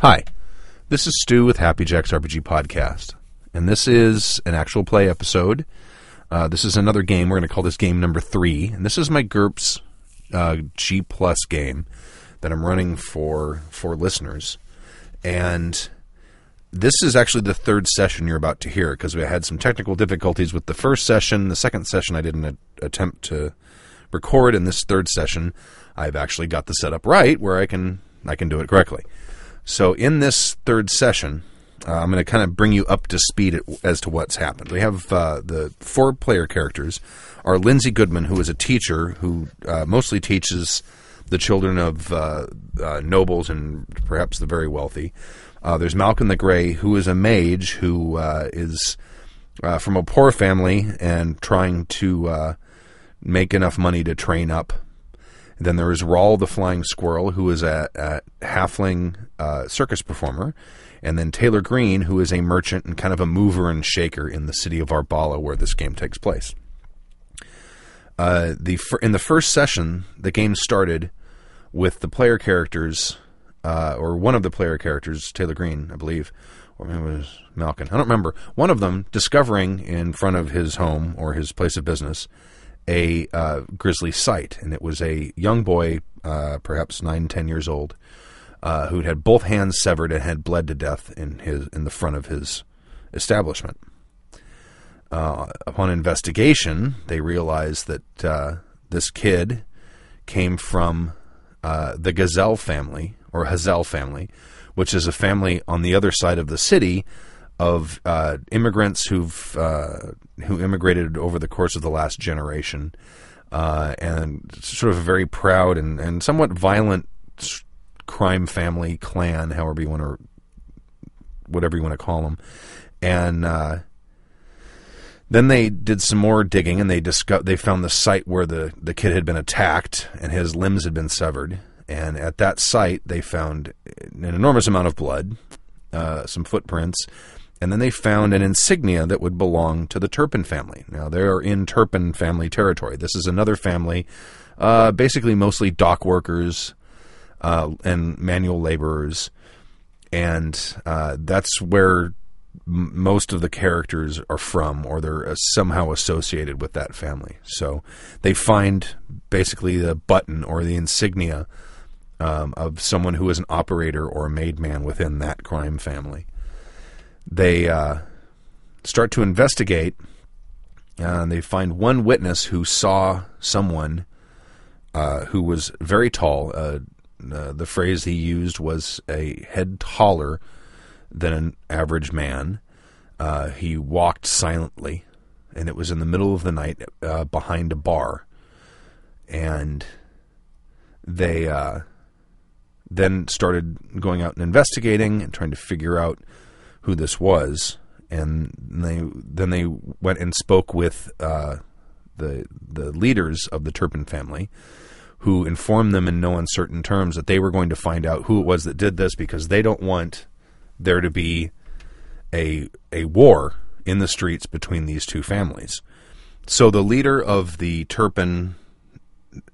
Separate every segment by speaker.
Speaker 1: Hi, this is Stu with Happy Jack's RPG Podcast, and this is an actual play episode. Uh, this is another game. We're going to call this game number three, and this is my GURPS uh, G Plus game that I'm running for for listeners. And this is actually the third session you're about to hear because we had some technical difficulties with the first session. The second session, I didn't a- attempt to record. In this third session, I've actually got the setup right where I can I can do it correctly. So in this third session, uh, I'm going to kind of bring you up to speed at, as to what's happened. We have uh, the four player characters are Lindsay Goodman, who is a teacher who uh, mostly teaches the children of uh, uh, nobles and perhaps the very wealthy. Uh, there's Malcolm the Gray, who is a mage who uh, is uh, from a poor family and trying to uh, make enough money to train up then there is Rawl the Flying Squirrel, who is a, a halfling uh, circus performer. And then Taylor Green, who is a merchant and kind of a mover and shaker in the city of Arbala, where this game takes place. Uh, the fir- in the first session, the game started with the player characters, uh, or one of the player characters, Taylor Green, I believe, or maybe it was Malkin. I don't remember. One of them discovering in front of his home or his place of business a uh, grisly sight, and it was a young boy, uh, perhaps nine, ten years old, uh, who had both hands severed and had bled to death in his in the front of his establishment. Uh, upon investigation, they realized that uh, this kid came from uh, the Gazelle family or Hazel family, which is a family on the other side of the city of uh, immigrants who've uh, who immigrated over the course of the last generation, uh, and sort of a very proud and, and somewhat violent s- crime family clan, however you want to, whatever you want to call them, and. Uh, then they did some more digging and they disco- they found the site where the, the kid had been attacked and his limbs had been severed. And at that site, they found an enormous amount of blood, uh, some footprints, and then they found an insignia that would belong to the Turpin family. Now, they are in Turpin family territory. This is another family, uh, basically mostly dock workers uh, and manual laborers. And uh, that's where m- most of the characters are from or they're uh, somehow associated with that family. So they find basically the button or the insignia um, of someone who is an operator or a made man within that crime family. They uh, start to investigate uh, and they find one witness who saw someone uh, who was very tall. Uh, uh, the phrase he used was a head taller than an average man. Uh, he walked silently, and it was in the middle of the night uh, behind a bar. And they uh, then started going out and investigating and trying to figure out who this was. And they then they went and spoke with uh, the the leaders of the Turpin family, who informed them in no uncertain terms that they were going to find out who it was that did this because they don't want there to be a a war in the streets between these two families. So the leader of the Turpin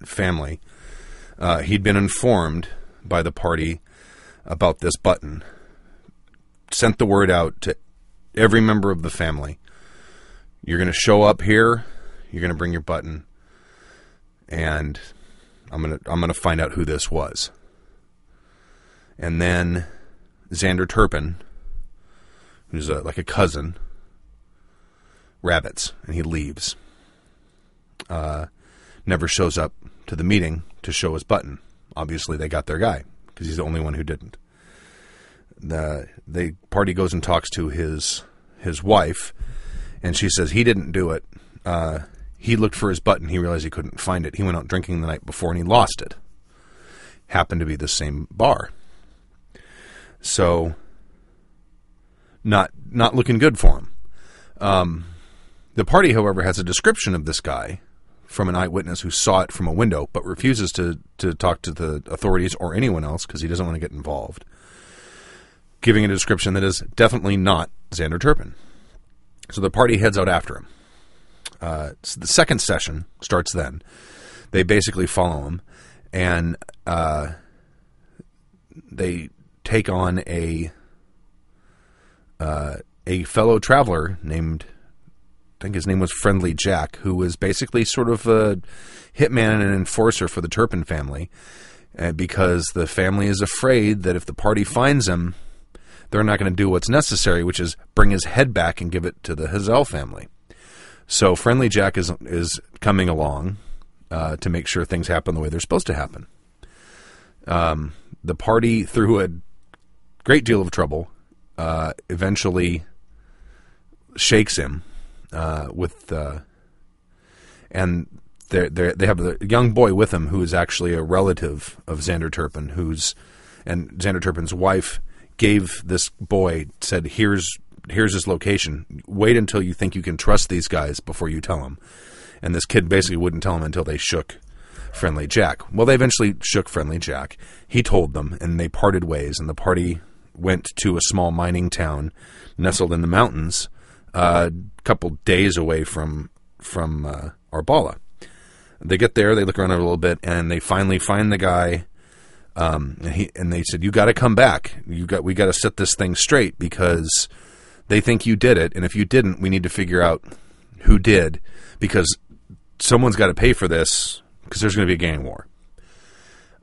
Speaker 1: family, uh, he'd been informed by the party about this button, sent the word out to every member of the family. You're going to show up here. You're going to bring your button, and I'm going to I'm going to find out who this was. And then Xander Turpin, who's a, like a cousin, rabbits, and he leaves. Uh, never shows up to the meeting to show his button. Obviously, they got their guy because he's the only one who didn't. The the party goes and talks to his his wife, and she says he didn't do it. Uh, he looked for his button. He realized he couldn't find it. He went out drinking the night before and he lost it. Happened to be the same bar so not not looking good for him. Um, the party, however, has a description of this guy from an eyewitness who saw it from a window, but refuses to to talk to the authorities or anyone else because he doesn't want to get involved. Giving a description that is definitely not Xander Turpin. So the party heads out after him. Uh, so the second session starts then. They basically follow him, and uh, they take on a uh, a fellow traveler named I think his name was Friendly Jack, who was basically sort of a hitman and an enforcer for the Turpin family, uh, because the family is afraid that if the party finds him, they're not going to do what's necessary, which is bring his head back and give it to the Hazel family. So Friendly Jack is is coming along uh, to make sure things happen the way they're supposed to happen. Um, the party, through a great deal of trouble, uh, eventually shakes him uh, with uh, and they they they have a young boy with him who is actually a relative of Xander Turpin, who's and Xander Turpin's wife gave this boy said here's here's his location. Wait until you think you can trust these guys before you tell them. And this kid basically wouldn't tell him until they shook Friendly Jack. Well, they eventually shook Friendly Jack. He told them, and they parted ways. And the party went to a small mining town nestled in the mountains a couple days away from from uh, Arbala. They get there, they look around a little bit, and they finally find the guy. Um, and he and they said, "You got to come back. You got we got to set this thing straight because they think you did it, and if you didn't, we need to figure out who did because someone's got to pay for this because there's going to be a gang war."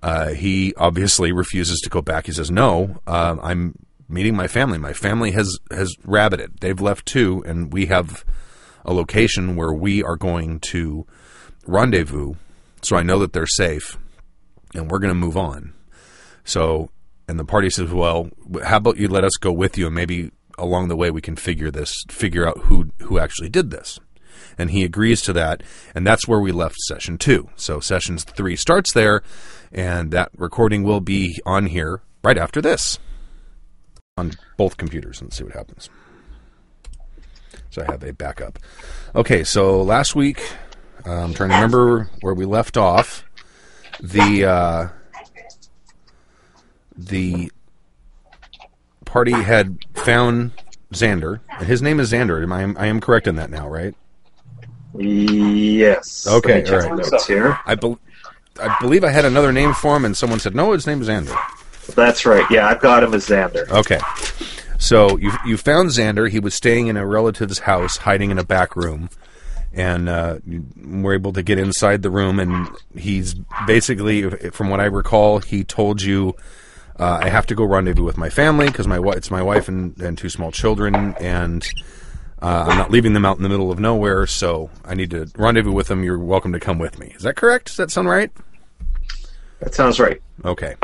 Speaker 1: Uh, he obviously refuses to go back. He says, "No, um, I'm meeting my family. My family has has rabbited. They've left too, and we have a location where we are going to rendezvous. So I know that they're safe, and we're going to move on." So, and the party says, "Well, how about you let us go with you, and maybe along the way we can figure this, figure out who who actually did this." and he agrees to that, and that's where we left session two. So sessions three starts there, and that recording will be on here right after this on both computers and see what happens. So I have a backup. Okay, so last week, uh, I'm trying to remember where we left off. The uh, the party had found Xander, and his name is Xander. Am I, I am correct in that now, right?
Speaker 2: Yes.
Speaker 1: Okay,
Speaker 2: Let me check
Speaker 1: all
Speaker 2: my notes here.
Speaker 1: I, bel I believe I had another name for him, and someone said, "No, his name is Xander."
Speaker 2: That's right. Yeah, I've got him as Xander.
Speaker 1: Okay, so you you found Xander. He was staying in a relative's house, hiding in a back room, and uh, you were able to get inside the room. And he's basically, from what I recall, he told you, uh, "I have to go rendezvous with my family because my wi- it's my wife and, and two small children, and uh, I'm not leaving them out in the middle of nowhere. So I need to rendezvous with them. You're welcome to come with me. Is that correct? Does that sound right?"
Speaker 2: That sounds right.
Speaker 1: Okay.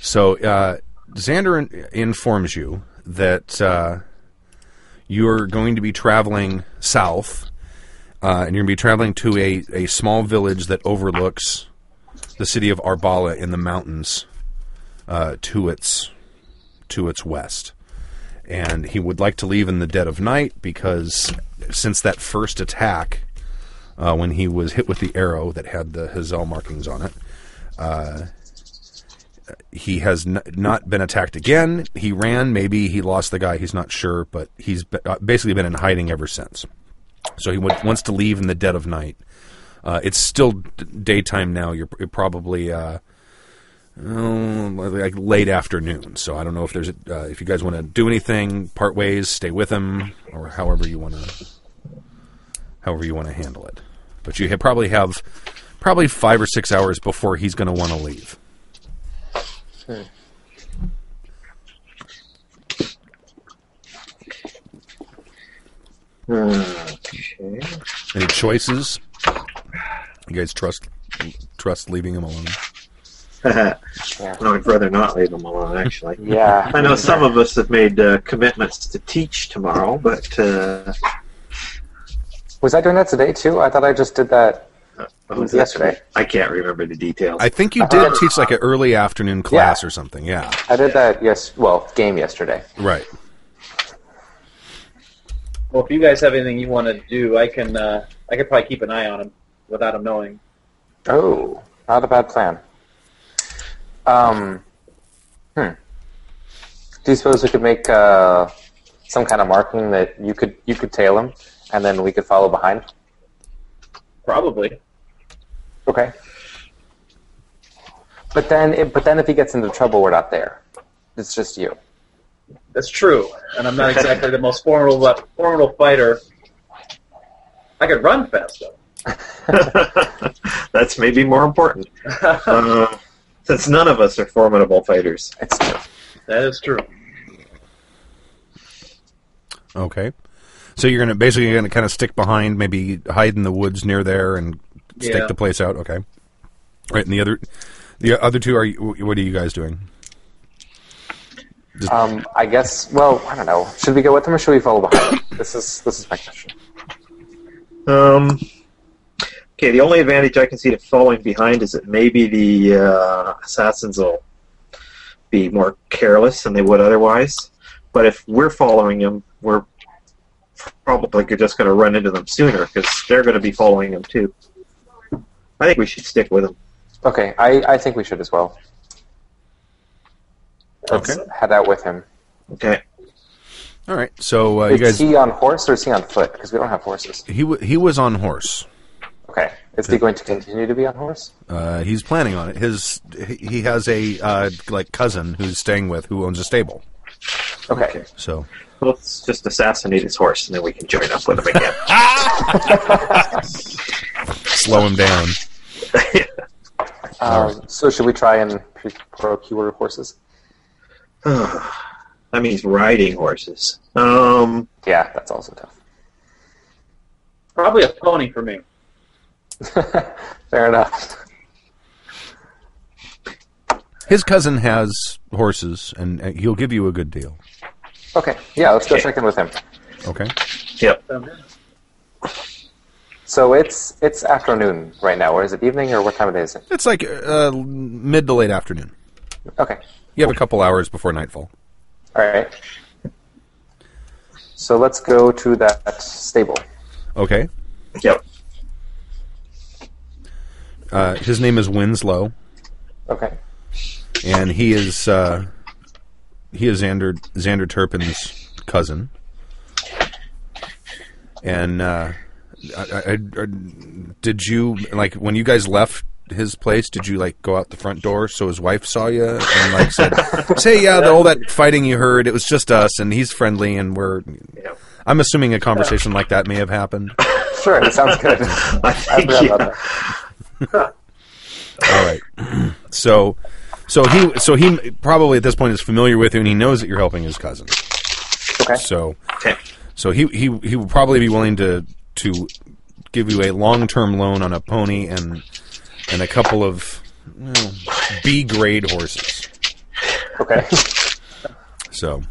Speaker 1: So uh, Xander in- informs you that uh, you're going to be traveling south, uh, and you're going to be traveling to a, a small village that overlooks the city of Arbala in the mountains uh, to its to its west. And he would like to leave in the dead of night because since that first attack, uh, when he was hit with the arrow that had the Hazel markings on it, he has n- not been attacked again. He ran. Maybe he lost the guy. He's not sure, but he's b- uh, basically been in hiding ever since. So he w- wants to leave in the dead of night. Uh, it's still d- daytime now. You're p- probably uh, oh, like late afternoon. So I don't know if there's a, uh, if you guys want to do anything, part ways, stay with him, or however you want to however you want to handle it. But you ha- probably have probably five or six hours before he's going to want to leave.
Speaker 2: Hmm, Okay.
Speaker 1: Any choices? You guys trust trust leaving him alone?
Speaker 2: No, I'd rather not leave him alone, actually.
Speaker 3: Yeah.
Speaker 2: I know some of us have made uh, commitments to teach tomorrow, but uh,
Speaker 3: Was I doing that today too? I thought I just did that.
Speaker 2: what was
Speaker 3: Yesterday.
Speaker 2: yesterday. I can't remember the details.
Speaker 1: I think you did teach like an early afternoon class or something. Yeah,
Speaker 3: I did that yes. Well, game yesterday.
Speaker 1: right.
Speaker 4: Well, if you guys have anything you want to do, I can uh, I could probably keep an eye on him without him knowing.
Speaker 3: Oh, not a bad plan. Um, hmm. Do you suppose we could make uh, some kind of marking that you could you could tail him, and then we could follow behind?
Speaker 4: Probably.
Speaker 3: Okay. But then, it, but then if he gets into trouble, we're not there. It's just you.
Speaker 4: That's true, and I'm not exactly the most formidable formidable fighter. I could run fast
Speaker 2: That's maybe more important.
Speaker 4: though.
Speaker 2: Uh, since none of us are formidable fighters.
Speaker 3: It's true.
Speaker 4: that is true.
Speaker 1: Okay. So you're gonna basically you're gonna kind of stick behind, maybe hide in the woods near there and stick
Speaker 4: Yeah.
Speaker 1: the place out. Okay. Right, and the other, the other two are. you- What are you guys doing?
Speaker 3: Um, I guess. Well, I don't know. Should we go with them or should we follow behind? them? this is this is my question.
Speaker 2: Um, okay, the only advantage I can see to falling behind is that maybe the uh, assassins will be more careless than they would otherwise. But if we're following them, we're probably just going to run into them sooner because they're going to be following them too. I think we should stick with them.
Speaker 3: Okay, I, I think we should as well. Let's head out with him.
Speaker 2: Okay.
Speaker 1: All right. So uh, you
Speaker 3: is
Speaker 1: guys,
Speaker 3: he on horse or is he on foot? Because we don't have horses.
Speaker 1: he w- he was on horse.
Speaker 3: Okay. Is he going to continue to be on horse?
Speaker 1: Uh, he's planning on it. His he- he has a uh, like cousin who's staying with who owns a stable.
Speaker 3: Okay.
Speaker 1: So
Speaker 2: Let's just assassinate his horse and then we can join up with him again.
Speaker 1: slow him down.
Speaker 3: Um, so should we try and pre- procure horses?
Speaker 2: that means riding horses. Um,
Speaker 3: Yeah, that's also
Speaker 4: Probably a pony for me.
Speaker 3: tough. Fair enough.
Speaker 1: His cousin has horses, and uh, he'll give you a good deal.
Speaker 3: Okay. Yeah, let's go
Speaker 2: Okay.
Speaker 3: check in with him.
Speaker 1: Okay.
Speaker 2: yep.
Speaker 4: Um,
Speaker 3: So it's it's afternoon right now, or is it evening, or what time of day is it?
Speaker 1: It's like uh, mid to late afternoon.
Speaker 3: Okay.
Speaker 1: You have a couple hours before nightfall.
Speaker 3: All right. So let's go to that stable.
Speaker 1: Okay.
Speaker 2: Yep.
Speaker 1: Uh, his name is Winslow,
Speaker 3: Okay.
Speaker 1: and he is uh, he is Xander Xander Turpin's cousin. And uh, I, I, I, did you like when you guys left his place? Did you like go out the front door so his wife saw you and like said, "Say yeah, the, all that fighting you heard, it was just us, and he's friendly, and we're."
Speaker 2: Yep.
Speaker 1: I'm assuming a conversation like that may have happened.
Speaker 3: Sure, it sounds good.
Speaker 2: I
Speaker 3: I
Speaker 2: think,
Speaker 3: forgot
Speaker 2: yeah.
Speaker 3: about that.
Speaker 1: All right. So, so he, so he probably at this point is familiar with you, and he knows that you're helping his cousin.
Speaker 3: Okay.
Speaker 1: So,
Speaker 2: Okay.
Speaker 1: so he he he will probably be willing to to give you a long term loan on a pony and and a couple of well, B grade horses.
Speaker 3: Okay.
Speaker 1: So.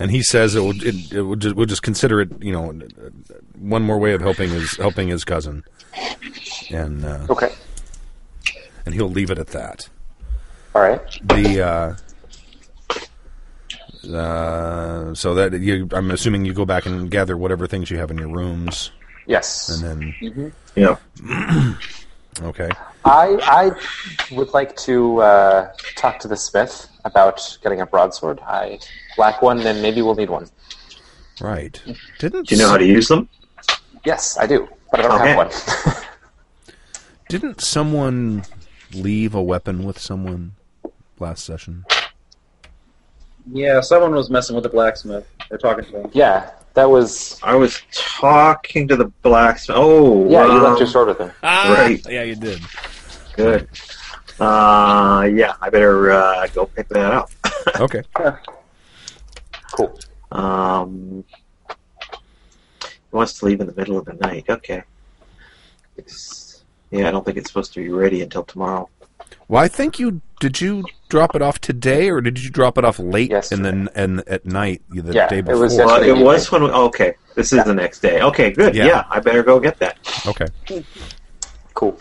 Speaker 1: And he says it will. It, it will just, we'll just consider it. You know, one more way of helping his helping his cousin, and uh,
Speaker 3: Okay.
Speaker 1: and he'll leave it at that.
Speaker 3: All right.
Speaker 1: the uh, uh, so that you I'm assuming you go back and gather whatever things you have in your rooms
Speaker 3: Yes.
Speaker 1: and then
Speaker 2: Yep.
Speaker 1: okay
Speaker 3: I I would like to uh, talk to the smith about getting a broadsword. I lack one, and maybe we'll need one.
Speaker 1: right didn't
Speaker 2: Do you know how to use them?
Speaker 3: Yes, I do, but I don't
Speaker 2: Okay.
Speaker 3: have one.
Speaker 1: didn't someone leave a weapon with someone last session
Speaker 4: yeah, someone was messing with the blacksmith. They're talking to him.
Speaker 3: yeah, that was.
Speaker 2: I was talking to the blacksmith. Oh,
Speaker 3: Yeah, you
Speaker 2: um,
Speaker 3: left your sword with him.
Speaker 2: Right.
Speaker 1: Ah, yeah you did
Speaker 2: Good. Uh, yeah, I better uh, go pick that up.
Speaker 1: okay
Speaker 3: Cool.
Speaker 2: Um, he wants to leave in the middle of the night. Okay. It's, yeah, I don't think it's supposed to be ready until tomorrow.
Speaker 1: well I think you did you drop it off today or did you drop it off late
Speaker 3: Yes,
Speaker 1: and then and at night the
Speaker 3: Yeah,
Speaker 1: day
Speaker 3: it
Speaker 1: before
Speaker 3: was
Speaker 2: Well,
Speaker 3: Yesterday
Speaker 2: Uh, it was when. We, okay, this is the next day. Okay, good.
Speaker 1: Yeah.
Speaker 2: Yeah. I better go get that.
Speaker 1: okay
Speaker 3: Cool.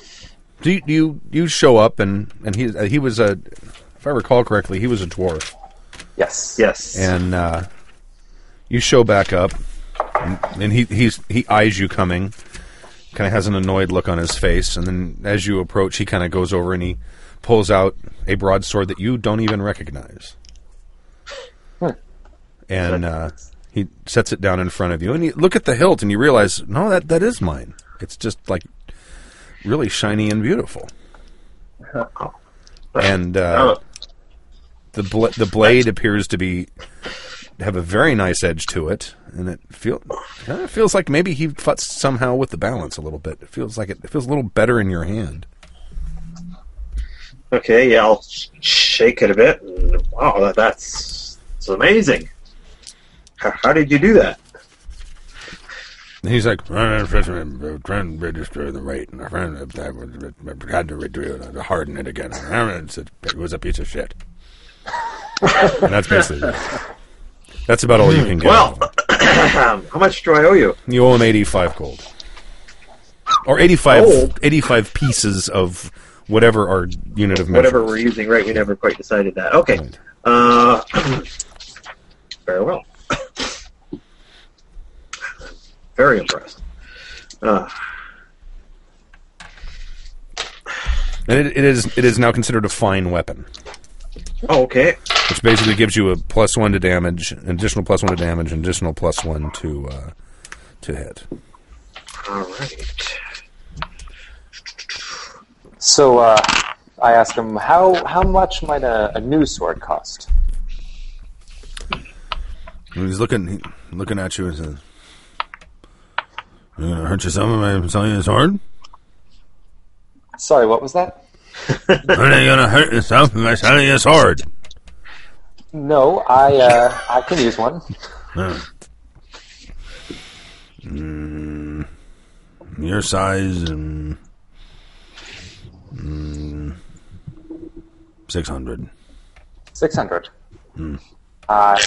Speaker 1: do you, you you show up and and he he was a if I recall correctly he was a dwarf
Speaker 3: Yes.
Speaker 2: Yes.
Speaker 1: and uh, you show back up, and, and he he's he eyes you coming, kind of has an annoyed look on his face, and then as you approach, he kind of goes over and he pulls out a broadsword that you don't even recognize, and uh, he sets it down in front of you, and you look at the hilt, and you realize, no, that that is mine. It's just like really shiny and beautiful,
Speaker 2: Oh.
Speaker 1: and. Uh,
Speaker 2: Oh,
Speaker 1: the bl- the blade appears to be have a very nice edge to it, and it feel kind of feels like maybe he futzed somehow with the balance a little bit. It feels like it, it feels a little better in your hand.
Speaker 2: Okay, yeah, I'll sh- shake it a bit. and- Wow, that, that's, that's amazing. How, how did you do that?
Speaker 1: And he's like, trying to register the rate, and I had to redo it, harden it again. It was a piece of shit. and that's basically it. That's about all you can get.
Speaker 2: Well, how much do I owe you?
Speaker 1: You owe him 85 gold. Or 85,
Speaker 2: Gold?
Speaker 1: 85 pieces of whatever our unit of measure
Speaker 2: Whatever
Speaker 1: is.
Speaker 2: we're using, right? We never quite decided that. Okay.
Speaker 1: Right.
Speaker 2: Uh, very well. very impressed. Uh,
Speaker 1: And it, it is it is now considered a fine weapon,
Speaker 2: oh, okay.
Speaker 1: which basically gives you a plus one to damage, an additional plus one to damage, an additional plus one to uh, to hit.
Speaker 2: All right.
Speaker 3: So uh, I ask him, how how much might a, a new sword cost?
Speaker 1: And he's looking he, looking at you and says, "You gonna hurt yourself if I sell you this sword?
Speaker 3: Sorry, what was that?
Speaker 1: Are you gonna hurt yourself if I sell you this sword?"
Speaker 3: No, I uh, I can use one.
Speaker 1: Huh. Mm, your size and mm, six hundred.
Speaker 3: Six hundred.
Speaker 2: Hmm.
Speaker 3: Uh,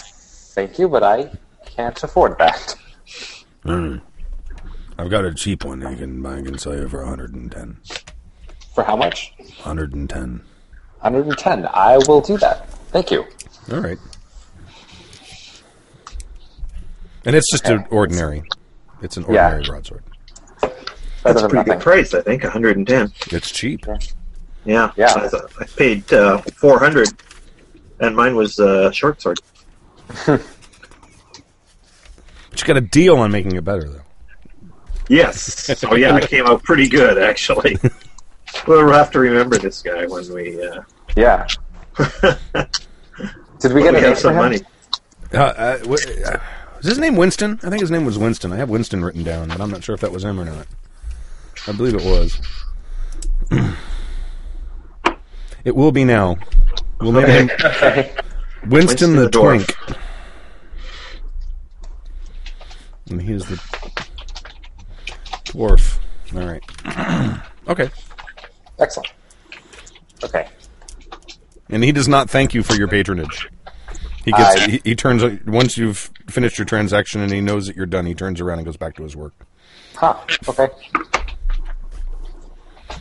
Speaker 3: thank you, but I can't afford that.
Speaker 1: Mm. I've got a cheap one I can buy and sell you for 110.
Speaker 3: For how much?
Speaker 1: 110.
Speaker 3: Hundred and ten. I will do that. Thank you.
Speaker 1: All right. And it's just an ordinary. It's an
Speaker 3: Yeah.
Speaker 1: ordinary broadsword.
Speaker 3: Better
Speaker 2: That's a
Speaker 3: than
Speaker 2: pretty
Speaker 3: nothing.
Speaker 2: good price, I think. 110.
Speaker 1: It's cheap.
Speaker 2: Yeah.
Speaker 3: Yeah.
Speaker 2: I, thought- I paid uh, 400, and mine was uh, short sword.
Speaker 1: But you got a deal on making it better, though.
Speaker 2: Yes. Oh yeah, it came out pretty good actually. we'll have to remember this guy when we uh,
Speaker 3: Yeah.
Speaker 2: when
Speaker 3: Did we get
Speaker 2: we
Speaker 3: a name
Speaker 2: have
Speaker 3: for
Speaker 2: some
Speaker 3: him?
Speaker 2: money.
Speaker 1: Uh, uh, wh- uh, is his name Winston? I think his name was Winston. I have Winston written down, but I'm not sure if that was him or not. I believe it was. it will be now. We'll name him Winston,
Speaker 2: Winston
Speaker 1: the,
Speaker 2: the Dwarf.
Speaker 1: Twink. And he is the dwarf. All right. okay.
Speaker 3: Excellent. Okay.
Speaker 1: And he does not thank you for your patronage. He gets.
Speaker 3: I-
Speaker 1: he, he turns once you've finished your transaction, and he knows that you're done. He turns around and goes back to his work.
Speaker 3: Huh. Okay.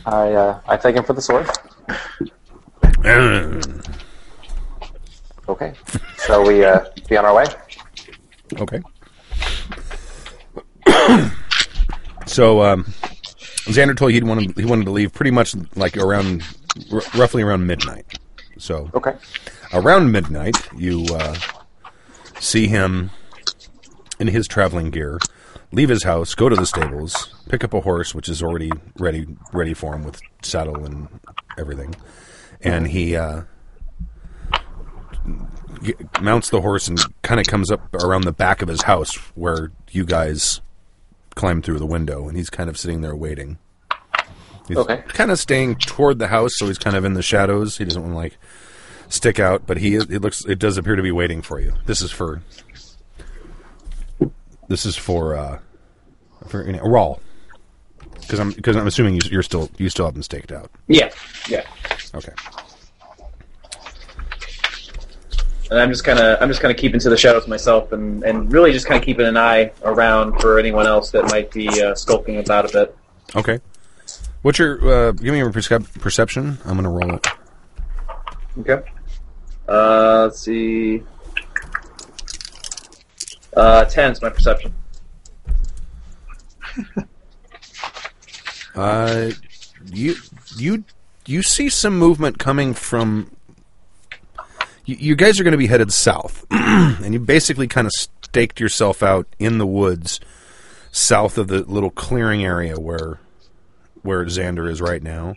Speaker 3: I uh, I take him for the sword.
Speaker 1: okay.
Speaker 3: Okay. Shall we uh, be on our way?
Speaker 1: so um, Xander told you he wanted he wanted to leave pretty much like around r- roughly around midnight. So
Speaker 3: Okay.
Speaker 1: around midnight, you uh, see him in his traveling gear, leave his house, go to the stables, pick up a horse which is already ready ready for him with saddle and everything, and he uh, g- mounts the horse and kind of comes up around the back of his house where you guys climb through the window, and he's kind of sitting there waiting. He's
Speaker 3: Okay.
Speaker 1: kind of staying toward the house, so he's kind of in the shadows. He doesn't want to like stick out, but he is, it looks it does appear to be waiting for you. This is for this is for uh for you know, Rawl. Because I'm because I'm assuming you, you're still you still haven't staked out.
Speaker 4: Yeah, yeah.
Speaker 1: Okay.
Speaker 4: And I'm just kind of I'm just kind of keeping to the shadows myself, and and really just kind of keeping an eye around for anyone else that might be uh, skulking about a bit.
Speaker 1: Okay. What's your uh, give me your percep- perception? I'm gonna roll it.
Speaker 4: Okay. Uh, let's see. Uh, ten's my perception.
Speaker 1: Uh, you you you see some movement coming from. You, you guys are going to be headed south, and you basically kind of staked yourself out in the woods, south of the little clearing area where where Xander is right now,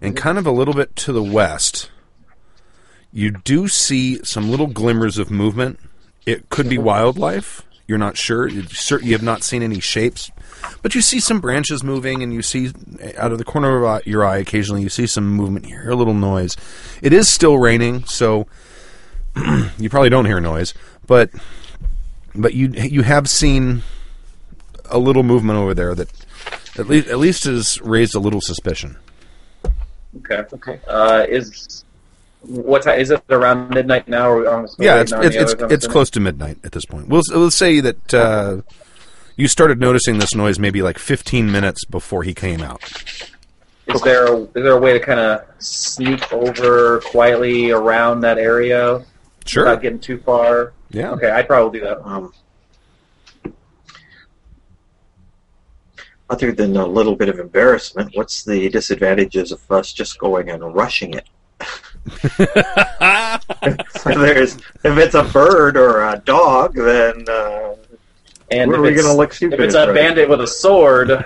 Speaker 1: and kind of a little bit to the west. You do see some little glimmers of movement. It could be wildlife. You're not sure. You cer- you have not seen any shapes, but you see some branches moving, and you see out of the corner of uh, your eye occasionally you see some movement. You hear a little noise. It is still raining, so you probably don't hear noise, but but you you have seen a little movement over there that at least at least has raised a little suspicion.
Speaker 4: Okay.
Speaker 3: Okay.
Speaker 4: Uh, is what time is it? Around midnight now? Or are we still
Speaker 1: yeah, it's
Speaker 4: waiting on
Speaker 1: it's
Speaker 4: the
Speaker 1: it's,
Speaker 4: others, I'm
Speaker 1: it's
Speaker 4: assuming?
Speaker 1: close to midnight at this point. We'll we'll say that uh, you started noticing this noise maybe like 15 minutes before he came out.
Speaker 4: Is there a, is there a way to kind of sneak over quietly around that area
Speaker 1: Sure.
Speaker 4: without getting too far?
Speaker 1: Yeah.
Speaker 4: Okay, I'd probably do that.
Speaker 2: Um, other than a little bit of embarrassment, what's the disadvantages of us just going and rushing it? There's if it's a bird or a dog, then uh,
Speaker 4: And
Speaker 2: where
Speaker 4: if
Speaker 2: are we
Speaker 4: it's-
Speaker 2: going to look stupid?
Speaker 4: If it's
Speaker 2: in
Speaker 4: a
Speaker 2: front?
Speaker 4: bandit with a sword,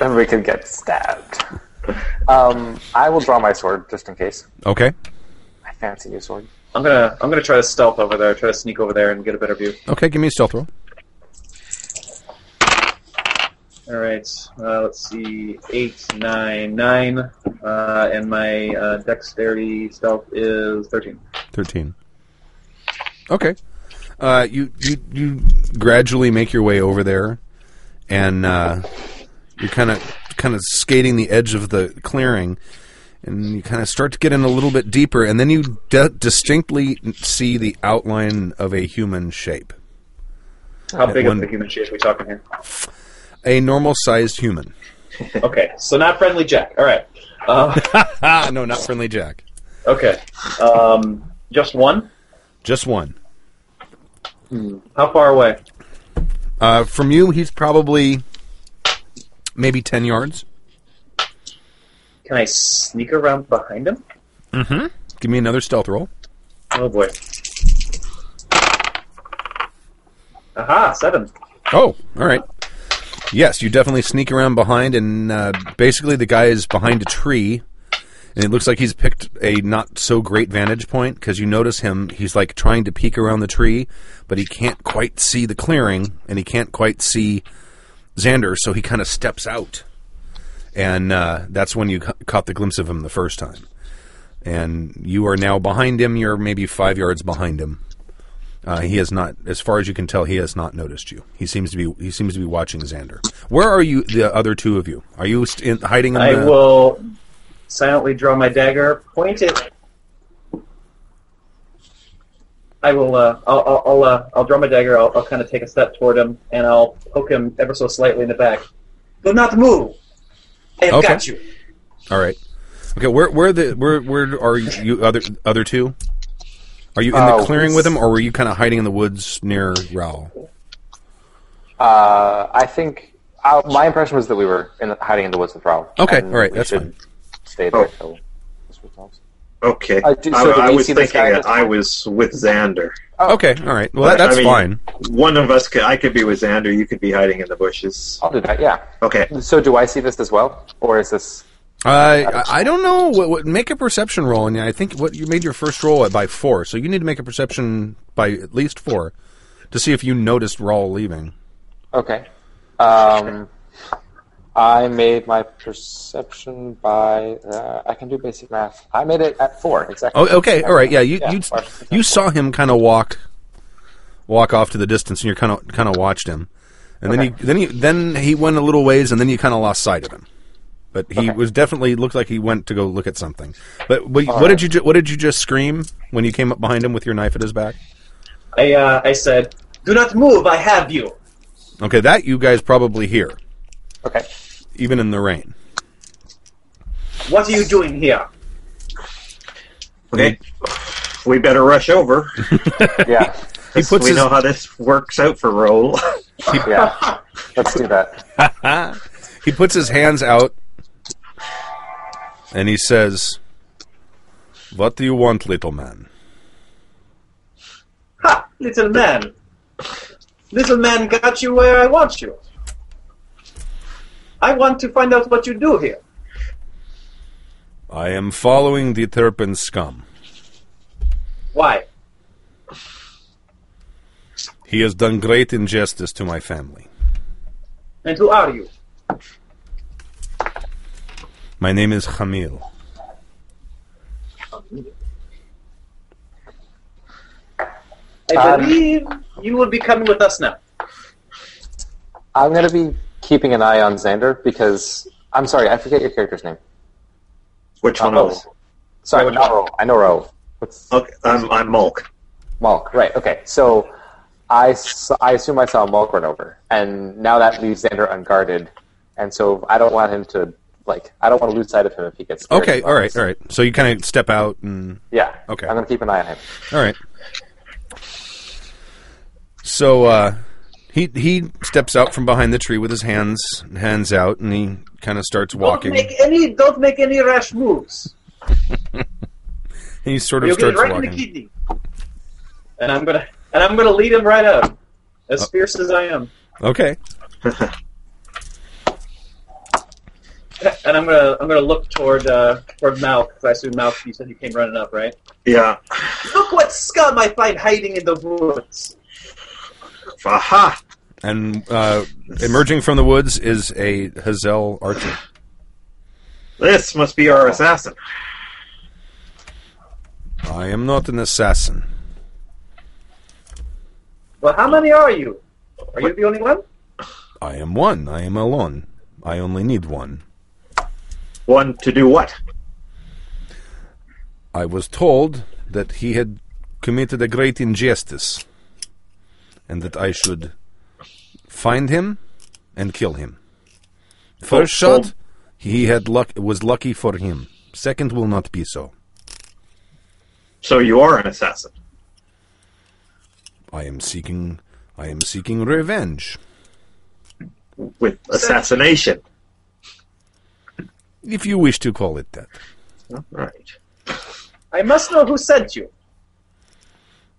Speaker 3: Then we could get stabbed. Um, I will draw my sword just in case.
Speaker 1: Okay.
Speaker 3: I fancy your sword.
Speaker 4: I'm gonna I'm gonna try to stealth over there, try to sneak over there and get a better view.
Speaker 1: Okay. Give me a stealth roll.
Speaker 4: All right, uh, let's see, eight, nine, nine, uh, and my uh, dexterity stealth is thirteen.
Speaker 1: 13. Okay. Uh, you, you you gradually make your way over there, and uh, you're kind of kind of skating the edge of the clearing, and you kind of start to get in a little bit deeper, and then you de- distinctly see the outline of a human shape,
Speaker 4: How big
Speaker 1: one-
Speaker 4: is the human shape we talking here?
Speaker 1: a normal sized human.
Speaker 4: Okay, so not friendly Jack. All right. Uh,
Speaker 1: Ah, no, not friendly Jack.
Speaker 4: okay. Um, just one.
Speaker 1: Just one.
Speaker 4: How far away?
Speaker 1: Uh, from you, he's probably maybe ten yards.
Speaker 4: Can I sneak around behind him?
Speaker 1: Give me another stealth roll.
Speaker 4: Oh boy. Aha, seven.
Speaker 1: Oh, all right. Yes, you definitely sneak around behind, and uh, basically the guy is behind a tree, and it looks like he's picked a not so great vantage point because you notice him. He's like trying to peek around the tree, but he can't quite see the clearing, and he can't quite see Xander, so he kind of steps out, and uh, that's when you ca- caught the glimpse of him the first time. And you are now behind him. You're maybe five yards behind him. Uh, he has not, as far as you can tell, he has not noticed you. He seems to be he seems to be watching Xander. Where are you, the other two of you? Are you st- in, hiding? In
Speaker 4: I
Speaker 1: the,
Speaker 4: will silently draw my dagger, point it. I will. Uh, I'll. I'll. I'll, uh, I'll draw my dagger. I'll, I'll kind of take a step toward him, and I'll poke him ever so slightly in the back. Do not move. I have
Speaker 1: Okay.
Speaker 4: got you.
Speaker 1: All right. Okay. Where where the where where are you other other two? Are you in the
Speaker 2: Uh,
Speaker 3: Oh.
Speaker 1: clearing with him, or were you kind of hiding in the woods near Raoul?
Speaker 3: Uh, I think uh, my impression was that we were in the, hiding in the woods with Raoul.
Speaker 1: Okay,
Speaker 3: and
Speaker 1: all right,
Speaker 3: we
Speaker 1: that's
Speaker 3: should
Speaker 1: fine.
Speaker 3: Stay there
Speaker 2: Oh.
Speaker 3: till this resolves.
Speaker 2: Okay,
Speaker 3: Uh, do- so
Speaker 2: I,
Speaker 3: do
Speaker 2: I
Speaker 3: we
Speaker 2: was
Speaker 3: see
Speaker 2: thinking
Speaker 3: this guy
Speaker 2: that
Speaker 3: just-
Speaker 2: I was with Xander.
Speaker 1: Okay. All right. Well, that,
Speaker 2: I
Speaker 1: that's
Speaker 2: mean,
Speaker 1: fine.
Speaker 2: One of us could. I could be with Xander. You could be hiding in the bushes.
Speaker 3: I'll do that. Yeah.
Speaker 2: Okay.
Speaker 3: So do I see this as well, or is this?
Speaker 1: I I Uh, I don't know. What, what make a perception roll, and I think what you made your first roll at by four, so you need to make a perception by at least four to see if you noticed Raoul leaving.
Speaker 3: Okay. Um, I made my perception by. Uh, I can do basic math. I made it at four exactly.
Speaker 1: Oh, okay, all right, yeah. You
Speaker 3: Yeah,
Speaker 1: you
Speaker 3: watch the
Speaker 1: you saw him kind of walk walk off to the distance, and you kind of kind of watched him, and then
Speaker 3: Okay.
Speaker 1: you then he then he went a little ways, and then you kind of lost sight of him. But he
Speaker 3: Okay.
Speaker 1: was definitely looked like he went to go look at something. But what, what
Speaker 3: right.
Speaker 1: did you ju- what did you just scream when you came up behind him with your knife at his back?
Speaker 4: I. Uh, I said, "Do not move. I have you."
Speaker 1: Okay, that you guys probably hear
Speaker 3: Okay.
Speaker 1: even in the rain.
Speaker 4: What are you doing here?
Speaker 2: Okay. Mm-hmm. We better rush over.
Speaker 3: Yeah.
Speaker 1: He puts
Speaker 2: we
Speaker 1: his
Speaker 2: know how this works out for roll.
Speaker 3: yeah. Let's do that.
Speaker 1: he puts his hands out and he says, "What do you want, little man?"
Speaker 4: Ha, little man. Little man got you where I want you. I want to find out what you do here.
Speaker 1: I am following the Turpin scum.
Speaker 4: Why?
Speaker 1: He has done great injustice to my family.
Speaker 4: And who are you?
Speaker 1: My name is Hamil.
Speaker 4: I
Speaker 3: Um,
Speaker 4: believe you will be coming with us now.
Speaker 3: I'm going to be keeping an eye on Xander because I'm sorry, I forget your character's name.
Speaker 2: Which
Speaker 3: Not
Speaker 2: one
Speaker 3: Ro.
Speaker 2: else?
Speaker 3: Sorry,
Speaker 4: Which
Speaker 3: not
Speaker 4: one?
Speaker 3: Ro. I know Ro. What's
Speaker 2: Okay, I'm, I'm Mulk.
Speaker 3: Malk? Right. Okay. So I, s- I assume I saw Malk run over, and now that leaves Xander unguarded, and so I don't want him to like I don't want to lose sight of him if he gets. scared.
Speaker 1: Okay, all right, all right. So you kind of step out and
Speaker 3: Yeah.
Speaker 1: Okay.
Speaker 3: I'm going to keep an eye on him.
Speaker 1: all right. So uh, he he steps out from behind the tree with his hands hands out, and he kind of starts walking.
Speaker 4: Don't make any. Don't make any rash moves.
Speaker 1: And he sort of
Speaker 4: You'll get it
Speaker 1: starts
Speaker 4: right in the
Speaker 1: walking.
Speaker 4: kidney. And I'm gonna. And I'm gonna lead him right up,
Speaker 1: Uh,
Speaker 4: as fierce as I am.
Speaker 1: Okay,
Speaker 4: And I'm gonna. I'm gonna look toward uh, toward Mal because I assume Mal. You said you came running up, right?
Speaker 2: Yeah.
Speaker 4: Look what scum I find hiding in the woods.
Speaker 2: Aha!
Speaker 1: and uh, emerging from the woods is a Hazel archer.
Speaker 2: This must be our assassin.
Speaker 1: I am not an assassin.
Speaker 4: Well, how many are you? Are you the only one?
Speaker 1: I am one. I am alone. I only need one.
Speaker 2: One to do what?
Speaker 1: I was told that he had committed a great injustice and that I should find him and kill him. First
Speaker 2: Told-
Speaker 1: shot, he had luck was lucky for him. Second will not be so.
Speaker 2: So you are an assassin.
Speaker 1: I am seeking I am seeking revenge.
Speaker 2: With assassination.
Speaker 1: If you wish to call it that.
Speaker 2: Right.
Speaker 4: I must know who sent you.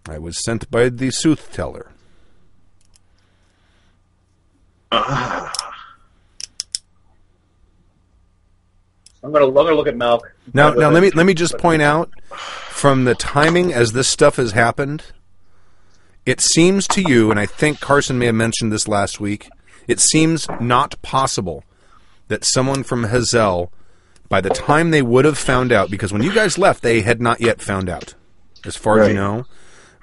Speaker 1: I was sent by the sooth teller.
Speaker 2: Ah.
Speaker 4: I'm gonna, I'm gonna look at Mal.
Speaker 1: Now, now let me let me just point out from the timing as this stuff has happened. It seems to you, and I think Carson may have mentioned this last week. It seems not possible that someone from Hazel, by the time they would have found out, because when you guys left, they had not yet found out, as far as you
Speaker 2: Right.
Speaker 1: know.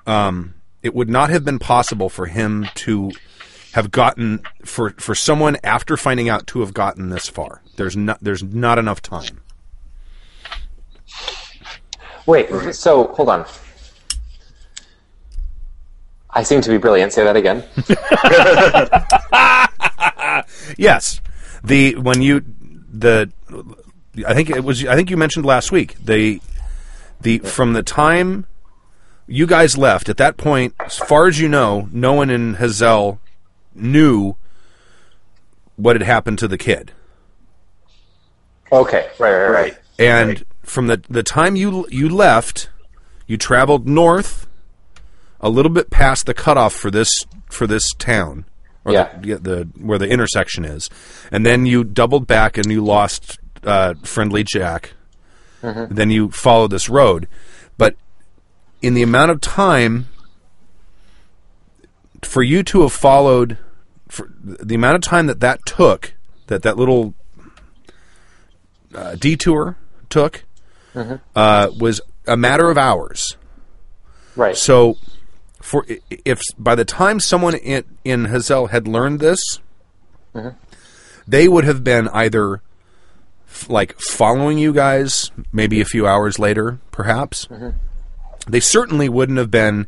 Speaker 1: Um, it would not have been possible for him to have gotten for for someone after finding out to have gotten this far. There's not there's not enough time.
Speaker 3: Wait, so hold on. I seem to be brilliant. Say that again.
Speaker 1: Yes, the when you the I think it was I think you mentioned last week the the from the time you guys left at that point, as far as you know, no one in Hazel knew what had happened to the kid,
Speaker 3: Okay. Right. Right. Right.
Speaker 2: Right.
Speaker 1: and
Speaker 2: Right.
Speaker 1: from the the time you you left, you traveled north a little bit past the cutoff for this for this town. or
Speaker 3: Yeah.
Speaker 1: the, yeah, the where the intersection is, and then you doubled back and you lost uh, friendly Jack. Then you followed this road, but in the amount of time for you to have followed, for the amount of time that that took, that that little uh, detour took, uh, was a matter of hours.
Speaker 3: Right.
Speaker 1: So, for i- if by the time someone in in Hazel had learned this, they would have been either f- like following you guys, maybe a few hours later, perhaps. They certainly wouldn't have been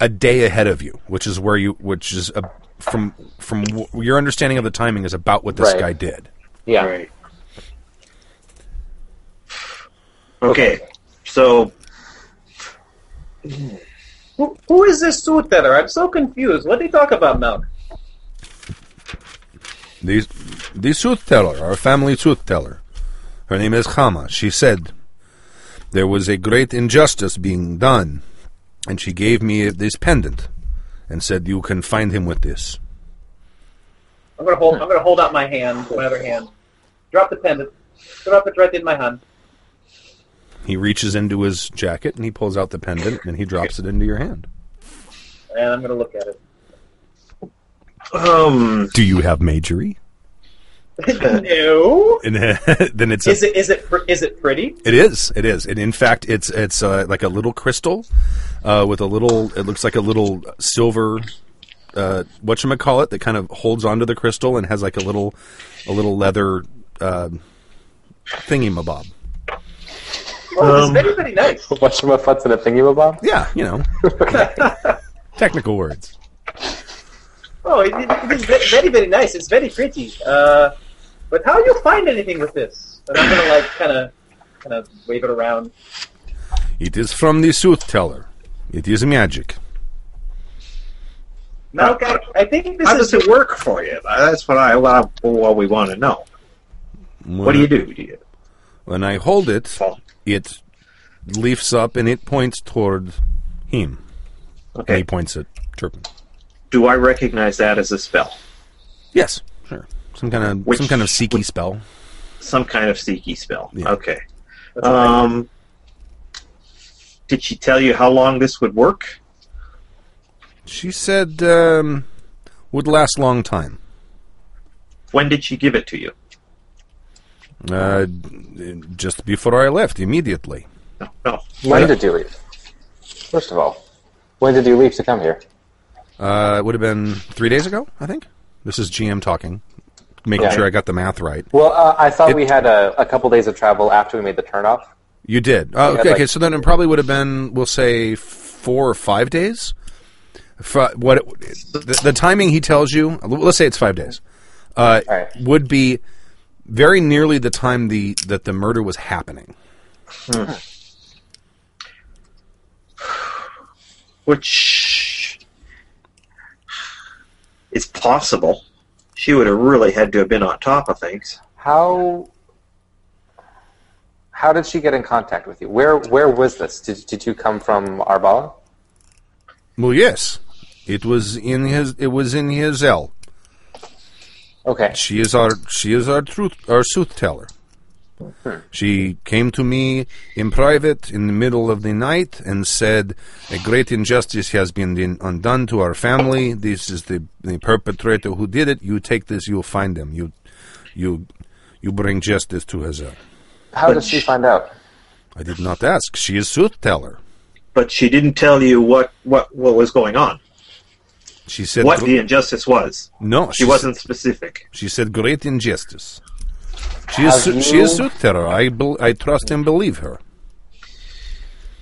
Speaker 1: a day ahead of you, which is where you, which is a, from from w- your understanding of the timing is about what this
Speaker 3: Right.
Speaker 1: guy did.
Speaker 3: yeah.
Speaker 2: Right. Okay. So
Speaker 4: Who, who is this suit teller? I'm so confused. What did they talk about, Mal?
Speaker 1: The, the truth teller, our family truth teller. Her name is Chama. She said there was a great injustice being done, and she gave me this pendant and said, You can find him with this.
Speaker 4: I'm gonna hold. I'm gonna hold out my hand, my other hand. Drop the pendant. Drop it right in my hand.
Speaker 1: He reaches into his jacket and he pulls out the pendant and he drops it into your hand.
Speaker 4: and I'm going to look at it.
Speaker 2: Um,
Speaker 1: Do you have majory?
Speaker 4: no.
Speaker 1: And then it's a,
Speaker 4: Is it is it pr- is it pretty?
Speaker 1: It is. It is. And in fact, it's it's uh, like a little crystal uh, with a little. It looks like a little silver. Uh, what you call it? That kind of holds onto the crystal and has like a little, a little leather uh, thingy mabob.
Speaker 4: Oh, this
Speaker 2: Um,
Speaker 4: is very very nice.
Speaker 3: What's my futz in a thingy bob?
Speaker 1: Yeah, you know, technical words.
Speaker 4: Oh, it, it, it is ve- very very nice. It's very pretty. Uh, but how you find anything with this? And I'm going to like kind of kind of wave it around.
Speaker 1: It is from the sooth teller. It is magic.
Speaker 4: Malk, I, I think this
Speaker 2: how
Speaker 4: is
Speaker 2: does it work for you? That's what I what, I- what we want to know.
Speaker 1: When,
Speaker 2: What do you do? Do you
Speaker 1: When I hold it,
Speaker 2: fall?
Speaker 1: it leafs up and it points toward him. And he
Speaker 2: Okay.
Speaker 1: points at Turpin.
Speaker 2: Do I recognize that as a spell?
Speaker 1: Yes, sure. Some kind of
Speaker 2: Which-
Speaker 1: some kind of seeky spell.
Speaker 2: Some kind of seeky spell.
Speaker 1: Yeah.
Speaker 2: Okay. Um, did she tell you how long this would work?
Speaker 1: She said um, would last long time.
Speaker 2: When did she give it to you?
Speaker 1: Uh, just before I left, immediately.
Speaker 2: No. no.
Speaker 3: When did you leave? First of all, when did you leave to come here?
Speaker 1: Uh, it would have been three days ago, I think. This is GM talking, making
Speaker 3: Yeah.
Speaker 1: sure I got the math right.
Speaker 3: Well, uh, I thought
Speaker 1: It-
Speaker 3: we had a, a couple days of travel after we made the turnoff.
Speaker 1: You did. Oh,
Speaker 3: Yeah,
Speaker 1: okay,
Speaker 3: like-
Speaker 1: okay, so then it probably would have been, we'll say, four or five days. Fi- what it, the, the timing he tells you, let's say it's five days, uh,
Speaker 3: All right.
Speaker 1: would be very nearly the time the that the murder was happening.
Speaker 2: which is possible. She would have really had to have been on top of things.
Speaker 3: How how did she get in contact with you? Where where was this? Did, did you come from Arbala?
Speaker 1: Well, yes, it was in his. It was in his L.
Speaker 3: Okay.
Speaker 1: She is our. She is our truth. Our sooth teller. She came to me in private in the middle of the night and said, "A great injustice has been din- undone to our family. This is the, the perpetrator who did it. You take this. You'll find them. You, you, you bring justice to Hazel."
Speaker 3: How did she find out?
Speaker 1: I did not ask. She is sooth teller.
Speaker 2: But she didn't tell you what what, what was going on,
Speaker 1: She said,
Speaker 2: what the injustice was.
Speaker 1: "No,
Speaker 2: She
Speaker 1: said-
Speaker 2: wasn't specific.
Speaker 1: She said, "Great injustice." She is
Speaker 3: Have
Speaker 1: she is
Speaker 3: you-
Speaker 1: sooth terror. I bel I trust and believe her.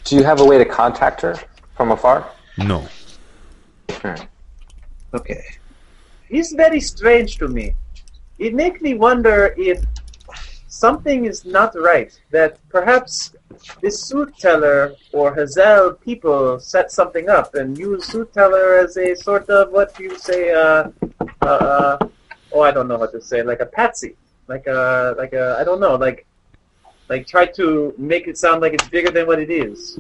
Speaker 3: Do you have a way to contact her from afar? Hmm.
Speaker 1: No,
Speaker 2: Okay.
Speaker 4: It's very strange to me. It makes me wonder if something is not right, that perhaps this sooth teller or Hazel people set something up and use sooth teller as a sort of, what do you say, uh, uh, uh, oh, I don't know how to say, like a patsy. Like a, like a, I don't know, like, like try to make it sound like it's bigger than what it is.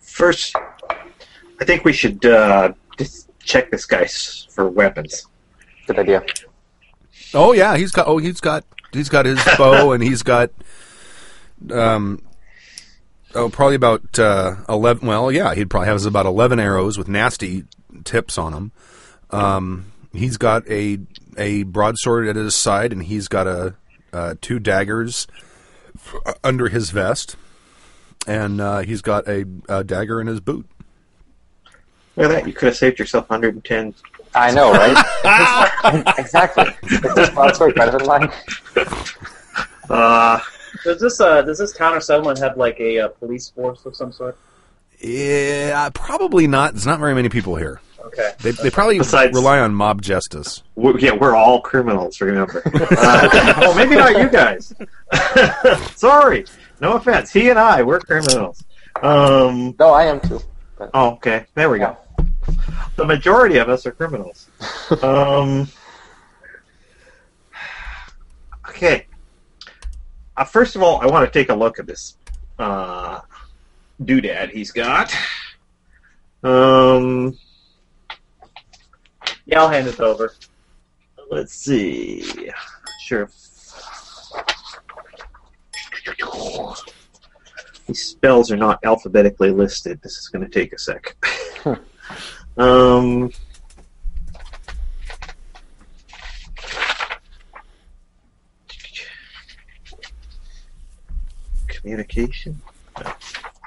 Speaker 2: First, I think we should uh, just check this guy s- for weapons.
Speaker 3: Good idea.
Speaker 1: Oh yeah, he's got. Oh, he's got. He's got his bow, and he's got. Um. Oh, probably about uh, eleven. Well, yeah, he'd probably has about eleven arrows with nasty tips on them. Um, he's got a a broadsword at his side, and he's got a uh, two daggers f- under his vest, and uh, he's got a, a dagger in his boot.
Speaker 2: Look at that. You could have saved yourself 110.
Speaker 3: I know, right? exactly. Is this broadsword better than mine?
Speaker 2: Uh,
Speaker 4: Does this, uh, does this town or settlement have like a, uh police force of some sort?
Speaker 1: Yeah, probably not. There's not very many people here.
Speaker 4: Okay.
Speaker 1: They, they probably
Speaker 2: Besides-
Speaker 1: rely on mob justice.
Speaker 2: we yeah, we're all criminals, remember. Uh, well, maybe not you guys. Sorry. No offense. He and I, we're criminals. Um,
Speaker 3: No, I am too. But
Speaker 2: oh, okay. There we go. The majority of us are criminals. Um, okay. Uh, first of all, I want to take a look at this uh, doodad he's got. Um,
Speaker 4: Yeah, I'll hand it over.
Speaker 2: Let's see. Sure. These spells are not alphabetically listed. This is going to take a sec. um, communication? No.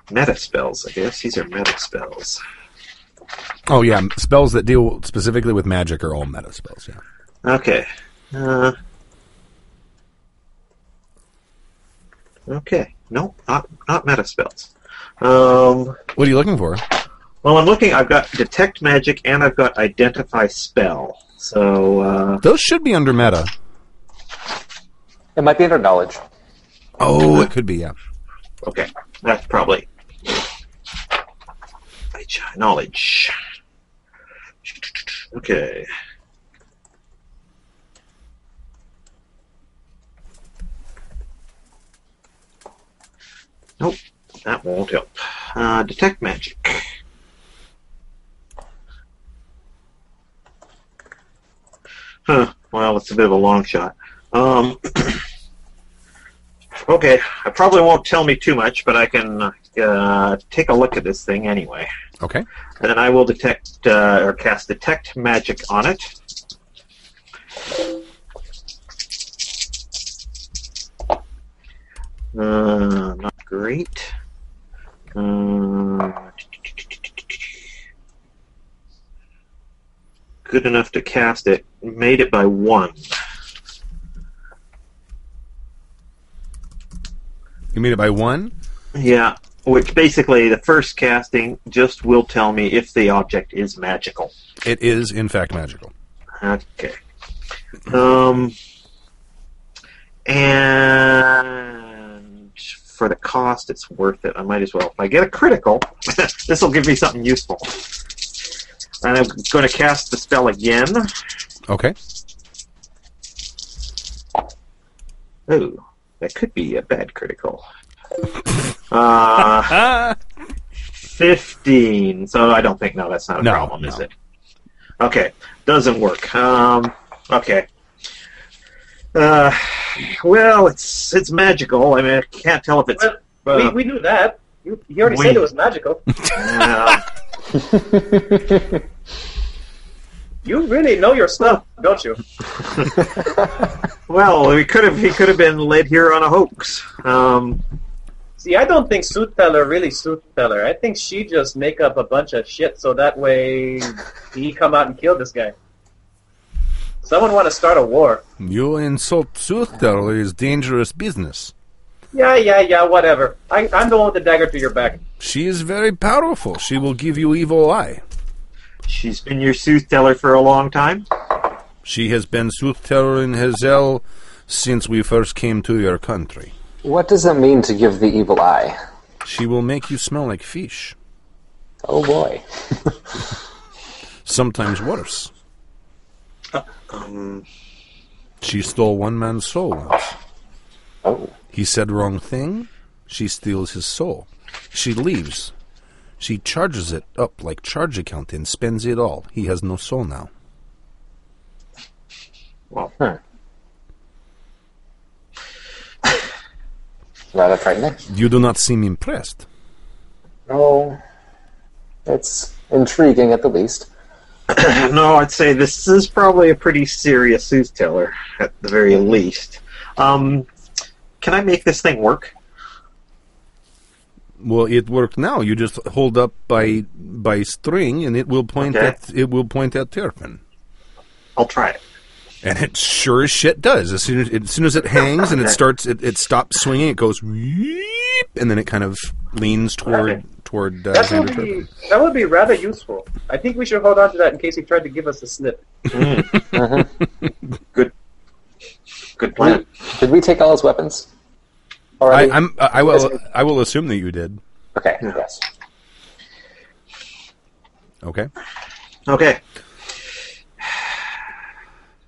Speaker 2: Meta spells, I guess. These are meta spells.
Speaker 1: Oh yeah, spells that deal specifically with magic are all meta spells. Yeah.
Speaker 2: Okay. Uh, okay. Nope, not, not meta spells. Um,
Speaker 1: What are you looking for?
Speaker 2: well, I'm looking. I've got detect magic and I've got identify spell. So, uh,
Speaker 1: Those should be under meta.
Speaker 3: It might be under knowledge.
Speaker 1: Oh, it could be. Yeah.
Speaker 2: okay. That's probably. Knowledge. Okay. Nope, that won't help. Uh, detect magic. Huh, well, it's a bit of a long shot. Um, okay, I probably won't tell me too much, but I can uh, take a look at this thing anyway.
Speaker 1: Okay.
Speaker 2: Then I will detect uh, or cast detect magic on it. Uh, not great. Uh, good enough to cast it. Made it by one.
Speaker 1: You made it by one.
Speaker 2: Yeah, which basically the first casting just will tell me if the object is magical.
Speaker 1: It is in fact magical.
Speaker 2: Okay. Um, and for the cost, it's worth it. I might as well. If I get a critical, this will give me something useful. And I'm going to cast the spell again.
Speaker 1: Okay.
Speaker 2: Oh, that could be a bad critical. Uh,
Speaker 1: Ah.
Speaker 2: 15. So I don't think, no, that's not a
Speaker 1: No,
Speaker 2: problem, is
Speaker 1: no.
Speaker 2: it? Okay. Doesn't work. Um, okay. Uh, well, it's it's magical. I mean, I can't tell if it's.
Speaker 4: Well,
Speaker 2: uh,
Speaker 4: we, we knew that. You, you already
Speaker 2: we-
Speaker 4: said it was magical.
Speaker 2: uh,
Speaker 4: You really know your stuff, don't you?
Speaker 2: well, we could have. He could have been led here on a hoax. Um,
Speaker 4: See, I don't think Sooth Teller really Sooth Teller. I think she just make up a bunch of shit so that way he come out and kill this guy. Someone want to start a war?
Speaker 1: You insult Soothtel is dangerous business.
Speaker 4: Yeah, yeah, yeah, whatever. I, I'm the one with the dagger to your back.
Speaker 1: She is very powerful. She will give you evil eye.
Speaker 2: she's been your sooth teller for a long time.
Speaker 1: She has been Soothtel in Hazel since we first came to your country.
Speaker 3: What does it mean to give the evil eye?
Speaker 1: She will make you smell like fish,
Speaker 3: Oh boy.
Speaker 1: sometimes worse.
Speaker 2: Um,
Speaker 1: She stole one man's soul once.
Speaker 3: Oh.
Speaker 1: He said wrong thing. She steals his soul. She leaves. She charges it up like charge account and spends it all. He has no soul now.
Speaker 2: well,
Speaker 3: Hmm. Rather frightening.
Speaker 1: You do not seem impressed.
Speaker 3: Oh, it's intriguing at the least.
Speaker 2: no, I'd say this is probably a pretty serious sooth teller at the very least. Um, can I make this thing work?
Speaker 1: Well, it worked now. You just hold up by by string, and it will point
Speaker 2: Okay.
Speaker 1: at it will point at Terrapin,
Speaker 2: I'll try it.
Speaker 1: and it sure as shit does. As soon as, as soon as it hangs and it starts, it, it stops swinging. It goes, "Weep," and then it kind of leans toward
Speaker 2: Okay.
Speaker 1: toward uh,
Speaker 4: That
Speaker 1: Xander
Speaker 4: would be
Speaker 1: Turpin.
Speaker 4: that would be rather useful. I think we should hold on to that in case he tried to give us a slip.
Speaker 2: Good plan.
Speaker 3: Did we take all his weapons?
Speaker 1: I,
Speaker 3: Already?
Speaker 1: I'm, I will I will assume that you did.
Speaker 3: okay, yes.
Speaker 1: Okay.
Speaker 2: Okay.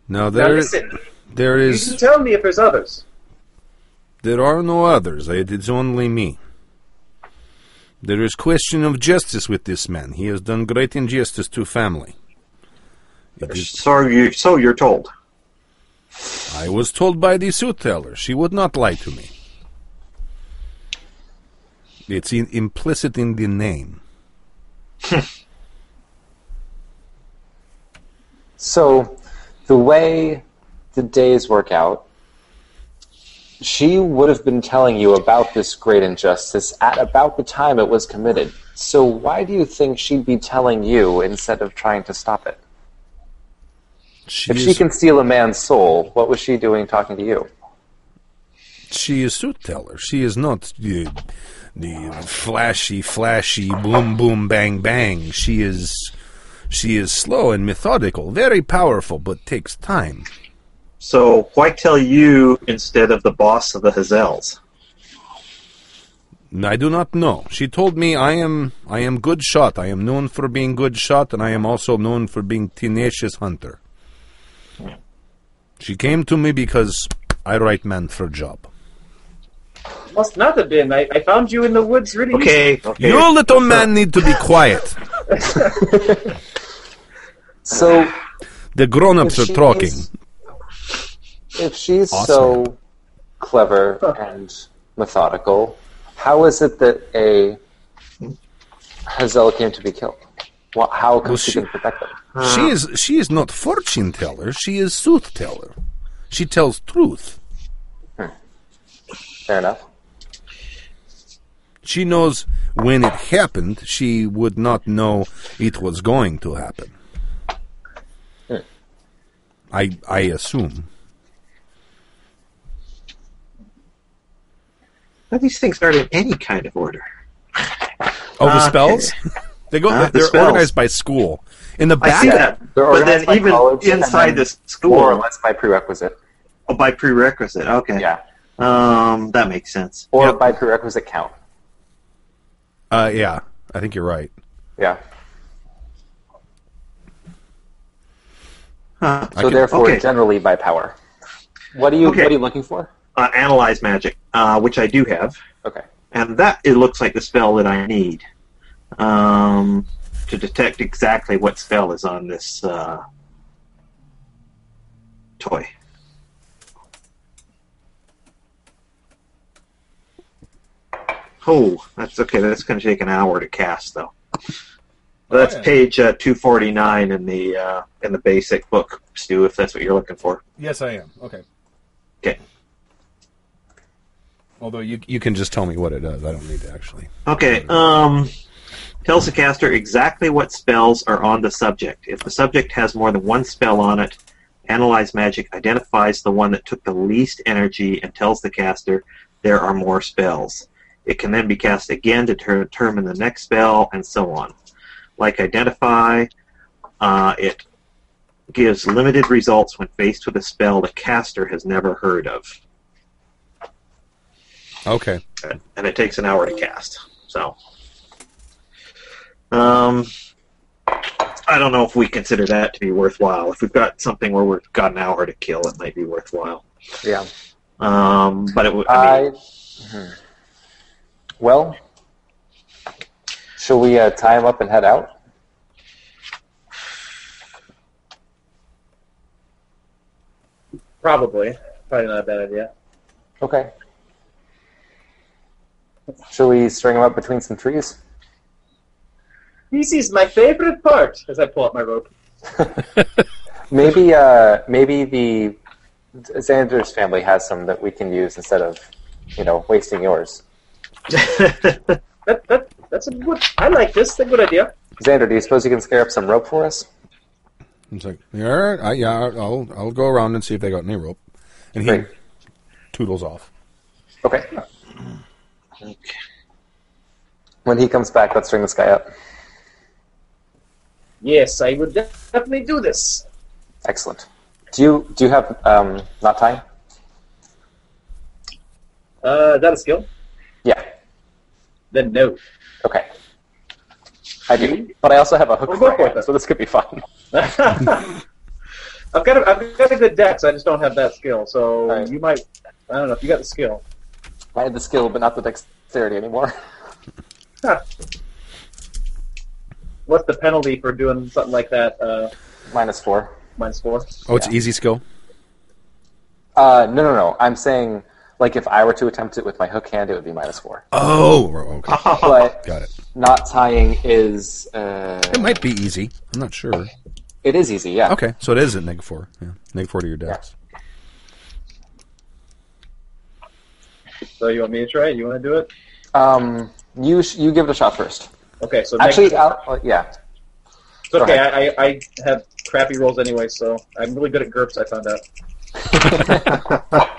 Speaker 1: Now
Speaker 4: Now
Speaker 1: there
Speaker 4: listen,
Speaker 1: there
Speaker 4: you can
Speaker 1: is
Speaker 4: tell me if there's others.
Speaker 1: there are no others. It is only me. There is question of justice with this man. He has done great injustice to family. It is,
Speaker 2: So you so you're told.
Speaker 1: I was told by the suit teller she would not lie to me. It's in, implicit in the name.
Speaker 3: So, the way the days work out, she would have been telling you about this great injustice at about the time it was committed. So, why do you think she'd be telling you instead of trying to stop it?
Speaker 1: She
Speaker 3: If
Speaker 1: is,
Speaker 3: she can steal a man's soul, what was she doing talking to you?
Speaker 1: she is soothteller. She is not the, the flashy, flashy, boom, boom, bang, bang. She is she is slow and methodical, very powerful, but takes time.
Speaker 2: So why tell you instead of the boss of the Hazels?
Speaker 1: I do not know. She told me I am I am good shot. I am known for being good shot, and I am also known for being tenacious hunter. She came to me because I right man for job.
Speaker 4: Must not have been. I, I found you in the woods really
Speaker 2: Okay, okay.
Speaker 1: You little man need to be quiet.
Speaker 3: So,
Speaker 1: The grown ups
Speaker 3: If
Speaker 1: are
Speaker 3: she
Speaker 1: talking.
Speaker 3: is- if she's
Speaker 1: Awesome.
Speaker 3: so clever and methodical, how is it that a Hazel came to be killed? Wha how come
Speaker 1: Well,
Speaker 3: she,
Speaker 1: she-
Speaker 3: can protect them?
Speaker 1: She is she is not fortune teller, she is sooth teller. She tells truth.
Speaker 3: Fair enough.
Speaker 1: She knows when it happened, she would not know it was going to happen.
Speaker 2: Hmm.
Speaker 1: I I assume.
Speaker 2: How these things aren't in any kind of order.
Speaker 1: Oh, the
Speaker 2: Ah,
Speaker 1: spells? They go.
Speaker 2: Ah, the
Speaker 1: they're
Speaker 2: spells.
Speaker 1: organized by school. In the
Speaker 2: I
Speaker 1: back,
Speaker 2: see that,
Speaker 3: They're
Speaker 2: but
Speaker 3: organized
Speaker 2: then
Speaker 3: by
Speaker 2: even
Speaker 3: college and
Speaker 2: inside
Speaker 3: then
Speaker 2: this
Speaker 3: More or
Speaker 2: school,
Speaker 3: less by prerequisite.
Speaker 2: oh, by prerequisite. Okay,
Speaker 3: Yeah.
Speaker 2: um, that makes sense.
Speaker 3: Or
Speaker 1: Yeah.
Speaker 3: by prerequisite count.
Speaker 1: uh, yeah, I think you're right.
Speaker 3: Yeah.
Speaker 2: Huh.
Speaker 1: I
Speaker 3: So
Speaker 1: can-
Speaker 3: therefore,
Speaker 2: okay.
Speaker 3: generally by power. What are you
Speaker 2: Okay.
Speaker 3: What are you looking for?
Speaker 2: Uh, analyze magic, uh, which I do have,
Speaker 3: Okay.
Speaker 2: and that it looks like the spell that I need um, to detect exactly what spell is on this uh, toy. Oh, that's okay. That's going to take an hour to cast, though. That's
Speaker 1: yeah.
Speaker 2: page uh, two forty nine in the uh, in the basic book, Stu. If that's what you're looking for.
Speaker 1: Yes, I am. Okay.
Speaker 2: Okay.
Speaker 1: Although you you can just tell me what it does. I don't need to actually.
Speaker 2: Okay. Um, tells the caster exactly what spells are on the subject. If the subject has more than one spell on it, Analyze Magic identifies the one that took the least energy and tells the caster there are more spells. It can then be cast again to ter- determine the next spell and so on. Like Identify, uh, it gives limited results when faced with a spell the caster has never heard of,
Speaker 1: Okay.
Speaker 2: and it takes an hour to cast. So, um, I don't know if we consider that to be worthwhile. If we've got something where we've got an hour to kill, it might be worthwhile.
Speaker 3: Yeah.
Speaker 2: Um, but it, w- I
Speaker 3: I.
Speaker 2: mean,
Speaker 3: hmm. Well, shall we uh, tie him up and head out?
Speaker 4: Probably. Probably not a bad idea.
Speaker 3: Okay. Shall we string him up between some trees?
Speaker 4: This is my favorite part as I pull out my rope.
Speaker 3: Maybe, uh, maybe the Xander's family has some that we can use instead of, you know, wasting yours.
Speaker 4: That, that, that's a good. I like this. That's a good idea.
Speaker 3: Xander, do you suppose you can scare up some rope for us?
Speaker 1: It's like yeah, all right, I, yeah. I'll I'll go around and see if they got any rope, and he
Speaker 3: Great.
Speaker 1: toodles off.
Speaker 3: Okay. When he comes back, let's string this guy up.
Speaker 4: Yes, I would de- definitely do this.
Speaker 3: Excellent. Do you do you have um, knot tying?
Speaker 4: Uh, that a skill?
Speaker 3: Yeah.
Speaker 4: Then no.
Speaker 3: Okay. I do, but I also have a hook
Speaker 4: We'll
Speaker 3: for
Speaker 4: go for
Speaker 3: my hand,
Speaker 4: it.
Speaker 3: so this could be fun.
Speaker 4: I've got a, I've got a good dex. I just don't have that skill. So
Speaker 3: Alright.
Speaker 4: you might. I don't know if you got the skill.
Speaker 3: I had the skill, but not the dexterity anymore.
Speaker 4: Huh. What's the penalty for doing something like that? Uh,
Speaker 3: Minus four.
Speaker 4: minus four.
Speaker 1: Oh, it's easy skill.
Speaker 3: Uh, no, no, no. I'm saying Like if I were to attempt it with my hook hand, it would be minus four.
Speaker 1: Oh, okay.
Speaker 3: But
Speaker 1: Got it.
Speaker 3: not tying is uh,
Speaker 1: It might be easy. I'm not sure.
Speaker 3: it is easy. Yeah.
Speaker 1: Okay, so it is at neg four. Yeah, neg four to your dex.
Speaker 4: So you want me to try it? You want to do it?
Speaker 3: Um, you sh- you give it a shot first.
Speaker 4: Okay, so
Speaker 3: Actually,
Speaker 4: next,
Speaker 3: I'll, uh, yeah.
Speaker 4: it's okay. I, I I have crappy rolls anyway, so I'm really good at GURPS. I found out.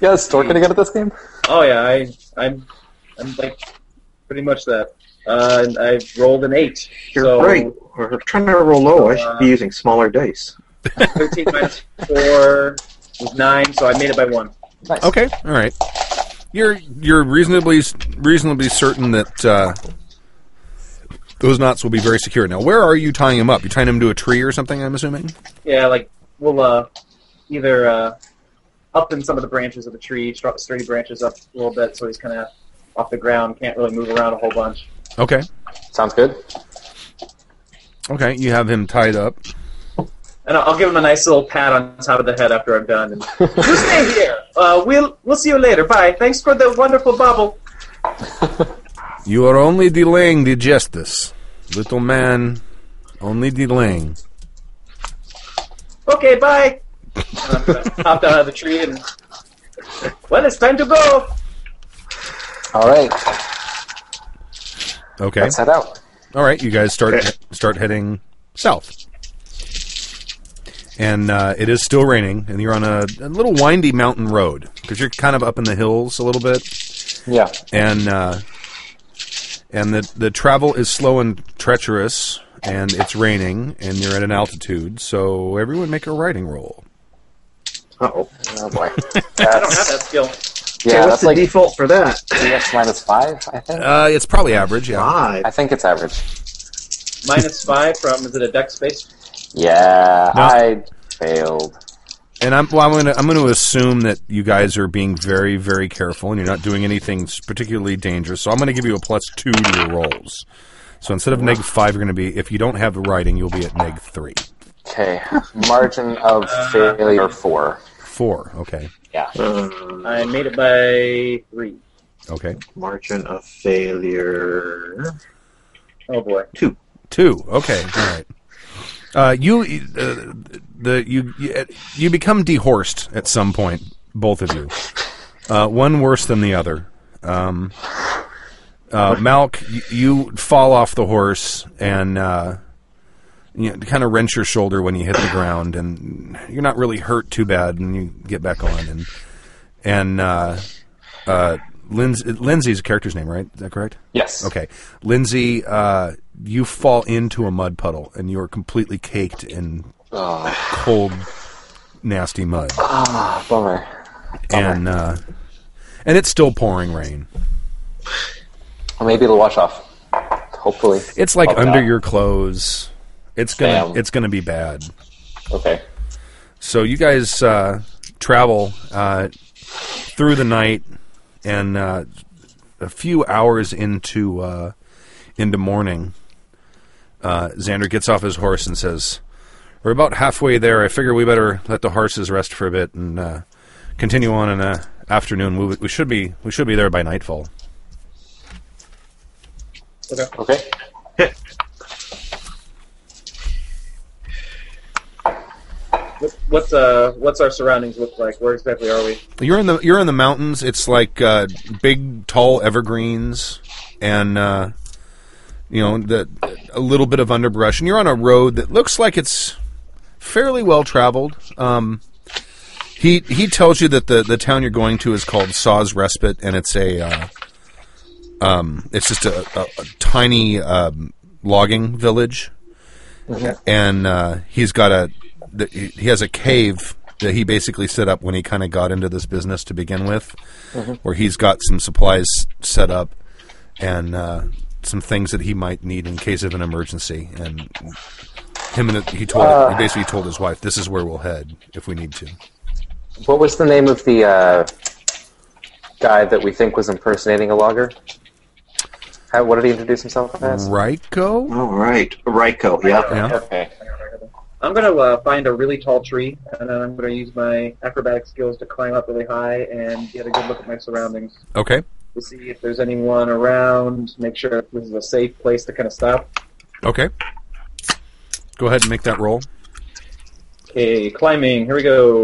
Speaker 3: Yeah, is Stork gonna get at this game?
Speaker 4: Oh yeah, I I'm I'm like pretty much that. Uh, and I rolled an eight.
Speaker 2: You're
Speaker 4: so
Speaker 2: right. We're trying to roll low. I should be
Speaker 4: Uh,
Speaker 2: using smaller dice.
Speaker 4: Thirteen minus four was nine, so I made it by one.
Speaker 3: Nice.
Speaker 1: Okay, all right. You're you're reasonably reasonably certain that uh, those knots will be very secure. Now, where are you tying them up? You tying them to a tree or something? I'm assuming.
Speaker 4: Yeah, like we'll uh, either uh, up in some of the branches of the tree, str- sturdy branches up a little bit, so he's kind of off the ground, can't really move around a whole bunch.
Speaker 1: Okay.
Speaker 3: Sounds good.
Speaker 1: Okay. You have him tied up.
Speaker 4: And I'll I'll give him a nice little pat on top of the head after I'm done. And you stay here. Uh, we'll we'll see you later. Bye. Thanks for the wonderful bubble.
Speaker 1: You are only delaying the justice, little man. Only delaying.
Speaker 4: Okay, bye. Hopped out of the tree and well, it's time to go.
Speaker 3: All right.
Speaker 1: Okay.
Speaker 3: Let's head out.
Speaker 1: All right. You guys start start heading south. And uh, it is still raining, and you're on a, a little windy mountain road because you're kind of up in the hills a little bit.
Speaker 3: Yeah.
Speaker 1: and uh, and the the travel is slow and treacherous, and it's raining, and you're at an altitude, so everyone make a riding roll.
Speaker 2: Uh-oh.
Speaker 3: Oh boy.
Speaker 4: I don't have
Speaker 3: That's,
Speaker 4: that skill.
Speaker 2: Okay,
Speaker 3: yeah,
Speaker 2: what's
Speaker 3: that's
Speaker 2: the
Speaker 3: like
Speaker 2: default for that?
Speaker 3: DX minus five. I think.
Speaker 1: Uh, it's probably average, yeah.
Speaker 2: Five.
Speaker 3: I think it's average.
Speaker 4: Minus five from is it a dex space?
Speaker 3: Yeah,
Speaker 1: No.
Speaker 3: I failed.
Speaker 1: And I'm well, I'm gonna I'm gonna assume that you guys are being very very careful, and you're not doing anything s- particularly dangerous. So I'm gonna give you a plus two to your rolls. So instead of neg five, you're gonna be if you don't have riding, you'll be at neg three,
Speaker 3: Okay, margin of failure four.
Speaker 1: four. Okay,
Speaker 3: Yeah.
Speaker 2: Um,
Speaker 4: I made it by three.
Speaker 1: okay,
Speaker 2: margin of failure.
Speaker 4: Oh boy.
Speaker 1: Two. Okay. All right. Uh, you uh, the you you- you become dehorsed at some point. Both of you. Uh, one worse than the other. Um, uh, Malk, y- you fall off the horse and uh, you know, kind of wrench your shoulder when you hit the ground, and you're not really hurt too bad, and you get back on. And and uh, uh, Lindsay, Lindsay's the character's name, right? Is that correct?
Speaker 3: Yes.
Speaker 1: Okay, Lindsay, uh, you fall into a mud puddle and you are completely caked in
Speaker 3: Oh,
Speaker 1: cold, nasty mud,
Speaker 3: bummer.
Speaker 1: and uh, and it's still pouring rain.
Speaker 3: Well, maybe it'll wash off. Hopefully.
Speaker 1: It's like
Speaker 3: Oh,
Speaker 1: under
Speaker 3: God.
Speaker 1: your clothes. It's gonna
Speaker 3: Damn.
Speaker 1: it's gonna be bad.
Speaker 3: Okay.
Speaker 1: So you guys uh, travel uh, through the night, and uh, a few hours into uh, into morning, uh, Xander gets off his horse and says, "We're about halfway there. I figure we better let the horses rest for a bit and uh, continue on in the afternoon. We, we should be we should be there by nightfall."
Speaker 3: Okay.
Speaker 4: What, what's uh what's our surroundings look like? Where exactly are we?
Speaker 1: You're in the you're in the mountains. It's like uh, big, tall evergreens, and uh, you know the a little bit of underbrush. And you're on a road that looks like it's fairly well traveled. Um, he he tells you that the, the town you're going to is called Saw's Respite, and it's a uh, um, it's just a, a, a tiny um, logging village and uh, he's got a th- he he has a cave that he basically set up when he kind of got into this business to begin with, where he's got some supplies set up and uh, some things that he might need in case of an emergency. And him and the, he told he basically told his wife, "This is where we'll head if we need to."
Speaker 3: What was the name of the uh, guy that we think was impersonating a logger? How, what did he introduce himself as?
Speaker 1: Ryko,
Speaker 2: All right. Ryko, yeah.
Speaker 1: yeah.
Speaker 3: Okay.
Speaker 4: I'm going to uh, find a really tall tree, and then I'm going to use my acrobatic skills to climb up really high and get a good look at my surroundings
Speaker 1: Okay.
Speaker 4: to see if there's anyone around, make sure if this is a safe place to kind of stop.
Speaker 1: Okay. Go ahead and make that roll.
Speaker 4: Okay, climbing. Here we go.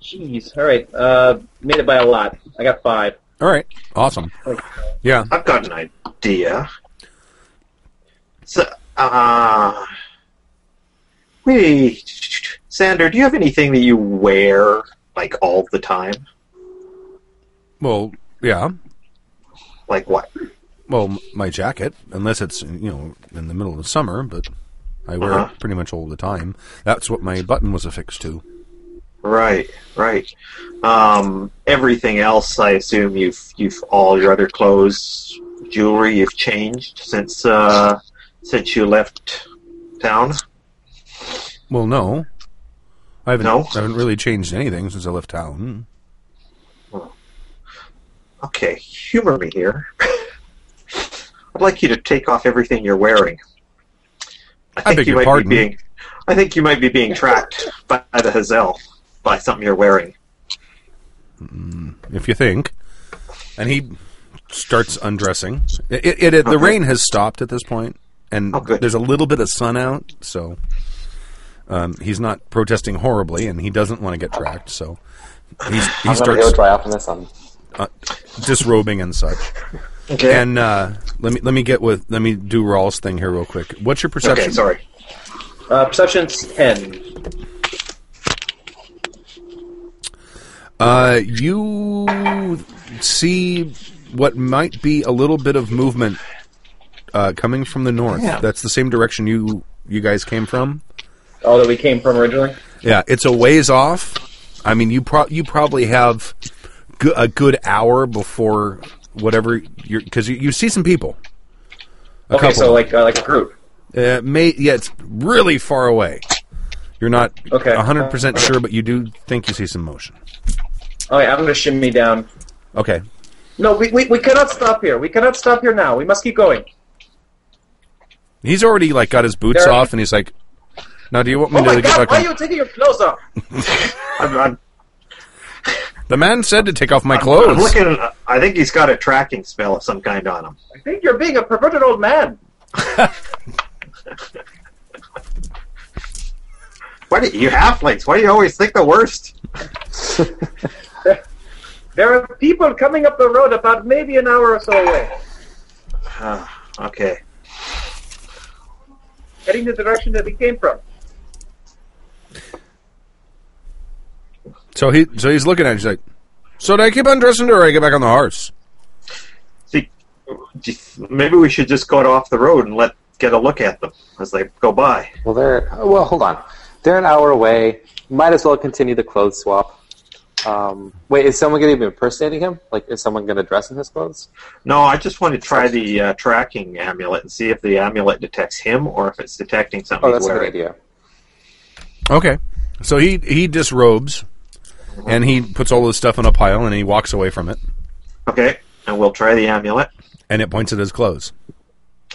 Speaker 4: Jeez. All right. Uh, made it by a lot. I got five.
Speaker 1: All right. Awesome. Yeah.
Speaker 2: I've got an idea. So, uh, wait, Sander, do you have anything that you wear like all the time?
Speaker 1: Well, yeah.
Speaker 2: Like what?
Speaker 1: Well, m- my jacket, unless it's you know in the middle of summer, but I wear
Speaker 2: Uh-huh.
Speaker 1: it pretty much all the time. That's what my button was affixed to.
Speaker 2: Right, right. Um, everything else, I assume you've you've all your other clothes, jewelry, you've changed since uh, since you left town.
Speaker 1: Well, no, I haven't.
Speaker 2: No?
Speaker 1: I haven't really changed anything since I left town.
Speaker 2: Okay, humor me here. I'd like you to take off everything you're wearing. I
Speaker 1: beg your
Speaker 2: might
Speaker 1: pardon?
Speaker 2: Be being, I think you might be being tracked by the Hazel by something you're wearing.
Speaker 1: if you think. And he starts undressing. It, it, it, the
Speaker 2: Okay.
Speaker 1: rain has stopped at this point, and
Speaker 2: Oh, good.
Speaker 1: there's a little bit of sun out, so um, he's not protesting horribly, and he doesn't want to get tracked. So he's, he
Speaker 3: I'm gonna go
Speaker 1: starts
Speaker 3: dry off in the sun.
Speaker 1: disrobing and such.
Speaker 2: Okay.
Speaker 1: And uh, let me let me get with let me do Rawls thing here real quick. What's your perception?
Speaker 2: okay, sorry.
Speaker 4: Uh, perception's ten.
Speaker 1: Uh, you see what might be a little bit of movement uh, coming from the north. That's the same direction you you guys came from.
Speaker 4: All that we came from originally.
Speaker 1: Yeah, it's a ways off. I mean, you pro- you probably have go- a good hour before whatever you're because you, you see some people. A
Speaker 4: okay, so like uh, like a group.
Speaker 1: uh, may yeah, it's really far away. You're not
Speaker 4: Okay.
Speaker 1: hundred percent sure, but you do think you see some motion.
Speaker 4: Okay, I'm going to shimmy down.
Speaker 1: Okay,
Speaker 4: No, we, we, we cannot stop here. We cannot stop here now. We must keep going.
Speaker 1: He's already like got his boots
Speaker 4: There-
Speaker 1: off, and he's like, "Now, do you want me
Speaker 4: Oh my
Speaker 1: to get
Speaker 4: God!
Speaker 1: back
Speaker 4: Why
Speaker 1: on?"
Speaker 4: are you taking your clothes off?
Speaker 2: I'm, I'm,
Speaker 1: the man said to take off my
Speaker 2: I'm
Speaker 1: clothes.
Speaker 2: looking. I think he's got a tracking spell of some kind on him.
Speaker 4: I think you're being a perverted old man.
Speaker 2: Why do you halflings? Why do you always think the worst?
Speaker 4: There are people coming up the road about maybe an hour or so away,
Speaker 2: Uh, okay.
Speaker 4: heading the direction that we came from.
Speaker 1: so he, so he's looking at. You, he's like, "So do I keep undressing her, or I get back on the horse?"
Speaker 2: See, maybe we should just go off the road and let get a look at them as they go by.
Speaker 3: Well, they're well. Hold on. They're an hour away. Might as well continue the clothes swap. Um, wait, is someone going to be impersonating him? Like, is someone going to dress in his clothes?
Speaker 2: No, I just want to try the uh, tracking amulet and see if the amulet detects him or if it's detecting something
Speaker 3: Oh,
Speaker 2: he's
Speaker 3: that's a good
Speaker 2: wearing.
Speaker 3: idea.
Speaker 1: Okay, so he he disrobes, and he puts all his stuff in a pile, and he walks away from it,
Speaker 2: Okay, and we'll try the amulet.
Speaker 1: and it points at his clothes.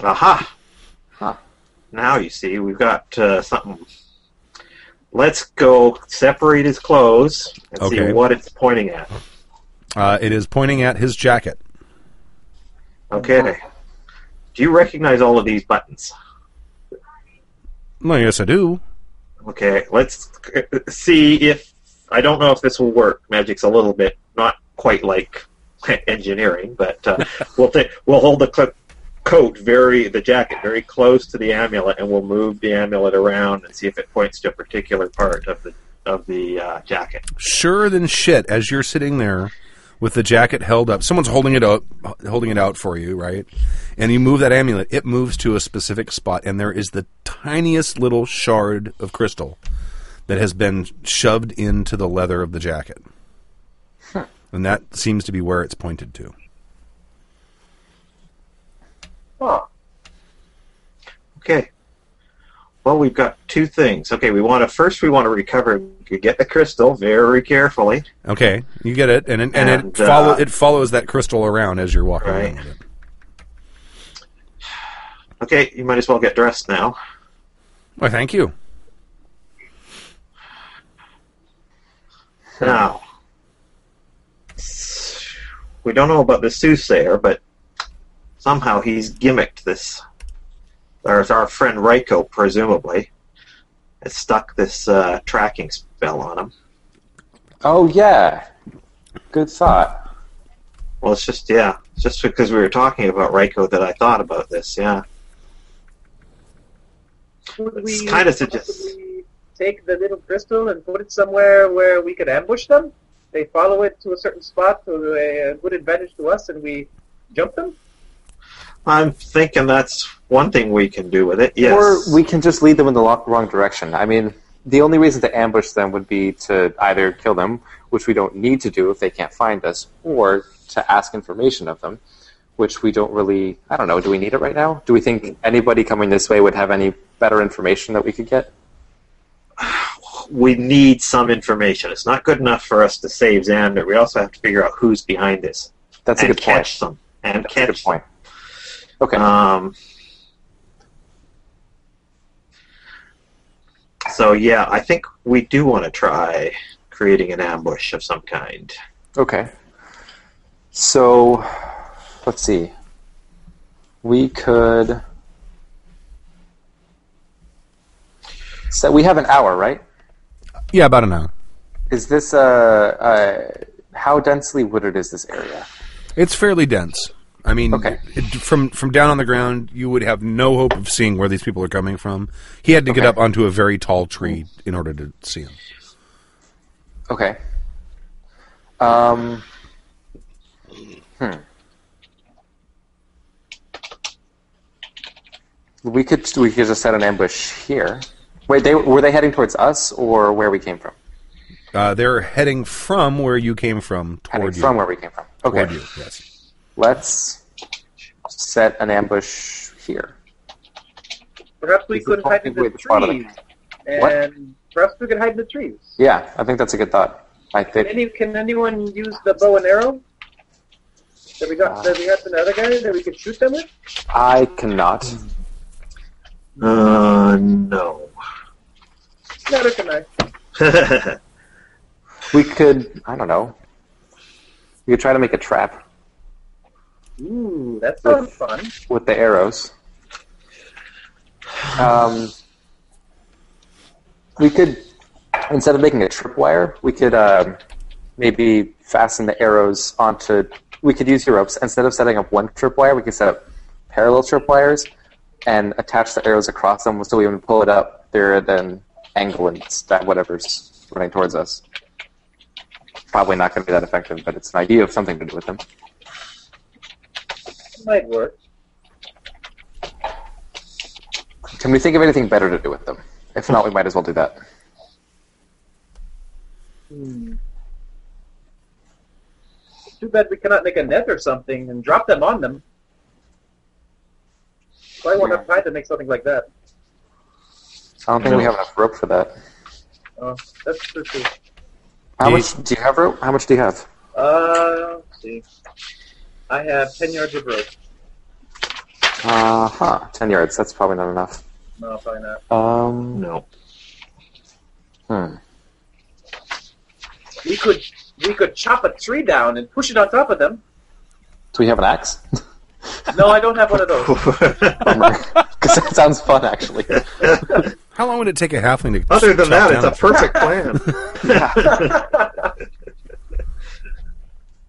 Speaker 2: Aha!
Speaker 3: Huh.
Speaker 2: Now you see, we've got uh, something. Let's go separate his clothes and
Speaker 1: Okay.
Speaker 2: see what it's pointing at.
Speaker 1: Uh, it is pointing at his jacket.
Speaker 2: Okay.
Speaker 3: Uh-huh.
Speaker 2: Do you recognize all of these buttons?
Speaker 1: Well, yes, I do.
Speaker 2: Okay, let's see if I don't know if this will work. Magic's a little bit not quite like engineering, but uh, we'll take we'll hold the cl- coat very the jacket very close to the amulet, and we'll move the amulet around and see if it points to a particular part of the of the uh, jacket.
Speaker 1: Sure than shit, as you're sitting there with the jacket held up, someone's holding it out, holding it out for you, right? And you move that amulet, it moves to a specific spot, and there is the tiniest little shard of crystal that has been shoved into the leather of the jacket, and that seems to be where it's pointed to.
Speaker 4: Huh.
Speaker 2: Okay. Well, we've got two things. Okay, we want to first we want to recover. We get the crystal very carefully.
Speaker 1: Okay, you get it, and and,
Speaker 2: And,
Speaker 1: it follow
Speaker 2: uh,
Speaker 1: it follows that crystal around as you're walking.
Speaker 2: Right.
Speaker 1: around with it.
Speaker 2: Okay, you might as well get dressed now.
Speaker 1: Why, thank you.
Speaker 2: Now, we don't know about the soothsayer, but somehow he's gimmicked this. There's our friend Ryko, presumably, has stuck this uh, tracking spell on him.
Speaker 3: Oh yeah, good thought.
Speaker 2: Well, it's just, yeah, it's just because we were talking about Ryko that I thought about this, yeah.
Speaker 4: Could
Speaker 2: It's
Speaker 4: we
Speaker 2: kinda suggest-
Speaker 4: possibly take the little crystal and put it somewhere where we could ambush them? They follow it to a certain spot to a good advantage to us, and we jump them.
Speaker 2: I'm thinking that's one thing we can do with it, yes.
Speaker 3: Or we can just lead them in the lo- wrong direction. I mean, the only reason to ambush them would be to either kill them, which we don't need to do if they can't find us, or to ask information of them, which we don't really. I don't know. Do we need it right now? Do we think anybody coming this way would have any better information that we could get?
Speaker 2: we need some information. It's not good enough for us to save Xander. We also have to figure out who's behind this
Speaker 3: That's a
Speaker 2: and
Speaker 3: good
Speaker 2: catch
Speaker 3: point.
Speaker 2: them. And
Speaker 3: That's a
Speaker 2: catch
Speaker 3: good point. Okay.
Speaker 2: Um, so yeah, I think we do want to try creating an ambush of some kind.
Speaker 3: Okay. So, let's see. We could. So we have an hour, right?
Speaker 1: Yeah, about an hour.
Speaker 3: Is this uh, uh how densely wooded is this area?
Speaker 1: It's fairly dense. I mean,
Speaker 3: Okay.
Speaker 1: it, from from down on the ground, you would have no hope of seeing where these people are coming from. He had to get
Speaker 3: Okay.
Speaker 1: up onto a very tall tree in order to see them.
Speaker 3: Okay. Um. Hmm. We could we could just set an ambush here. Wait, they were they heading towards us or where we came from?
Speaker 1: Uh, they're heading from where you came from
Speaker 3: Heading
Speaker 1: toward you.
Speaker 3: from where we came from. Okay.
Speaker 1: Toward you. Yes.
Speaker 3: Let's set an ambush here.
Speaker 4: Perhaps we
Speaker 3: This is
Speaker 4: could hide in
Speaker 3: probably
Speaker 4: the
Speaker 3: the part of
Speaker 4: trees,
Speaker 3: it. What?
Speaker 4: and perhaps we could hide in the trees.
Speaker 3: Yeah, I think that's a good thought. I
Speaker 4: Can,
Speaker 3: think
Speaker 4: any, can anyone use the bow and arrow that we got? That we got from the other guy that we could shoot them with?
Speaker 3: I cannot.
Speaker 2: Uh, no.
Speaker 4: Neither can I.
Speaker 3: We could. I don't know. We could try to make a trap
Speaker 4: Ooh, that sounds fun.
Speaker 3: with the arrows. Um, we could instead of making a tripwire, we could um, maybe fasten the arrows onto. We could use your ropes instead of setting up one tripwire. We could set up parallel tripwires and attach the arrows across them, so we can pull it up. They're at an angle and stab whatever's running towards us. Probably not going to be that effective, but it's an idea of something to do with them.
Speaker 4: It might work.
Speaker 3: Can we think of anything better to do with them? If not, we might as well do that.
Speaker 4: Hmm. Too bad we cannot make a net or something and drop them on them. Probably want to try to make something like that.
Speaker 3: I don't think we have enough rope for that.
Speaker 4: Oh, that's true too.
Speaker 3: How
Speaker 1: Do you-
Speaker 3: much do you have rope? How much do you have?
Speaker 4: Uh, let's see. I have 10 yards of rope.
Speaker 3: Uh huh. Ten yards. That's probably not enough.
Speaker 4: No, probably not.
Speaker 3: Um.
Speaker 2: no.
Speaker 3: Hmm.
Speaker 4: We could we could chop a tree down and push it on top of them.
Speaker 3: Do we have an axe?
Speaker 4: No, I don't have one of those.
Speaker 3: Because that sounds fun, actually.
Speaker 1: How long would it take a halfling to?
Speaker 2: Other
Speaker 1: chop
Speaker 2: than that,
Speaker 1: down
Speaker 2: it's a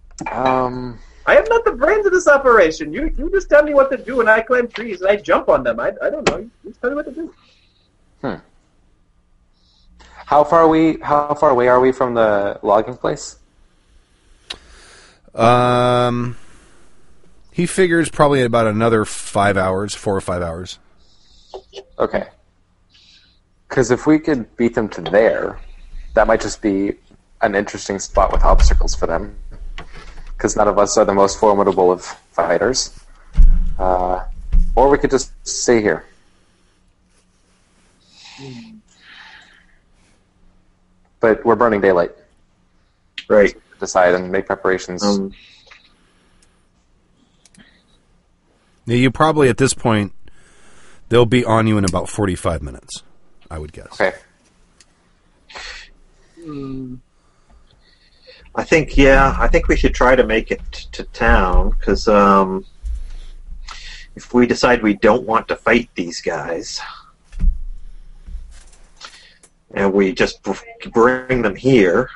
Speaker 2: perfect plan.
Speaker 3: Um.
Speaker 4: I am not the brains of this operation. You you just tell me what to do, and I climb trees and I jump on them. I, I don't know. You just tell me what to do.
Speaker 3: How far are we? How far away are we from the logging place?
Speaker 1: Um, he figures probably about another five hours, four or five hours.
Speaker 3: Okay. Because if we could beat them to there, that might just be an interesting spot with obstacles for them. Because none of us are the most formidable of fighters. Uh, or we could just stay here. But we're burning daylight.
Speaker 2: right.
Speaker 3: Decide and make preparations.
Speaker 2: Um,
Speaker 1: Now, you probably at this point they'll be on you in about forty-five minutes. I would guess.
Speaker 3: Okay.
Speaker 2: I think yeah, I think we should try to make it t- to town because um, if we decide we don't want to fight these guys, and we just br- bring them here,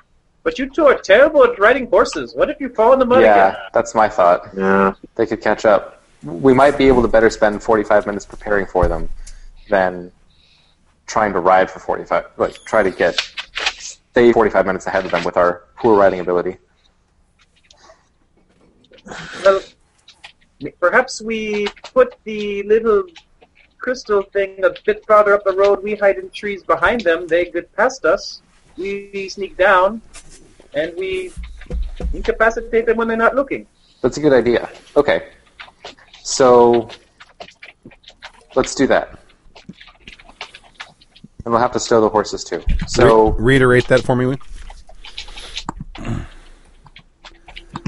Speaker 4: But you two are terrible at riding horses. What if you fall in the mud
Speaker 3: yeah,
Speaker 4: again?
Speaker 3: that's my thought.
Speaker 2: uh,
Speaker 3: They could catch up. We might be able to better spend 45 minutes preparing for them than trying to ride for 45. Like, try to get stay 45 minutes ahead of them with our poor riding ability.
Speaker 4: Well, perhaps we put the little crystal thing a bit farther up the road. We hide in trees behind them. They get past us. We sneak down, and we incapacitate them when they're not looking.
Speaker 3: That's a good idea. Okay. So let's do that. And we'll have to stow the horses too. So
Speaker 1: Re- reiterate that for me. Wayne.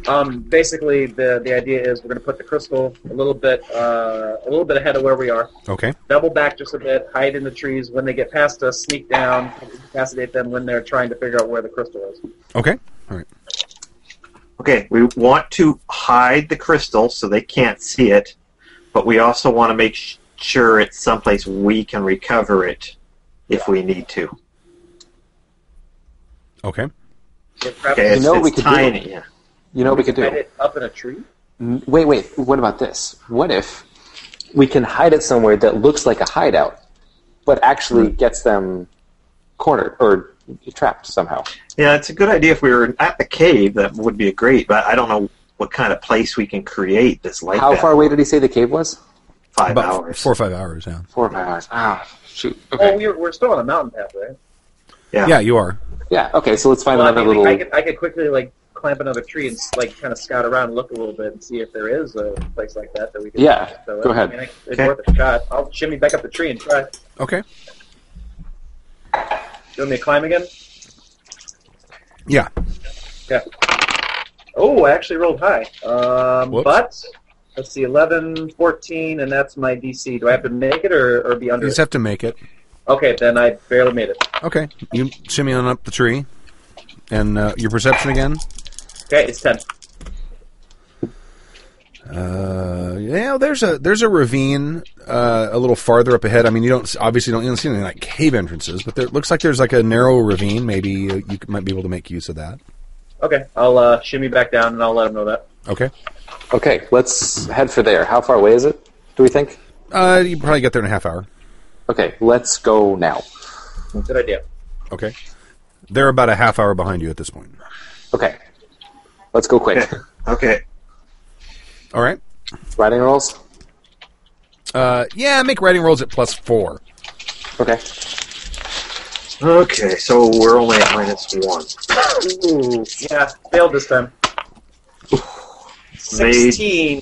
Speaker 4: Um, basically, the the idea is we're going to put the crystal a little bit uh, a little bit ahead of where we are.
Speaker 1: Okay.
Speaker 4: Double back just a bit, hide in the trees when they get past us, sneak down, incapacitate them when they're trying to figure out where the crystal is.
Speaker 1: Okay. All right.
Speaker 2: okay, we want to hide the crystal so they can't see it, but we also want to make sh- sure it's someplace we can recover it if we need to.
Speaker 1: Okay.
Speaker 4: Perhaps
Speaker 2: Okay,
Speaker 4: hide
Speaker 2: it's,
Speaker 3: know what
Speaker 2: it's
Speaker 3: we could do?
Speaker 2: tiny. yeah.
Speaker 3: you know what we could do?
Speaker 4: it up in a tree.
Speaker 3: N- Wait, wait. What about this? What if we can hide it somewhere that looks like a hideout, but actually
Speaker 4: Hmm.
Speaker 3: gets them cornered or trapped somehow?
Speaker 2: Yeah, it's a good idea if we were at the cave. That would be great, but I don't know what kind of place we can create that's like
Speaker 3: How
Speaker 2: that.
Speaker 3: far away did he say the cave was?
Speaker 2: Five
Speaker 1: About
Speaker 2: hours.
Speaker 1: four or five hours. Yeah.
Speaker 3: Four or five hours. Ah, shoot.
Speaker 4: Oh,
Speaker 3: Okay.
Speaker 4: we're, we're still on a mountain path, right?
Speaker 2: Yeah.
Speaker 1: Yeah, you are.
Speaker 3: Yeah. Okay. So let's find
Speaker 4: Well, I,
Speaker 3: another
Speaker 4: mean,
Speaker 3: little.
Speaker 4: I, could, I could quickly like clamp another tree and like kind of scout around, and look a little bit, and see if there is a place like that that we can.
Speaker 3: Yeah,
Speaker 4: So,
Speaker 3: go ahead.
Speaker 4: I mean, I- it's
Speaker 2: Okay.
Speaker 4: worth a shot. I'll shimmy back up the tree and try. Do
Speaker 1: Okay.
Speaker 4: you want me to climb again?
Speaker 1: Yeah.
Speaker 4: Oh, I actually rolled high. Um,
Speaker 1: Whoops.
Speaker 4: but let's see, 11, 14, and that's my DC. Do I have to make it or, or be
Speaker 1: You
Speaker 4: under?
Speaker 1: just
Speaker 4: it?
Speaker 1: have to make it.
Speaker 4: Okay, then I barely made it.
Speaker 1: Okay. You shimmy on up the tree. And uh, your perception again?
Speaker 4: Okay, it's ten.
Speaker 1: Uh, yeah, there's a there's a ravine uh, a little farther up ahead. I mean, you don't obviously don't, you don't see any like cave entrances, but there it looks like there's like a narrow ravine. Maybe uh, you might be able to make use of that.
Speaker 4: Okay, I'll uh, shimmy back down and I'll let him know that.
Speaker 1: Okay.
Speaker 3: Okay. Let's head for there. How far away is it? Do we think?
Speaker 1: Uh, you probably get there in a half hour.
Speaker 3: Okay, let's go now.
Speaker 4: Good idea.
Speaker 1: Okay. They're about a half hour behind you at this point.
Speaker 3: Okay, let's go quick.
Speaker 2: Okay. Okay.
Speaker 1: All right.
Speaker 3: Riding rolls.
Speaker 1: Uh, yeah, make writing rolls at plus four.
Speaker 3: Okay.
Speaker 2: Okay. So we're only at minus one.
Speaker 4: Ooh, yeah, failed this time. Sixteen,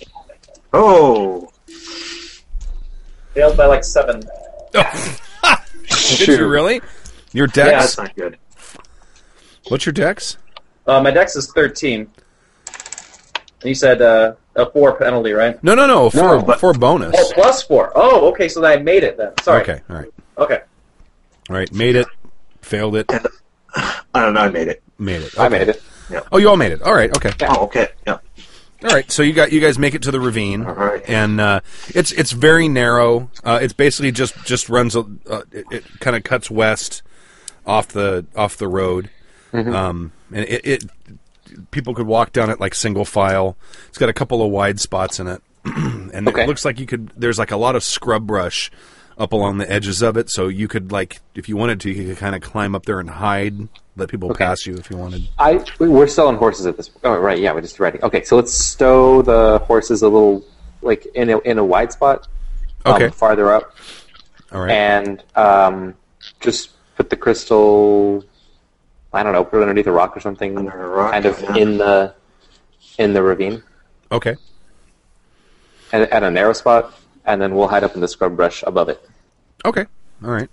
Speaker 2: Oh.
Speaker 4: failed by like seven.
Speaker 1: Oh, Did you really? Your
Speaker 2: Yeah,
Speaker 1: dex?
Speaker 2: that's not good.
Speaker 1: What's your dex?
Speaker 4: Uh, my dex is thirteen. And you said uh, a four penalty, right?
Speaker 1: No, no, no. For
Speaker 3: No,
Speaker 1: for
Speaker 3: but-
Speaker 1: bonus.
Speaker 4: Oh, plus four. Oh, okay, so then I made it then. Sorry.
Speaker 1: Okay. All right.
Speaker 4: Okay.
Speaker 1: All right. Made it. Failed it.
Speaker 2: I don't know. I made it.
Speaker 1: Made it.
Speaker 3: I
Speaker 1: Okay.
Speaker 3: made it.
Speaker 1: Oh, you all made it. All right. Okay.
Speaker 2: Oh, okay. Yeah.
Speaker 1: All right, so you got you guys make it to the ravine,
Speaker 2: All right.
Speaker 1: and uh, it's it's very narrow. Uh, it's basically just just runs a, uh, it, it kind of cuts west off the off the road, um, and it, it people could walk down it like single file. It's got a couple of wide spots in it, and
Speaker 3: Okay.
Speaker 1: it looks like you could. There's like a lot of scrub brush up along the edges of it, so you could like if you wanted to, you could kind of climb up there and hide, let people pass you if you wanted.
Speaker 3: I we- we're selling horses at this. Oh right, yeah, we're just riding. Okay, so let's stow the horses a little, like in a, in a wide spot, um,
Speaker 1: Okay,
Speaker 3: farther up,
Speaker 1: all right,
Speaker 3: and um, just put the crystal. I don't know, put it underneath a rock or something,
Speaker 2: Under a rock,
Speaker 3: kind of
Speaker 2: yeah.
Speaker 3: in the in the ravine,
Speaker 1: okay,
Speaker 3: and at a narrow spot, and then we'll hide up in the scrub brush above it.
Speaker 1: Okay. All right.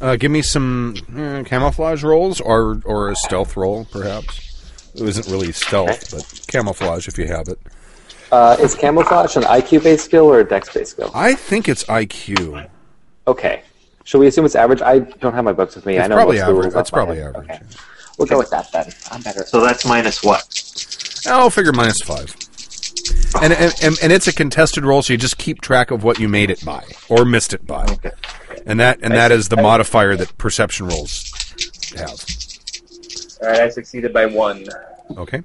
Speaker 1: Uh, give me some uh, camouflage rolls or or a stealth roll, perhaps. It isn't really stealth, but camouflage if you have it.
Speaker 3: Uh, is camouflage an IQ based skill or a dex based skill?
Speaker 1: I think it's IQ.
Speaker 3: Okay. Should we assume it's average? I don't have my books with me.
Speaker 1: It's
Speaker 3: I know
Speaker 1: probably
Speaker 3: most of the
Speaker 1: average.
Speaker 3: rules
Speaker 1: That's
Speaker 3: off by
Speaker 1: probably
Speaker 3: head.
Speaker 1: average.
Speaker 3: Okay. We'll go with that then. I'm better.
Speaker 2: So that's minus what?
Speaker 1: I'll figure minus five. And, and, and and it's a contested roll, so you just keep track of what you made it by or missed it by, and that and that is the modifier that perception rolls have.
Speaker 4: All right, I succeeded by one.
Speaker 1: Okay,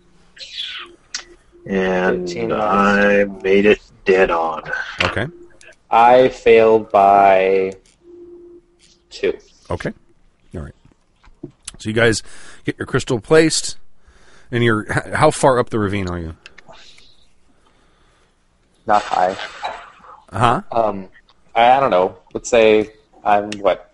Speaker 2: And
Speaker 3: 15.
Speaker 2: I made it dead on.
Speaker 1: okay,
Speaker 3: I failed by two.
Speaker 1: okay. All right. So you guys get your crystal placed, and you're h- how far up the ravine are you?
Speaker 3: Not high.
Speaker 1: Uh huh.
Speaker 3: Um, I, I don't know. Let's say I'm what?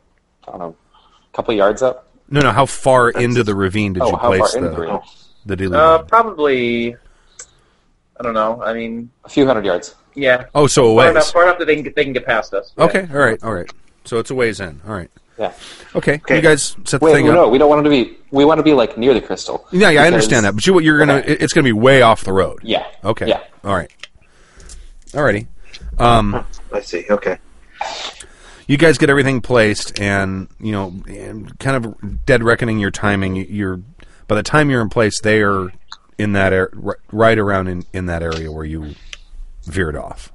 Speaker 3: I don't know. A couple yards up.
Speaker 1: No, no. How far into the ravine did
Speaker 3: oh,
Speaker 1: you
Speaker 3: how
Speaker 1: place
Speaker 3: far into the
Speaker 1: the
Speaker 3: ravine?
Speaker 1: the daily?
Speaker 4: Uh, probably. I don't know. I mean,
Speaker 3: A few hundred yards.
Speaker 4: yeah,
Speaker 1: oh, so a
Speaker 4: far enough,
Speaker 1: ways.
Speaker 4: far enough that they can, they can get past us. Yeah.
Speaker 1: Okay. All right. All right. So it's a ways in. All right.
Speaker 3: Yeah.
Speaker 1: Okay.
Speaker 2: Okay.
Speaker 1: You guys set the
Speaker 3: Wait,
Speaker 1: thing up.
Speaker 3: no, we don't want to be. We want to be like near the crystal.
Speaker 1: Yeah, yeah, I
Speaker 3: Because-
Speaker 1: understand that. But you, you're gonna,
Speaker 3: Okay.
Speaker 1: it- it's gonna be way off the road.
Speaker 3: Yeah.
Speaker 1: Okay.
Speaker 3: Yeah.
Speaker 1: All right. Alrighty. Um,
Speaker 2: I see. Okay.
Speaker 1: you guys get everything placed, and you know, and kind of dead reckoning your timing. You- You're by the time you're in place, they are in that air, ri- right around in, in that area where you veered off,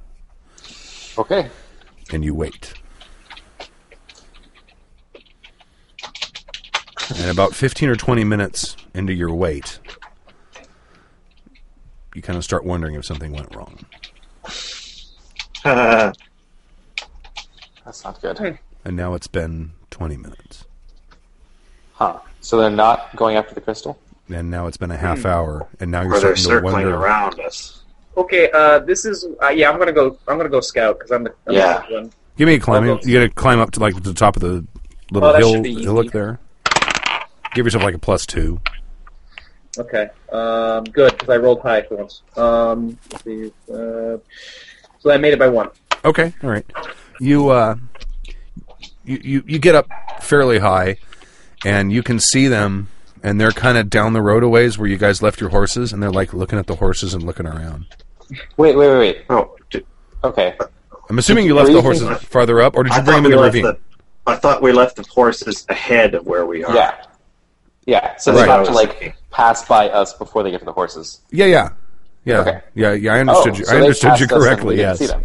Speaker 3: Okay.
Speaker 1: and you wait. And about fifteen or twenty minutes into your wait, you kind of start wondering if something went wrong.
Speaker 3: That's not good.
Speaker 1: and now it's been 20 minutes
Speaker 3: Huh. So they're not going after the crystal.
Speaker 1: and now it's been a half hour and now you're
Speaker 2: Hmm. Or
Speaker 1: starting
Speaker 2: they're
Speaker 1: to
Speaker 2: circling
Speaker 1: wonder
Speaker 2: around us.
Speaker 4: Okay. Uh, this is uh, yeah. I'm gonna go. I'm gonna go scout because I'm the I'm the
Speaker 2: Yeah.
Speaker 4: good one.
Speaker 1: give me a climb
Speaker 4: Well,
Speaker 1: you gotta climb up to like the top of the little
Speaker 3: Oh, that
Speaker 1: hill
Speaker 3: should be easy.
Speaker 1: hillock there give yourself like a plus two
Speaker 4: Okay. Um, good because I rolled high for once. Um, let's see, uh, so I made it by one.
Speaker 1: okay all right you uh you you, you get up fairly high and you can see them and they're kind of down the road a ways where you guys left your horses and they're like looking at the horses and looking around
Speaker 3: Wait, wait, wait, wait.
Speaker 2: Oh, d-
Speaker 3: Okay.
Speaker 1: i'm assuming you left
Speaker 3: Were
Speaker 1: the
Speaker 3: you
Speaker 1: horses
Speaker 2: thinking-
Speaker 1: farther up or did you
Speaker 2: I
Speaker 1: bring
Speaker 2: thought
Speaker 1: them in
Speaker 2: we
Speaker 1: the
Speaker 2: left
Speaker 1: ravine
Speaker 2: the. I thought we left the horses ahead of where we are.
Speaker 3: Yeah. Yeah. So they
Speaker 1: Right.
Speaker 3: have to like pass by us before they get to the horses.
Speaker 1: Yeah, yeah, yeah,
Speaker 3: Okay. Oh,
Speaker 1: yeah, yeah. I understood you.
Speaker 3: so
Speaker 1: I
Speaker 3: they
Speaker 1: understood you
Speaker 3: passed us and
Speaker 1: correctly.
Speaker 3: we didn't
Speaker 1: Yes,
Speaker 3: see them.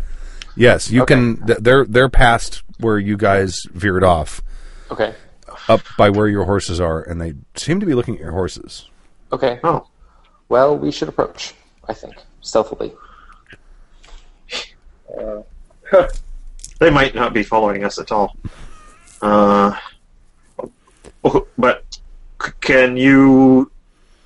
Speaker 1: yes. You
Speaker 3: Okay.
Speaker 1: can. th- They're they're past where you guys veered off,
Speaker 3: Okay.
Speaker 1: up by where your horses are, and they seem to be looking at your horses.
Speaker 3: Okay.
Speaker 2: Oh.
Speaker 3: Well, we should approach. I think stealthily.
Speaker 2: They might not be following us at all. Uh, oh, but c- can you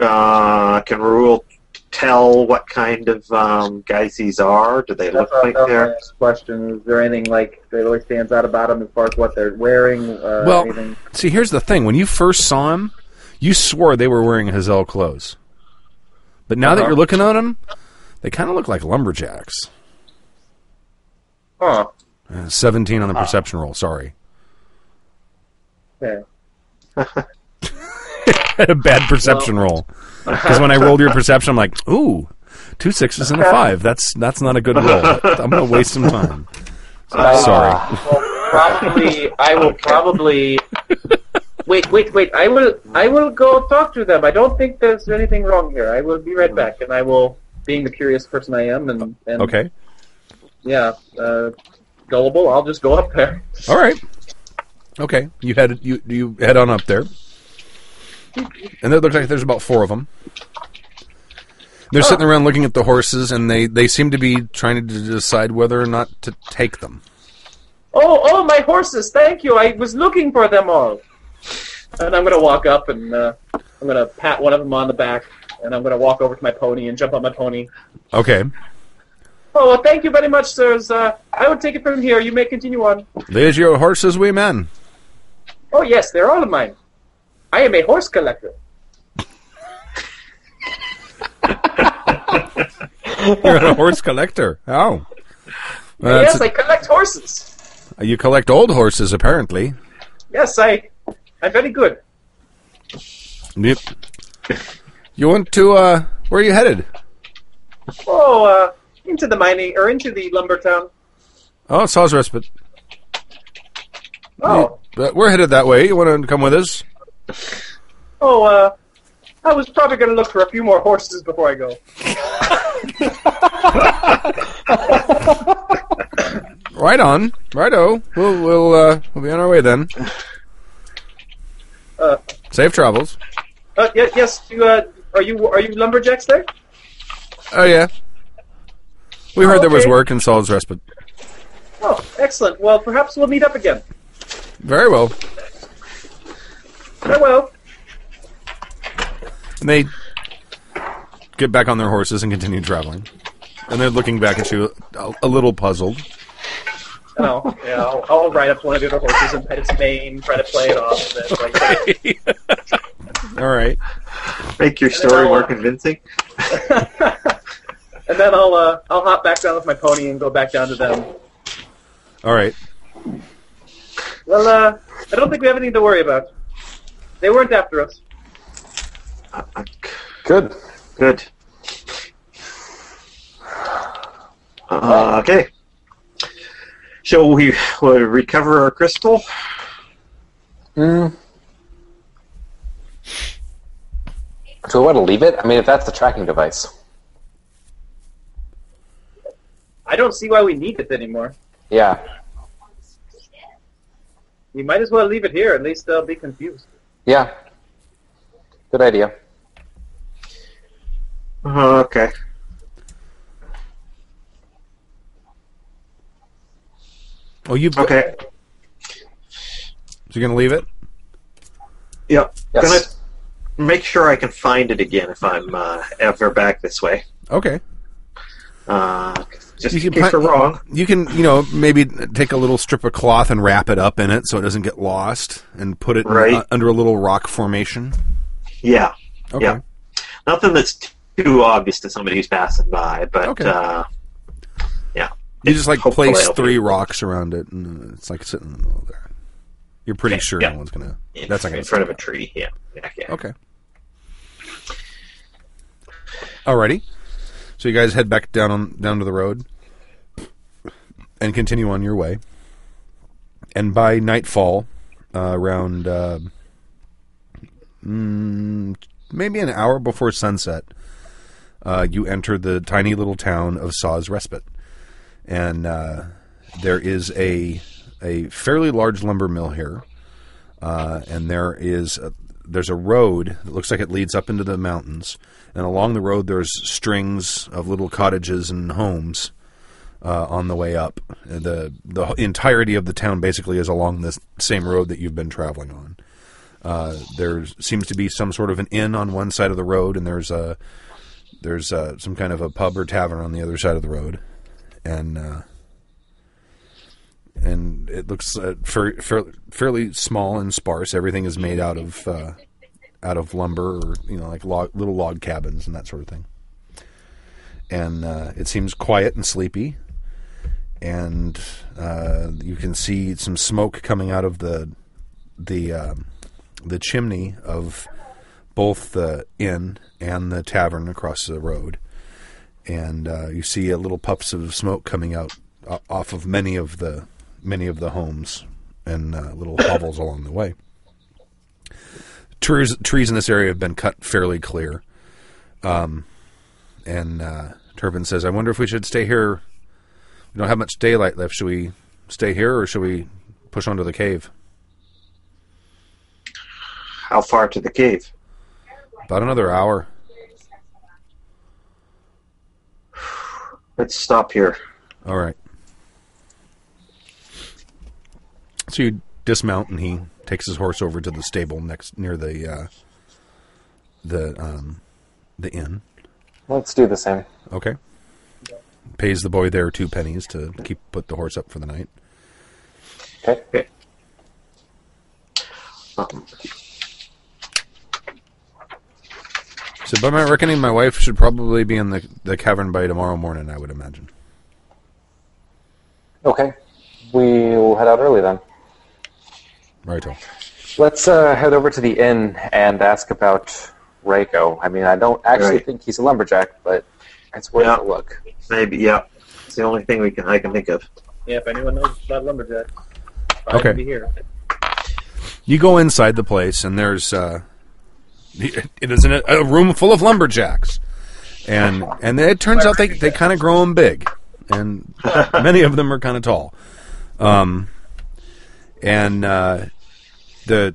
Speaker 2: uh, can Rule tell what kind of um, guys these are? Do they look
Speaker 4: That's-
Speaker 2: like
Speaker 4: that's my
Speaker 2: they're?
Speaker 4: next question. Is there anything like that really stands out about them as far as what they're wearing? Uh,
Speaker 1: Well-
Speaker 4: anything?
Speaker 1: See, here's the thing: when you first saw them, you swore they were wearing Hazel clothes, but now that
Speaker 4: Uh-huh.
Speaker 1: you're looking at them, they kind of look like lumberjacks.
Speaker 4: Huh.
Speaker 1: Uh, Seventeen on the perception roll. Sorry,
Speaker 4: Okay.
Speaker 1: a bad perception roll. Because when I rolled your perception, I'm like, ooh, two sixes and a five. That's that's not a good roll. I'm gonna waste some time. Ah,
Speaker 3: Ah,
Speaker 1: Sorry.
Speaker 4: Well, probably I will probably wait, wait, wait. I will I will go talk to them. I don't think there's anything wrong here. I will be right back, and I will, being the curious person I am, and, and
Speaker 1: Okay.
Speaker 4: yeah, uh, gullible. I'll just go up there.
Speaker 1: All right. Okay. You head you you head on up there, and it looks like there's about four of them. They're sitting around looking at the horses, and they they seem to be trying to decide whether or not to take them.
Speaker 4: Oh, oh, my horses! Thank you. I was looking for them all. And I'm gonna walk up and uh, I'm gonna pat one of them on the back, and I'm gonna walk over to my pony and jump on my pony.
Speaker 1: Okay.
Speaker 4: Oh, well, thank you very much, sirs. Uh, I will take it from here. You may continue on.
Speaker 1: There's your horses, we men.
Speaker 4: Oh yes, they're all of mine. I am a horse collector.
Speaker 1: You're a horse collector. Oh. Well,
Speaker 4: yes,
Speaker 1: that's-
Speaker 4: I collect horses.
Speaker 1: you collect old horses, apparently.
Speaker 4: Yes, I, I'm very good.
Speaker 1: Yep. You want to? uh Where are you headed?
Speaker 4: Oh, uh, into the mining or into the lumber town.
Speaker 1: Oh, Saw's Respite.
Speaker 4: Oh,
Speaker 1: But we're headed that way. You want to come with us?
Speaker 4: oh, uh, I was probably going to look for a few more horses before I go.
Speaker 1: Right on. Righto. We'll we'll uh, we'll be on our way then.
Speaker 4: Uh.
Speaker 1: Safe travels.
Speaker 4: Uh, yes, yes. You, uh, are you are you lumberjacks there?
Speaker 1: Oh yeah. We heard there was
Speaker 4: Okay.
Speaker 1: work in Saul's respite.
Speaker 4: Oh, excellent. Well, perhaps we'll meet up again.
Speaker 1: Very well.
Speaker 4: Farewell.
Speaker 1: And they get back on their horses and continue traveling. And they're looking back at you a, a little puzzled.
Speaker 4: Oh, yeah. I'll, I'll ride up to one of the other horses and pet its mane, try to play it off. and then, like,
Speaker 1: All right.
Speaker 2: Make your story more convincing.
Speaker 4: and then I'll uh, I'll hop back down with my pony and go back down to them.
Speaker 1: All right.
Speaker 4: Well, uh, I don't think we have anything to worry about. They weren't after us.
Speaker 2: Uh, uh, c-
Speaker 3: Good.
Speaker 2: Good. Uh, okay. Shall we uh, recover our crystal?
Speaker 3: Mm. Do we want to leave it? I mean, if that's the tracking device.
Speaker 4: I don't see why we need it anymore.
Speaker 3: Yeah.
Speaker 4: We might as well leave it here. At least they'll be confused.
Speaker 3: Yeah. Good idea.
Speaker 2: Uh, okay.
Speaker 1: Oh, you so
Speaker 2: Okay.
Speaker 1: you're gonna leave it?
Speaker 2: Yep.
Speaker 3: Yes.
Speaker 2: Gonna make sure I can find it again if I'm uh, ever back this way.
Speaker 1: Okay.
Speaker 2: Uh, just
Speaker 1: You
Speaker 2: in
Speaker 1: can
Speaker 2: case
Speaker 1: pla-
Speaker 2: we're wrong.
Speaker 1: You can, you know, maybe take a little strip of cloth and wrap it up in it so it doesn't get lost, and put it in-
Speaker 2: Right.
Speaker 1: under a little rock formation.
Speaker 2: Yeah.
Speaker 1: Okay.
Speaker 2: Yeah. Nothing that's t- too obvious to somebody who's passing by, but
Speaker 1: Okay.
Speaker 2: uh, yeah.
Speaker 1: You just like
Speaker 2: Hopefully
Speaker 1: place
Speaker 2: it'll be-
Speaker 1: three rocks around it, and uh, it's like sitting in the middle there. You're pretty
Speaker 2: Yeah,
Speaker 1: sure
Speaker 2: yeah.
Speaker 1: no one's gonna.
Speaker 2: in,
Speaker 1: That's not gonna
Speaker 2: in front of a
Speaker 1: stick
Speaker 2: tree. Yeah. Yeah. yeah.
Speaker 1: out. Okay. Alrighty. So you guys head back down on down to the road, and continue on your way. And by nightfall, uh, around uh, mm, maybe an hour before sunset, uh, you enter the tiny little town of Saw's Respite, and uh, there is a a fairly large lumber mill here, uh, and there is a, there's a road that looks like it leads up into the mountains, and along the road there's strings of little cottages and homes. Uh, on the way up, And the the entirety of the town basically is along this same road that you've been traveling on. Uh, there seems to be some sort of an inn on one side of the road, and there's a there's uh, some kind of a pub or tavern on the other side of the road, and uh, and it looks uh, fair, fair, fairly small and sparse. Everything is made out of uh, out of lumber or you know like log, little log cabins and that sort of thing. And uh, it seems quiet and sleepy, and uh, you can see some smoke coming out of the the um, the chimney of both the inn and the tavern across the road, and uh, you see uh, little puffs of smoke coming out uh, off of many of the many of the homes and uh, little hovels along the way. Trees trees in this area have been cut fairly clear, um, and uh, Turpin says, "I wonder if we should stay here. We don't have much daylight left. Should we stay here or should we push on to the cave?"
Speaker 2: How far to the cave?
Speaker 1: About another hour.
Speaker 2: Let's stop here.
Speaker 1: All right. So you dismount, and he takes his horse over to the stable next near the uh, the um, the inn.
Speaker 3: Let's do the same.
Speaker 1: Okay. Pays the boy there two pennies to keep put the horse up for the night.
Speaker 3: Okay.
Speaker 2: Um,
Speaker 1: So by my reckoning, my wife should probably be in the the cavern by tomorrow morning. I would imagine.
Speaker 3: Okay. We'll head out early then.
Speaker 1: Right. Tom.
Speaker 3: Let's uh, head over to the inn and ask about Rayco. I mean, I don't actually
Speaker 2: Right.
Speaker 3: think he's a lumberjack, but it's worth
Speaker 2: Yeah.
Speaker 3: a look.
Speaker 2: maybe. Yeah. It's the only thing we can I can think of.
Speaker 4: Yeah, if anyone knows about lumberjack. Fine
Speaker 1: Okay.
Speaker 4: to be here.
Speaker 1: You go inside the place, and there's uh, it is in a, a room full of lumberjacks, and and it turns out they they kind of grow them big, and many of them are kind of tall, um, and uh, the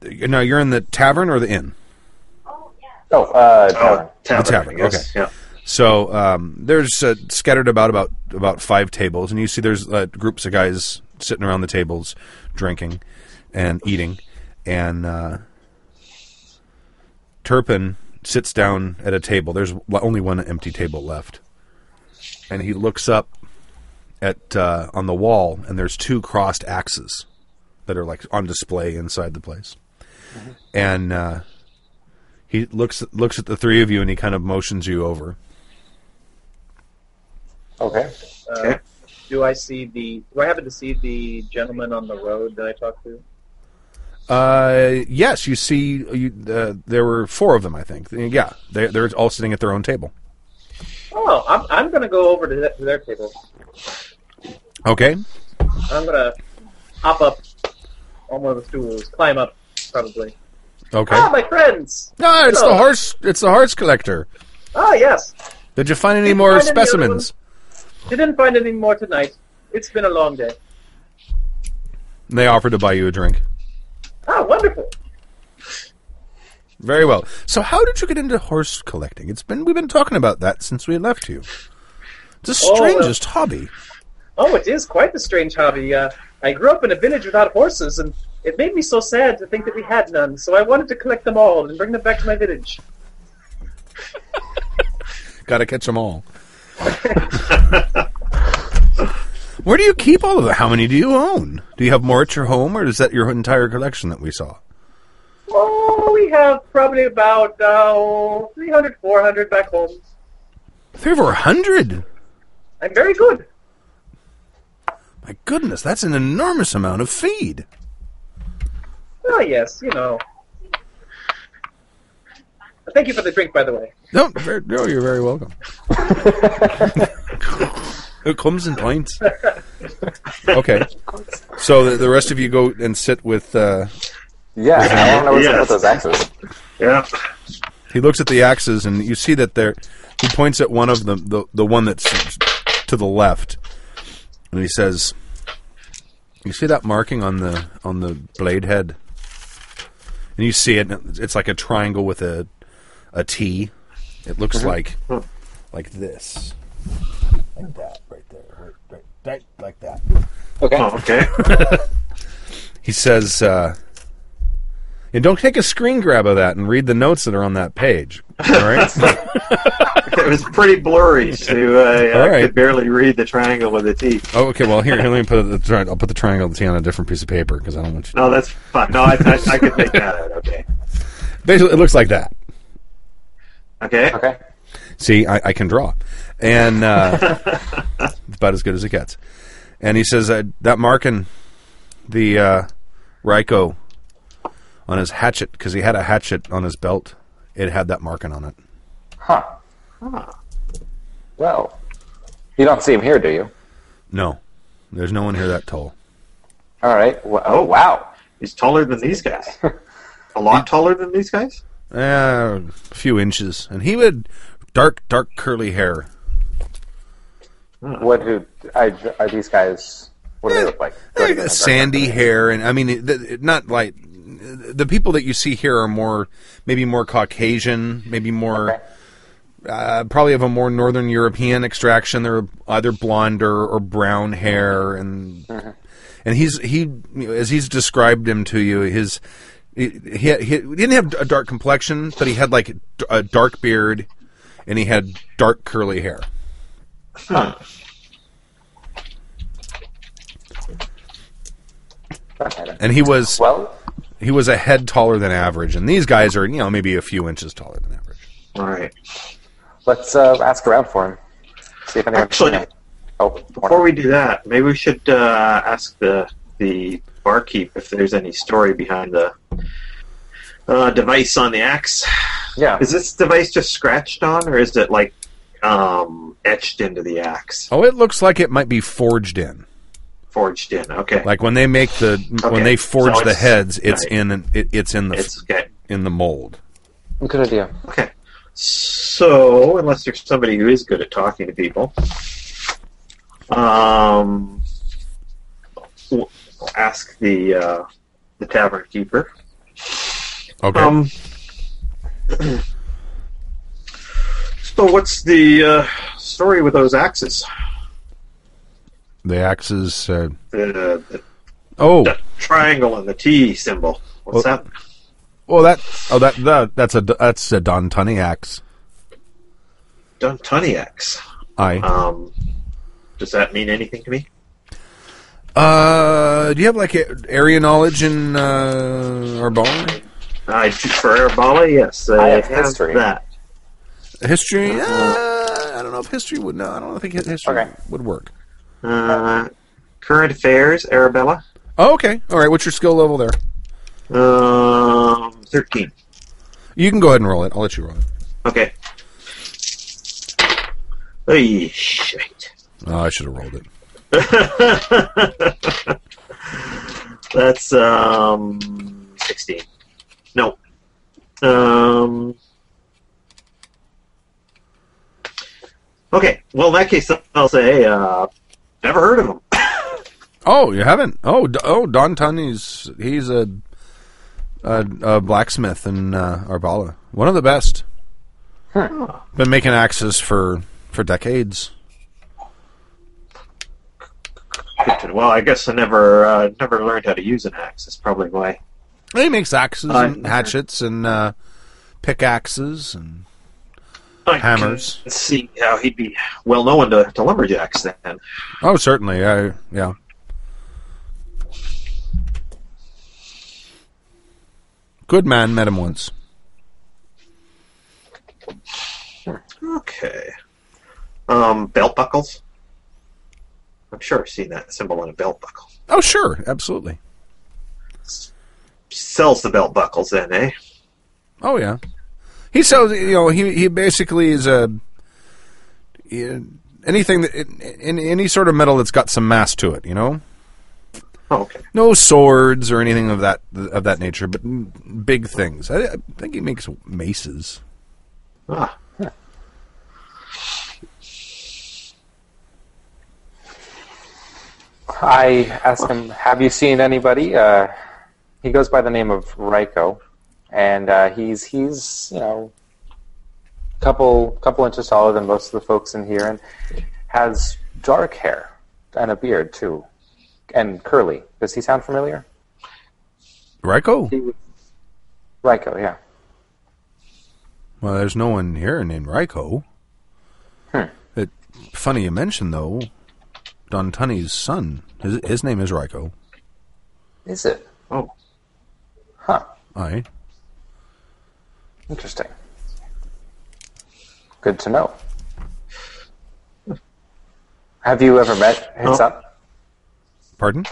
Speaker 1: now you're in the tavern or the inn.
Speaker 3: Oh, uh,
Speaker 2: Oh,
Speaker 3: tavern.
Speaker 2: tavern.
Speaker 1: tavern,
Speaker 2: I guess. Yeah.
Speaker 1: So um, there's uh, scattered about about about five tables, and you see there's uh, groups of guys sitting around the tables, drinking and eating, and uh, Turpin sits down at a table. There's l- only one empty table left, and he looks up at uh, on the wall, and there's two crossed axes that are like on display inside the place, and. Uh, he looks looks at the three of you and he kind of motions you over.
Speaker 3: Okay.
Speaker 4: Uh,
Speaker 2: Okay.
Speaker 4: Do I see the? Do I happen to see the gentleman on the road that I talked to?
Speaker 1: Uh, yes, you see, you, uh, there were four of them, I think. Yeah, they, they're all sitting at their own table.
Speaker 4: Oh, I'm I'm gonna go over to, th- to their table.
Speaker 1: Okay,
Speaker 4: I'm gonna hop up on one of the stools, climb up, probably.
Speaker 1: okay.
Speaker 4: Ah, my friends!
Speaker 1: Ah, it's the
Speaker 4: Hello.
Speaker 1: horse. It's the horse collector.
Speaker 4: Ah, yes.
Speaker 1: Did you find any
Speaker 4: Did you
Speaker 1: more
Speaker 4: find any other
Speaker 1: specimens?
Speaker 4: Didn't find any more tonight. It's been a long day.
Speaker 1: They offered to buy you a drink.
Speaker 4: Ah, wonderful.
Speaker 1: Very well. So, how did you get into horse collecting? It's been we've been talking about that since we left you. It's the
Speaker 4: Oh, well.
Speaker 1: strangest hobby.
Speaker 4: Oh, it is quite a strange hobby. Uh, I grew up in a village without horses, and it made me so sad to think that we had none. So I wanted to collect them all and bring them back to my village.
Speaker 1: Got to catch them all. Where do you keep all of them? How many do you own? Do you have more at your home, or is that your entire collection that we saw?
Speaker 4: Oh, we have probably about uh, 300, 400 back home.
Speaker 1: Three or four hundred.
Speaker 4: I'm very good.
Speaker 1: My goodness, that's an enormous amount of feed.
Speaker 4: Oh, yes, you know. Thank you for the drink, by the way.
Speaker 1: No, ver- no, you're very welcome. it comes in pints. Okay, so the, the rest of you go and sit with. Uh,
Speaker 3: Yeah, I want to know what's up
Speaker 2: Yes.
Speaker 3: with those axes.
Speaker 2: Yeah.
Speaker 1: he looks at the axes, and you see that there. He points at one of them, the the one that's to the left, and he says, "You see that marking on the on the blade head?" And you see it. And it's like a triangle with a a T. It looks like like this, like that, right there, right, right, right like that.
Speaker 3: Okay.
Speaker 2: Oh, okay.
Speaker 1: He says, uh, "And don't take a screen grab of that and read the notes that are on that page." All right.
Speaker 2: it was pretty blurry. So uh,
Speaker 1: All
Speaker 2: I
Speaker 1: right.
Speaker 2: could barely read the triangle with the T.
Speaker 1: Oh, okay. Well, here, here let me put the tri- I'll put the triangle and T on a different piece of paper because I don't want you.
Speaker 2: No, that's fine. No, I, I, I could make that out. Okay.
Speaker 1: Basically, it looks like that.
Speaker 2: Okay.
Speaker 3: Okay.
Speaker 1: See, I, I can draw, and uh, it's about as good as it gets. And he says uh, that marking the uh, Ryko on his hatchet because he had a hatchet on his belt. It had that marking on it.
Speaker 3: Huh. Well, you don't see him here, do you?
Speaker 1: No, there's no one here that tall.
Speaker 3: All right. Well, oh, wow.
Speaker 2: He's taller than these guys. A lot taller than these guys.
Speaker 1: Uh, a few inches, and he had dark, dark curly hair.
Speaker 3: What do I, are these guys? What do they look like? Do I
Speaker 1: Like
Speaker 3: even have
Speaker 1: Eh, sandy hair, and I mean, it- it- not like the people that you see here are more, maybe more Caucasian, maybe more,
Speaker 3: Okay.
Speaker 1: uh, probably of a more Northern European extraction. They're either blonder or brown hair, and and he's he you know, as he's described him to you, his he, he, had- he didn't have a dark complexion, but he had like d- a dark beard, and he had dark curly hair.
Speaker 3: background?
Speaker 1: And he was
Speaker 3: Well,
Speaker 1: he was a head taller than average, and these guys are you know maybe a few inches taller than average.
Speaker 2: All right.
Speaker 3: let's uh, ask around for him. See if anyone.
Speaker 2: Actually,
Speaker 3: oh,
Speaker 2: Before we do that, maybe we should uh, ask the the barkeep if there's any story behind the uh, device on the axe.
Speaker 3: yeah.
Speaker 2: Is this device just scratched on, or is it like um, etched into the axe?
Speaker 1: Oh, it looks like it might be forged in.
Speaker 2: forged in. Okay.
Speaker 1: Like when they make the
Speaker 2: Okay.
Speaker 1: when they forge
Speaker 2: So
Speaker 1: the
Speaker 2: it's-
Speaker 1: heads, it's
Speaker 2: right.
Speaker 1: in an, it, it's in the
Speaker 2: it's okay.
Speaker 1: in the mold.
Speaker 3: Good idea.
Speaker 2: Okay. So, unless you're somebody who is good at talking to people, um, w- ask the uh, the tavern keeper.
Speaker 1: Okay.
Speaker 2: Um. So, what's the uh, story with those axes?
Speaker 1: the axes. Uh,
Speaker 2: The, the
Speaker 1: oh,
Speaker 2: the triangle and the T symbol.
Speaker 1: Well-
Speaker 2: What's that?
Speaker 1: well that oh that, that that's a that's a Don Tunney axe.
Speaker 2: Duntuniacs.
Speaker 1: I.
Speaker 2: Um, does that mean anything to me?
Speaker 1: Uh, do you have like a, area knowledge in uh, Arbol
Speaker 2: I for Arabala, yes, I,
Speaker 3: I have
Speaker 2: have
Speaker 3: history.
Speaker 2: that.
Speaker 1: history? Uh, I don't know if history would. No, I don't think history
Speaker 3: Okay.
Speaker 1: would work.
Speaker 2: Uh, current affairs, Arabella.
Speaker 1: Oh, okay. All right. What's your skill level there?
Speaker 2: Um, thirteen.
Speaker 1: You can go ahead and roll it. I'll let you roll it.
Speaker 2: Okay. Ay, shit.
Speaker 1: Oh, I should have rolled it.
Speaker 2: That's um sixteen. No. Um. Okay. Well, in that case, I'll say uh, never heard of them.
Speaker 1: Oh, you haven't? Oh, D- oh, Don Tunney's he's a a, a blacksmith in uh, Arbala, one of the best. Been making axes for for decades.
Speaker 2: Good to- Well, I guess I never uh, never learned how to use an axe. That's probably why.
Speaker 1: He makes axes
Speaker 2: I-
Speaker 1: and hatchets and uh, pickaxes and
Speaker 2: I
Speaker 1: Hammers.
Speaker 2: can see how he'd be well known to, to lumberjacks then.
Speaker 1: oh, certainly, I yeah. Good man, met him once.
Speaker 2: Okay. Um, belt buckles. I'm sure I've seen that symbol on a belt buckle.
Speaker 1: Oh, sure, absolutely.
Speaker 2: Sells the belt buckles then, eh?
Speaker 1: Oh yeah, he sells. You know, he he basically is a he- anything that in, in any sort of metal that's got some mass to it. You know,
Speaker 2: Oh, okay.
Speaker 1: no swords or anything of that of that nature, but m- big things. I, I think he makes maces.
Speaker 2: Ah.
Speaker 3: I asked him, "Have you seen anybody?" Uh, he goes by the name of Ryko, and uh, he's he's you know couple couple inches taller than most of the folks in here, and has dark hair and a beard too, and curly. Does he sound familiar?
Speaker 1: Ryko?
Speaker 3: Ryko, yeah.
Speaker 1: Well, there's no one here named Ryko.
Speaker 3: Hmm.
Speaker 1: It, funny you mention though, Don Tunney's son. His his name is Ryko.
Speaker 3: Is it?
Speaker 2: Oh.
Speaker 3: Huh.
Speaker 1: Aye.
Speaker 3: Interesting. Good to know. Have you ever met his
Speaker 2: Oh.
Speaker 3: son?
Speaker 1: Pardon?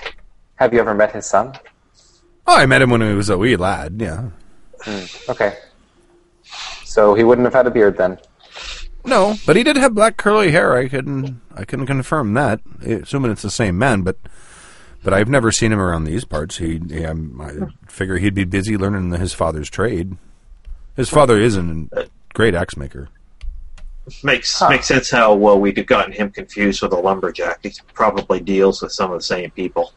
Speaker 3: Have you ever met his son?
Speaker 1: Oh, I met him when he was a wee lad. Yeah.
Speaker 3: Okay. So he wouldn't have had a beard then.
Speaker 1: No, but he did have black curly hair. I couldn't I couldn't confirm that. Assuming it's the same man, but but I've never seen him around these parts. He, he I'm- I figure he'd be busy learning his father's trade. His father is a great axe maker.
Speaker 2: Makes
Speaker 3: Huh.
Speaker 2: makes sense how well we'd have gotten him confused with a lumberjack. He probably deals with some of the same people.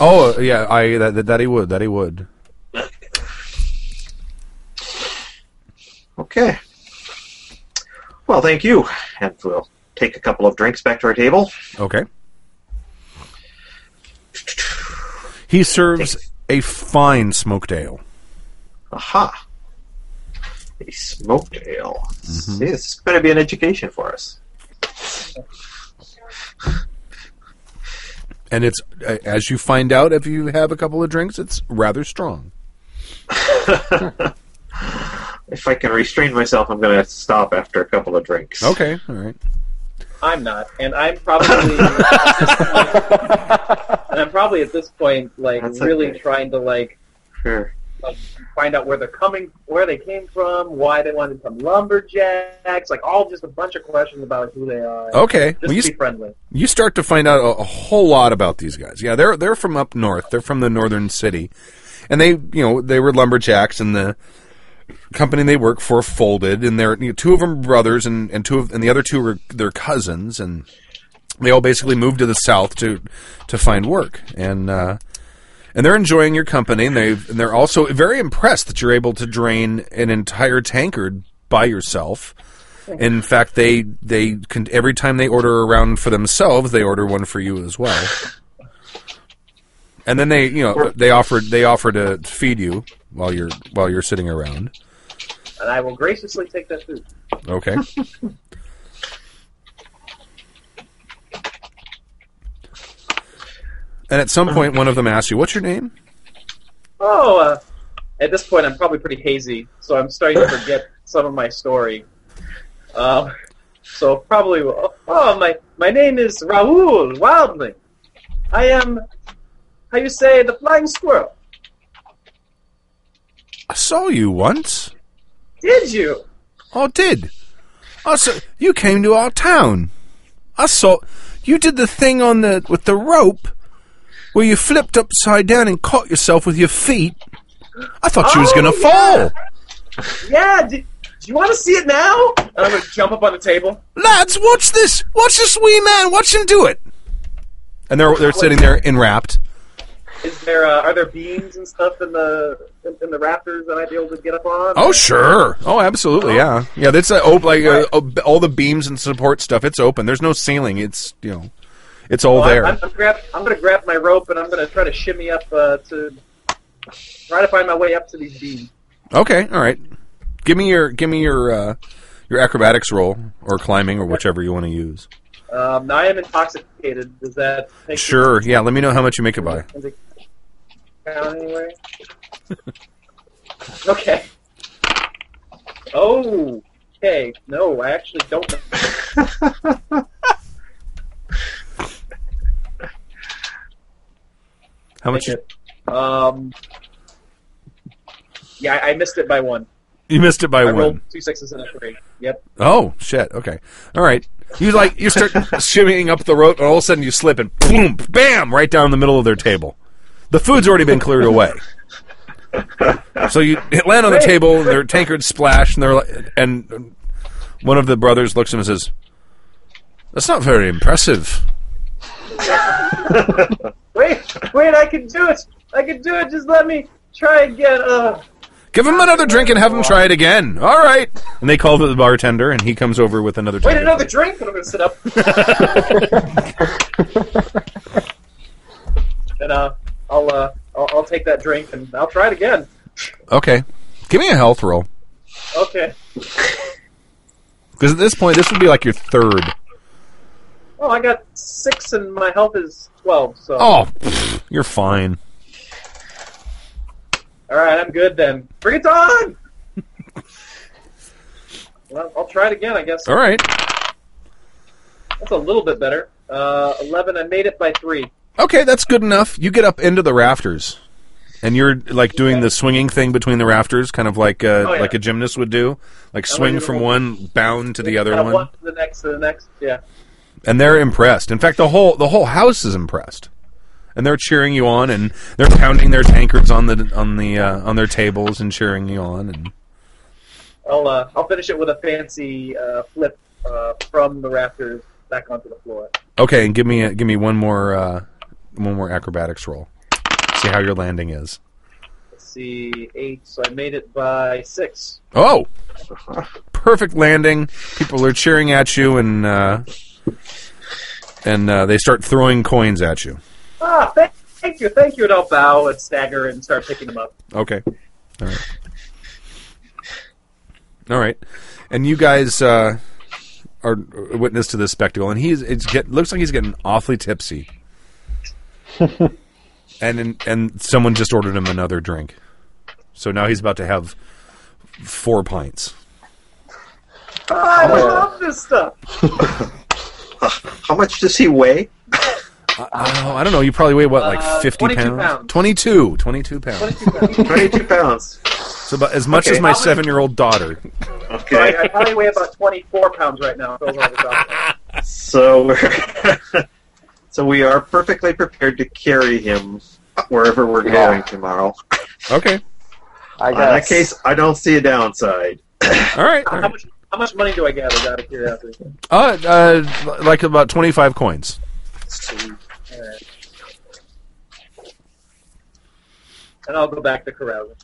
Speaker 1: Oh yeah, I that that- that he would that he would.
Speaker 2: Okay. Well, thank you. And we'll take a couple of drinks back to our table.
Speaker 1: Okay. He serves a fine smoked ale.
Speaker 2: Aha. A smoked ale.
Speaker 3: Mm-hmm.
Speaker 2: See, this is going to be an education for us.
Speaker 1: And it's as you find out if you have a couple of drinks, it's rather strong.
Speaker 2: If I can restrain myself, I'm going to stop after a couple of drinks.
Speaker 1: Okay, all right.
Speaker 4: I'm not, and I'm probably, and I'm probably at this point like
Speaker 2: That's
Speaker 4: really
Speaker 2: okay.
Speaker 4: trying to like
Speaker 2: Sure.
Speaker 4: find out where they're coming, where they came from, why they wanted some lumberjacks, like all just a bunch of questions about who they are.
Speaker 1: Okay.
Speaker 4: Just
Speaker 1: Oh, Well, you,
Speaker 4: to be friendly.
Speaker 1: you start to find out a, a whole lot about these guys. Yeah, they're they're from up north. They're from the northern city, and they you know they were lumberjacks, and the company they work for folded, and they're you know, two of them were brothers, and and two of and the other two were their cousins, and they all basically moved to the south to to find work, and uh, and they're enjoying your company, and they and they're also very impressed that you're able to drain an entire tankard by yourself. In fact, they they can, every time they order a round for themselves, they order one for you as well. And then they, you know, they offered they offer to feed you while you're while you're sitting around.
Speaker 4: And I will graciously take that food.
Speaker 1: Okay. and at some point, one of them asks you, "What's your name?"
Speaker 4: Oh, uh, at this point, I'm probably pretty hazy, so I'm starting to forget some of my story. Um, so probably, oh my, my name is Raoul Wildling. I am, how you say, the flying squirrel.
Speaker 1: I saw you once.
Speaker 4: Did you?
Speaker 1: I did. I saw you came to our town. I saw you did the thing on the with the rope where you flipped upside down and caught yourself with your feet. I thought you was
Speaker 4: Oh,
Speaker 1: gonna
Speaker 4: yeah.
Speaker 1: fall.
Speaker 4: Yeah. Did, do you want to see it now? And I'm gonna jump up on the table.
Speaker 1: Lads, watch this! Watch this wee man, watch him do it. And they're they're sitting there enwrapped.
Speaker 4: Is there uh, are there beams and stuff in the in, in the rafters that I'd be able to get up on?
Speaker 1: Oh sure. Oh absolutely, yeah. Yeah, that's uh, op- like uh, op- all the beams and support stuff, it's open. There's no ceiling. It's you know it's all
Speaker 4: Well,
Speaker 1: there.
Speaker 4: I'm, I'm, grab, I'm gonna grab my rope and I'm gonna try to shimmy up uh, to try to find my way up to these beams.
Speaker 1: Okay, all right. Give me your give me your uh, your acrobatics roll or climbing or whichever you want to use.
Speaker 4: Um, now I am intoxicated. Does that take
Speaker 1: Sure. Yeah, let me know how much you make it by.
Speaker 4: into account anyway? okay. Oh. Okay. No, I actually don't. know.
Speaker 1: How much you,
Speaker 4: Um. Yeah, I I missed it by one.
Speaker 1: you missed it by
Speaker 4: I rolled
Speaker 1: one.
Speaker 4: two sixes and a three. Yep.
Speaker 1: Oh shit. Okay. All right. You like you start shimmying up the rope and all of a sudden you slip and boom, bam, right down the middle of their table. The food's already been cleared away. So you it land on the table, and their tankard splash, and they're like, and one of the brothers looks at him and says, "That's not very impressive."
Speaker 4: Wait, wait! I can do it! I can do it! Just let me try again. Uh,
Speaker 1: Give him another drink and have him try it again. All right. And they call the bartender, and he comes over with another drink.
Speaker 4: wait, another drink, and I'm gonna sit up. and uh, I'll uh, I'll, I'll take that drink and I'll try it again.
Speaker 1: Okay. Give me a health roll.
Speaker 4: Okay.
Speaker 1: Because at this point, this would be like your third.
Speaker 4: Oh, I got six, and my health is twelve. So
Speaker 1: Oh, pfft, you're fine.
Speaker 4: all right, I'm good then. Bring it on. well, I'll try it again. I guess
Speaker 1: All right.
Speaker 4: that's a little bit better. Uh, Eleven. I made it by three.
Speaker 1: Okay, that's good enough. You get up into the rafters, and you're like doing the swinging thing between the rafters, kind of like uh,
Speaker 4: Oh, yeah.
Speaker 1: like a gymnast would do, like swing
Speaker 4: do the
Speaker 1: from
Speaker 4: whole-
Speaker 1: one bound to the other
Speaker 4: Kinda
Speaker 1: one.
Speaker 4: one to the next to the next. Yeah.
Speaker 1: and they're impressed. In fact, the whole the whole house is impressed, and they're cheering you on, and they're pounding their tankards on the on the uh, on their tables and cheering you on. And
Speaker 4: I'll uh, I'll finish it with a fancy uh, flip uh, from the rafters back onto the floor.
Speaker 1: okay, and give me a, give me one more uh, one more acrobatics roll. See how your landing is.
Speaker 4: Let's see, eight. So I made it by six.
Speaker 1: Oh, perfect landing. People are cheering at you, and uh, and uh, they start throwing coins at you.
Speaker 4: Ah, thank, thank you, thank you. And I'll bow and stagger and start picking them up.
Speaker 1: Okay. All right. All right. And you guys uh, are witness to this spectacle, and he's it's get, looks like he's getting awfully tipsy. and in, and someone just ordered him another drink, so now he's about to have four pints.
Speaker 4: I love this stuff.
Speaker 2: How much does he weigh?
Speaker 1: Oh, I don't know. You probably weigh what, like
Speaker 4: Uh,
Speaker 1: fifty
Speaker 4: 22
Speaker 1: pounds?
Speaker 4: pounds.
Speaker 1: Twenty-two. Twenty-two pounds.
Speaker 4: Twenty-two pounds.
Speaker 2: 22 pounds.
Speaker 1: So about as much
Speaker 2: Okay.
Speaker 1: as my seven year old daughter.
Speaker 4: So
Speaker 2: Okay.
Speaker 4: I, I probably weigh about 24 pounds right now. if I was on the doctor.
Speaker 2: So we're so we are perfectly prepared to carry him wherever we're
Speaker 3: Yeah.
Speaker 2: going tomorrow.
Speaker 1: Okay.
Speaker 3: I
Speaker 2: In that
Speaker 3: guess.
Speaker 2: case, I don't see a downside.
Speaker 1: All right. All
Speaker 4: How
Speaker 1: right.
Speaker 4: much, how much money do I gather out of curiosity?
Speaker 1: Uh, uh, like about twenty five coins.
Speaker 4: And I'll go back to carousing.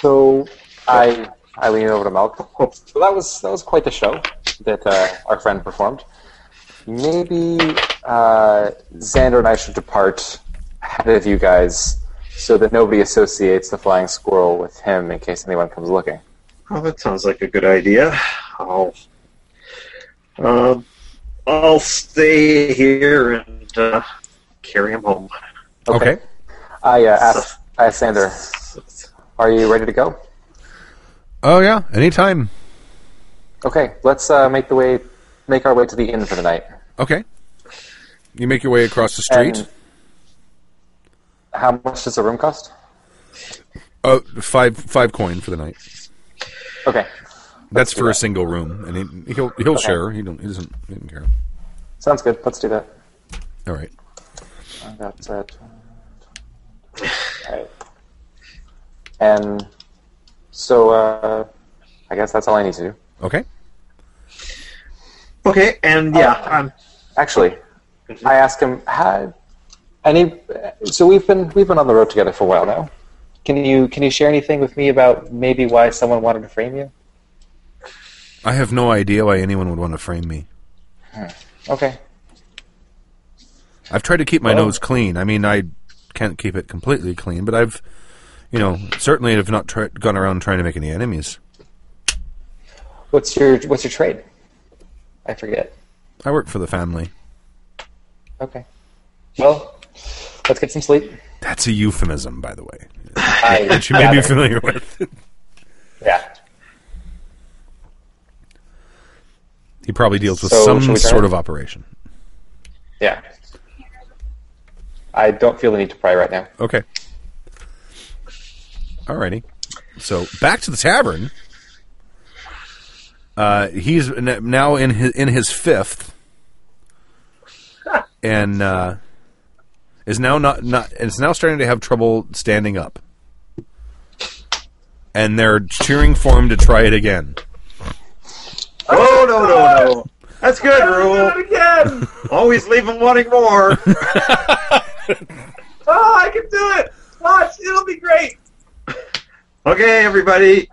Speaker 3: So I I lean over to Malcolm. So that was that was quite the show that uh, our friend performed. Maybe uh, Xander and I should depart ahead of you guys so that nobody associates the flying squirrel with him in case anyone comes looking.
Speaker 2: Oh, that sounds like a good idea. I'll um, I'll stay here and uh, carry him home.
Speaker 1: Okay.
Speaker 3: I uh, asked, I asked Xander, are you ready to go?
Speaker 1: Oh yeah. Anytime.
Speaker 3: Okay, let's uh, make the way make our way to the inn for the night.
Speaker 1: Okay. You make your way across the street.
Speaker 3: And how much does a room cost?
Speaker 1: Oh, five five coin for the night.
Speaker 3: Okay.
Speaker 1: That's for a single room, and he, he'll he'll share. He don't he doesn't he doesn't care.
Speaker 3: Sounds good. Let's do that.
Speaker 1: All right.
Speaker 3: That's it. Alright. And so, uh, I guess that's all I need to do.
Speaker 1: Okay.
Speaker 2: Okay, and yeah,
Speaker 4: Oh.
Speaker 2: I'm
Speaker 3: Actually, I ask him, "How?" Any? So we've been we've been on the road together for a while now. Can you can you share anything with me about maybe why someone wanted to frame you?
Speaker 1: I have no idea why anyone would want to frame me.
Speaker 3: Okay.
Speaker 1: I've tried to keep my
Speaker 3: Well-
Speaker 1: nose clean. I mean, I can't keep it completely clean, but I've, you know, certainly have not tr- gone around trying to make any enemies.
Speaker 3: What's your what's your trade? I forget.
Speaker 1: I work for the family.
Speaker 3: Okay. Well, let's get some sleep.
Speaker 1: That's a euphemism, by the way,
Speaker 3: I
Speaker 1: which you may be
Speaker 3: gather.
Speaker 1: familiar with.
Speaker 3: Yeah.
Speaker 1: he probably deals with
Speaker 3: So, shall
Speaker 1: some
Speaker 3: we try
Speaker 1: sort
Speaker 3: it?
Speaker 1: of operation.
Speaker 3: Yeah. I don't feel the need to pry right now.
Speaker 1: Okay. Alrighty. So back to the tavern. Uh, he's n- now in his in his fifth, and uh, is now not not is now starting to have trouble standing up. And they're cheering for him to try it again.
Speaker 2: Oh no no no! That's good rule.
Speaker 4: Do it again!
Speaker 2: Always leave him wanting more.
Speaker 4: Oh, I can do it! Watch, it'll be great!
Speaker 2: Okay, everybody.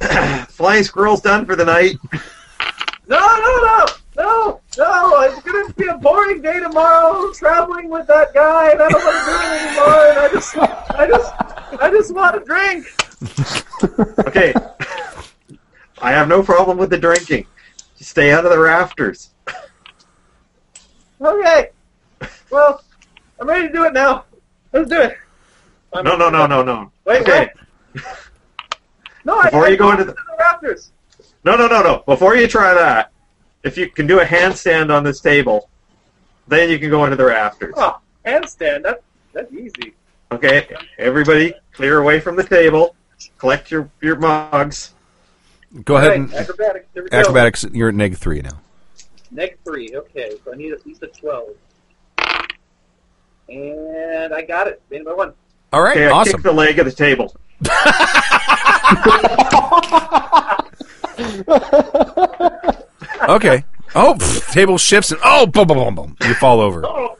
Speaker 2: Flying squirrel's done for the night.
Speaker 4: No, no, no! No, no! It's going to be a boring day tomorrow traveling with that guy, and I don't want to do it anymore, and I just, I just, I just want a drink!
Speaker 2: Okay. I have no problem with the drinking. Just stay out of the rafters.
Speaker 4: Okay. Well, I'm ready to do it now. Let's do it. I'm-
Speaker 2: No no no no no.
Speaker 4: Wait,
Speaker 2: Okay.
Speaker 4: No, I,
Speaker 2: Before
Speaker 4: I
Speaker 2: you go into
Speaker 4: the
Speaker 2: the-
Speaker 4: Raptors.
Speaker 2: No no no no. Before you try that, if you can do a handstand on this table, then you can go into the rafters.
Speaker 4: Oh, handstand. That that's easy.
Speaker 2: Okay. Everybody clear away from the table. Collect your, your mugs.
Speaker 1: Go ahead
Speaker 4: Right,
Speaker 1: and
Speaker 4: acrobatics. There we go.
Speaker 1: acrobatics. You're at neg three now.
Speaker 4: Neg three. Okay, so I need at least a twelve. And I got it. Made it by one.
Speaker 1: All right,
Speaker 2: Okay, I
Speaker 1: awesome.
Speaker 2: kick the leg of the table.
Speaker 1: Okay. Oh, pff, table shifts and oh, boom, boom, boom, boom. You fall over.
Speaker 4: Oh,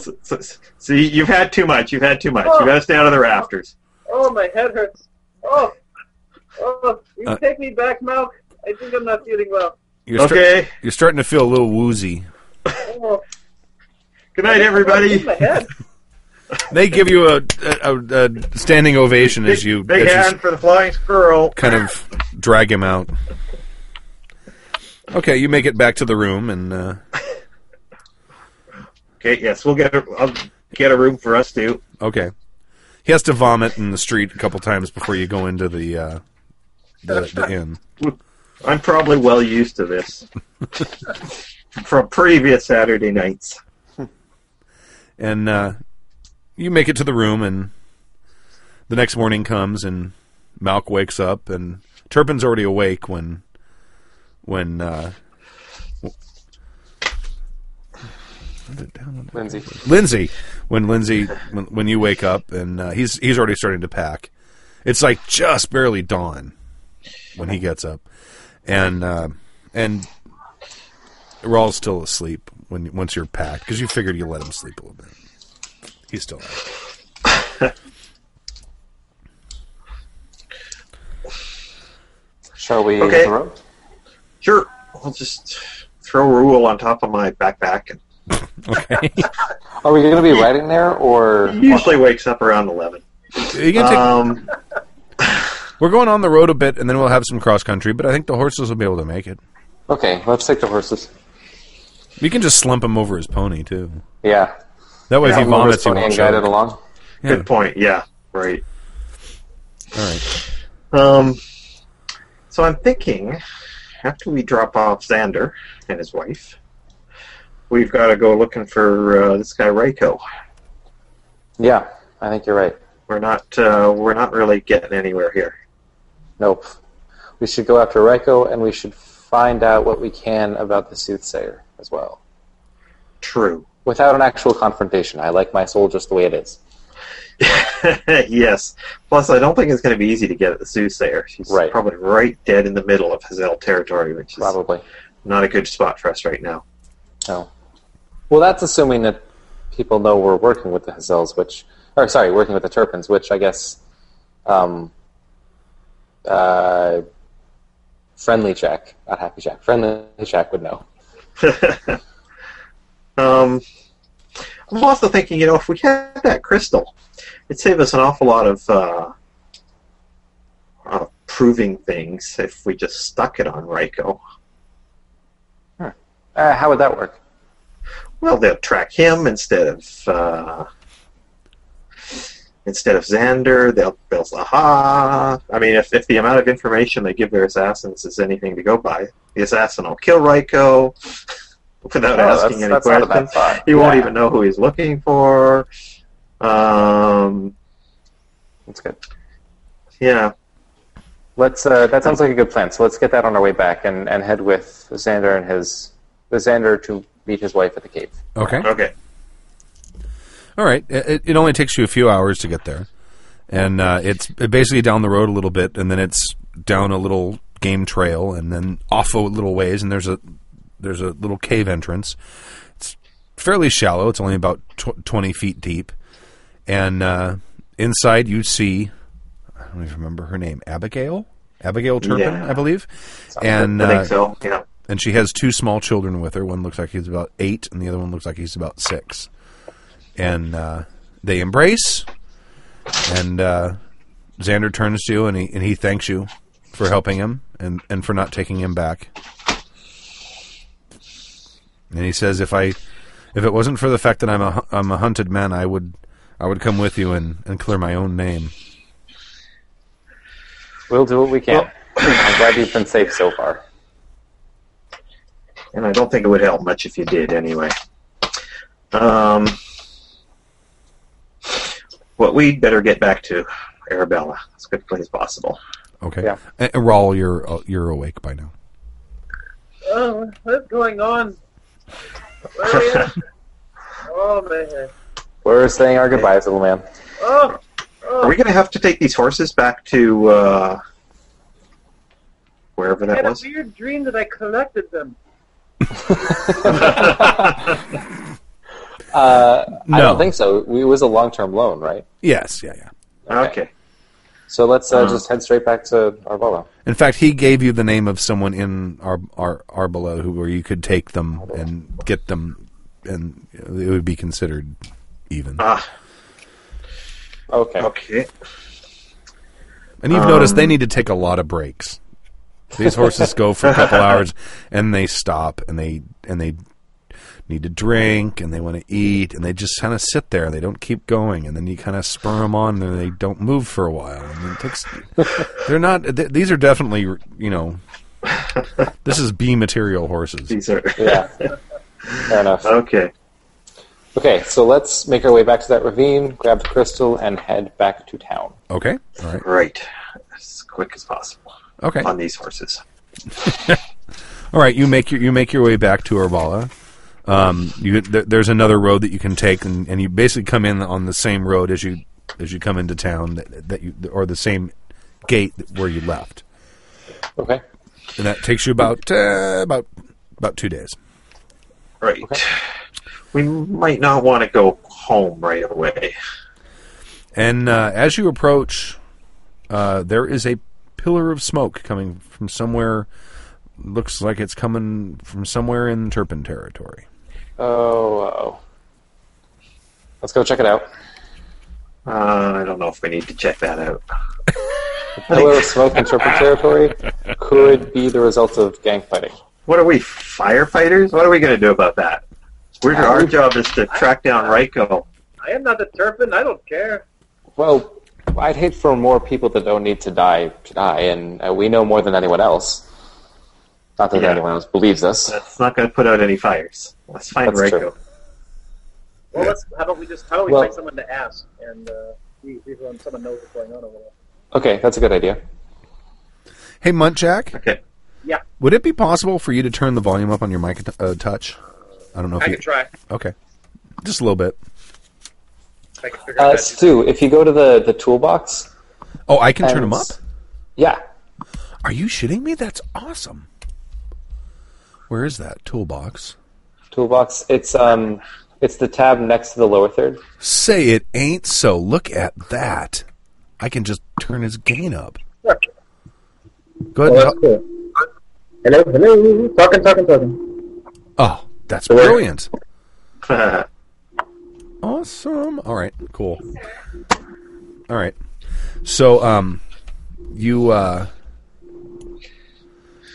Speaker 2: So- so- See, you've had too much. You've had too much.
Speaker 4: Oh.
Speaker 2: You got to stay out of the rafters.
Speaker 4: oh, my head hurts. Oh, oh, you
Speaker 1: Uh,
Speaker 4: take me back, Malk. I think I'm not feeling well.
Speaker 1: You're stra-
Speaker 2: Okay.
Speaker 1: You're starting to feel a little woozy.
Speaker 4: Oh,
Speaker 2: Good night, everybody.
Speaker 4: My head.
Speaker 1: They give you a, a, a, a standing ovation as you,
Speaker 2: Big
Speaker 1: as you
Speaker 2: hand for the flying squirrel.
Speaker 1: kind of drag him out. Okay, you make it back to the room, and uh,
Speaker 2: Okay, yes, we'll get a I'll get a room for us too.
Speaker 1: okay, he has to vomit in the street a couple times before you go into the uh, the, the inn.
Speaker 2: I'm probably well used to this from previous Saturday nights.
Speaker 1: and uh, you make it to the room and the next morning comes and Malk wakes up, and Turpin's already awake when when uh, w- Put it down.
Speaker 3: Lindsay.
Speaker 1: Lindsay, when Lindsay, when, when you wake up, and uh, he's he's already starting to pack. It's like just barely dawn when he gets up, and uh, and Rawl's still asleep when once you're packed because you figured you let him sleep a little bit. He's still up.
Speaker 3: Shall we
Speaker 2: Okay.
Speaker 3: hit the road?
Speaker 2: Sure, I'll just throw Rule on top of my backpack. and
Speaker 1: Okay,
Speaker 3: Are we going to be riding there or
Speaker 2: he Usually wakes up around eleven.
Speaker 1: You can take-
Speaker 2: Um,
Speaker 1: we're going on the road a bit, and then we'll have some cross country. But I think the horses will be able to make it.
Speaker 3: Okay, let's take the horses.
Speaker 1: You can just slump him over his pony too.
Speaker 3: Yeah.
Speaker 1: That way, if he
Speaker 3: I'll move
Speaker 1: vomits,
Speaker 3: his
Speaker 1: he
Speaker 3: pony
Speaker 1: won't
Speaker 3: and
Speaker 1: show.
Speaker 3: guide it
Speaker 1: it. All
Speaker 3: along.
Speaker 1: Yeah.
Speaker 2: Good point. Yeah, right.
Speaker 1: right.
Speaker 2: Um, so I'm thinking after we drop off Xander and his wife, we've got to go looking for uh, this guy Reiko.
Speaker 3: Yeah, I think you're right.
Speaker 2: We're not uh, we're not really getting anywhere here.
Speaker 3: Nope. We should go after Reiko and we should find out what we can about the soothsayer as well.
Speaker 2: True.
Speaker 3: Without an actual confrontation. I like my soul just the way it is.
Speaker 2: yes. Plus, I don't think it's going to be easy to get at the soothsayer. She's
Speaker 3: Right.
Speaker 2: probably right dead in the middle of Hazel territory, which is
Speaker 3: Probably.
Speaker 2: not a good spot for us right now.
Speaker 3: No. Well, that's assuming that people know we're working with the Hazels, which, or sorry, working with the Turpins, which I guess, um, uh, friendly Jack, not happy Jack, friendly Jack would know.
Speaker 2: um, I'm also thinking, you know, if we had that crystal, it'd save us an awful lot of uh, uh, proving things if we just stuck it on Ryko.
Speaker 3: Uh, how would that work?
Speaker 2: Well, they'll track him instead of uh, instead of Xander. They'll they'll aha. I mean, if, if the amount of information they give their assassins is anything to go by, the assassin will kill Ryko without
Speaker 3: Oh,
Speaker 2: asking
Speaker 3: that's,
Speaker 2: any
Speaker 3: that's not a
Speaker 2: questions.
Speaker 3: bad thought.
Speaker 2: He won't
Speaker 3: Yeah,
Speaker 2: even know who he's looking for. Um,
Speaker 3: That's good.
Speaker 2: yeah,
Speaker 3: Let's. Uh, that sounds like a good plan. So let's get that on our way back and, and head with Xander and his with Xander to meet his wife at the cave.
Speaker 1: Okay.
Speaker 2: okay.
Speaker 1: All right. It, it- it only takes you a few hours to get there, and uh, it's basically down the road a little bit, and then it's down a little game trail, and then off a little ways, and there's a there's a little cave entrance. It's fairly shallow. It's only about tw- twenty feet deep, and uh, inside you see I don't even remember her name, Abigail. Abigail Turpin,
Speaker 2: Yeah.
Speaker 1: I believe, and
Speaker 2: I
Speaker 1: uh,
Speaker 2: think so. Yeah.
Speaker 1: and she has two small children with her. One looks like he's about eight, and the other one looks like he's about six. And uh, they embrace, and uh, Xander turns to you and he and he thanks you for helping him and and for not taking him back. And he says, "If I, if it wasn't for the fact that I'm a hu- I'm a hunted man, I would." I would come with you and, and clear my own name.
Speaker 3: We'll do what we can. I'm glad you've been safe so far.
Speaker 2: And I don't think it would help much if you did, anyway. Um, what we'd better get back to Arabella as quickly as possible.
Speaker 1: Okay.
Speaker 3: Yeah.
Speaker 1: And, and Raul, you're uh, you're awake by now.
Speaker 4: Oh, what's going on? Where are you? oh man.
Speaker 3: We're saying our goodbyes, little man.
Speaker 4: Oh, oh.
Speaker 2: Are we going to have to take these horses back to uh, wherever
Speaker 4: I
Speaker 2: that
Speaker 4: had a
Speaker 2: was?
Speaker 4: weird dream that I collected them.
Speaker 3: Uh, I
Speaker 1: No.
Speaker 3: don't think so. We, it was a long-term loan, right?
Speaker 1: Yes. Yeah. Yeah.
Speaker 2: Ah, Okay.
Speaker 3: So let's uh,
Speaker 2: Uh-huh.
Speaker 3: just head straight back to Arbola.
Speaker 1: In fact, he gave you the name of someone in Ar- Ar- Arbela who where you could take them and get them, and it would be considered even.
Speaker 2: Ah,
Speaker 3: Okay.
Speaker 2: okay.
Speaker 1: And you've noticed they
Speaker 2: um,
Speaker 1: need to take a lot of breaks. These horses go for a couple hours, and they stop, and they and they need to drink, and they want to eat, and they just kind of sit there, and they don't keep going, and then you kind of spur them on, and they don't move for a while. And it takes, they're not. Th- these are definitely, you know, this is B material horses.
Speaker 2: These are
Speaker 3: Yeah. Fair enough.
Speaker 2: okay.
Speaker 3: Okay, so let's make our way back to that ravine, grab the crystal, and head back to town.
Speaker 1: Okay, all right.
Speaker 2: Right. as quick as possible
Speaker 1: Okay.
Speaker 2: on these horses.
Speaker 1: All right. You make your you make your way back to Urbala. Um, you, there, there's another road that you can take, and, and you basically come in on the same road as you as you come into town that, that you or the same gate where you left,
Speaker 3: Okay.
Speaker 1: and that takes you about uh, about about two days.
Speaker 2: Right. We might not want to go home right away.
Speaker 1: And uh, as you approach, uh, there is a pillar of smoke coming from somewhere. Looks like it's coming from somewhere in Turpin territory.
Speaker 3: Oh, uh-oh. let's go check it out.
Speaker 2: Uh, I don't know if we need to check that out.
Speaker 3: Pillar of smoke in Serpent territory could be the result of gang fighting.
Speaker 2: What are we, firefighters? What are we going to do about that? We're,
Speaker 3: Uh,
Speaker 2: our job is to track down Ryko.
Speaker 4: I am not a turpin. I don't care.
Speaker 3: Well, I'd hate for more people that don't need to die to die, and uh, we know more than anyone else. Not that
Speaker 2: Yeah.
Speaker 3: anyone else believes us.
Speaker 2: That's not going to put out any fires. Let's find
Speaker 3: That's
Speaker 2: Ryko.
Speaker 3: true.
Speaker 4: Well, let's, how about we just how about we
Speaker 3: Well-
Speaker 4: find someone to ask and uh, see see if someone knows what's going on over there.
Speaker 3: Okay, that's a good idea.
Speaker 1: Hey, Munchak,
Speaker 2: Okay.
Speaker 1: would it be possible for you to turn the volume up on your mic a t- a touch? I don't know if
Speaker 4: I
Speaker 1: you
Speaker 4: can try.
Speaker 1: Okay. Just a little bit.
Speaker 4: If I can figure
Speaker 3: Uh,
Speaker 4: out. how to
Speaker 3: Stu, if you go to the, the toolbox,
Speaker 1: Oh, I can turn
Speaker 3: and-
Speaker 1: them up?
Speaker 3: Yeah,
Speaker 1: Are you shitting me? That's awesome. Where is that toolbox?
Speaker 3: toolbox. It's um, it's the tab next to the lower third.
Speaker 1: Say it ain't so. Look at that. I can just turn his gain up.
Speaker 4: Sure.
Speaker 1: Go ahead. and
Speaker 5: cool. Hello, hello. Talking, talking, talking.
Speaker 1: talk- oh, that's brilliant.
Speaker 2: All
Speaker 1: Awesome. All right. Cool. All right. So, um, you, uh,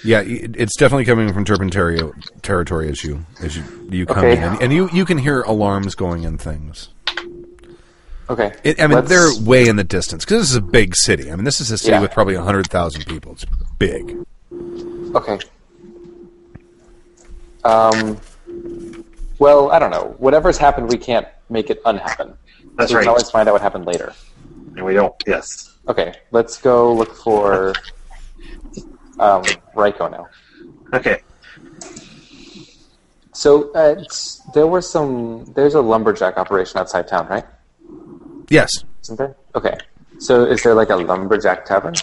Speaker 1: yeah, y- it's definitely coming from Turpin terri- territory as you as you, you come
Speaker 3: Okay.
Speaker 1: in, and, and you you can hear alarms going and things.
Speaker 3: Okay.
Speaker 1: It, I mean,
Speaker 3: Let's-
Speaker 1: they're way in the distance because this is a big city. I mean, this is a city
Speaker 3: Yeah.
Speaker 1: with probably hundred thousand people. It's big.
Speaker 3: Okay. Um, well, I don't know. Whatever's happened, we can't make it unhappen.
Speaker 2: That's
Speaker 3: so We
Speaker 2: right.
Speaker 3: can always find out what happened later.
Speaker 2: And we don't, yes.
Speaker 3: Okay, let's go look for um, Ryko now.
Speaker 2: Okay.
Speaker 3: So uh, it's- there were some. There's a lumberjack operation outside town, right?
Speaker 1: Yes.
Speaker 3: Isn't there? Okay. So is there like a lumberjack tavern?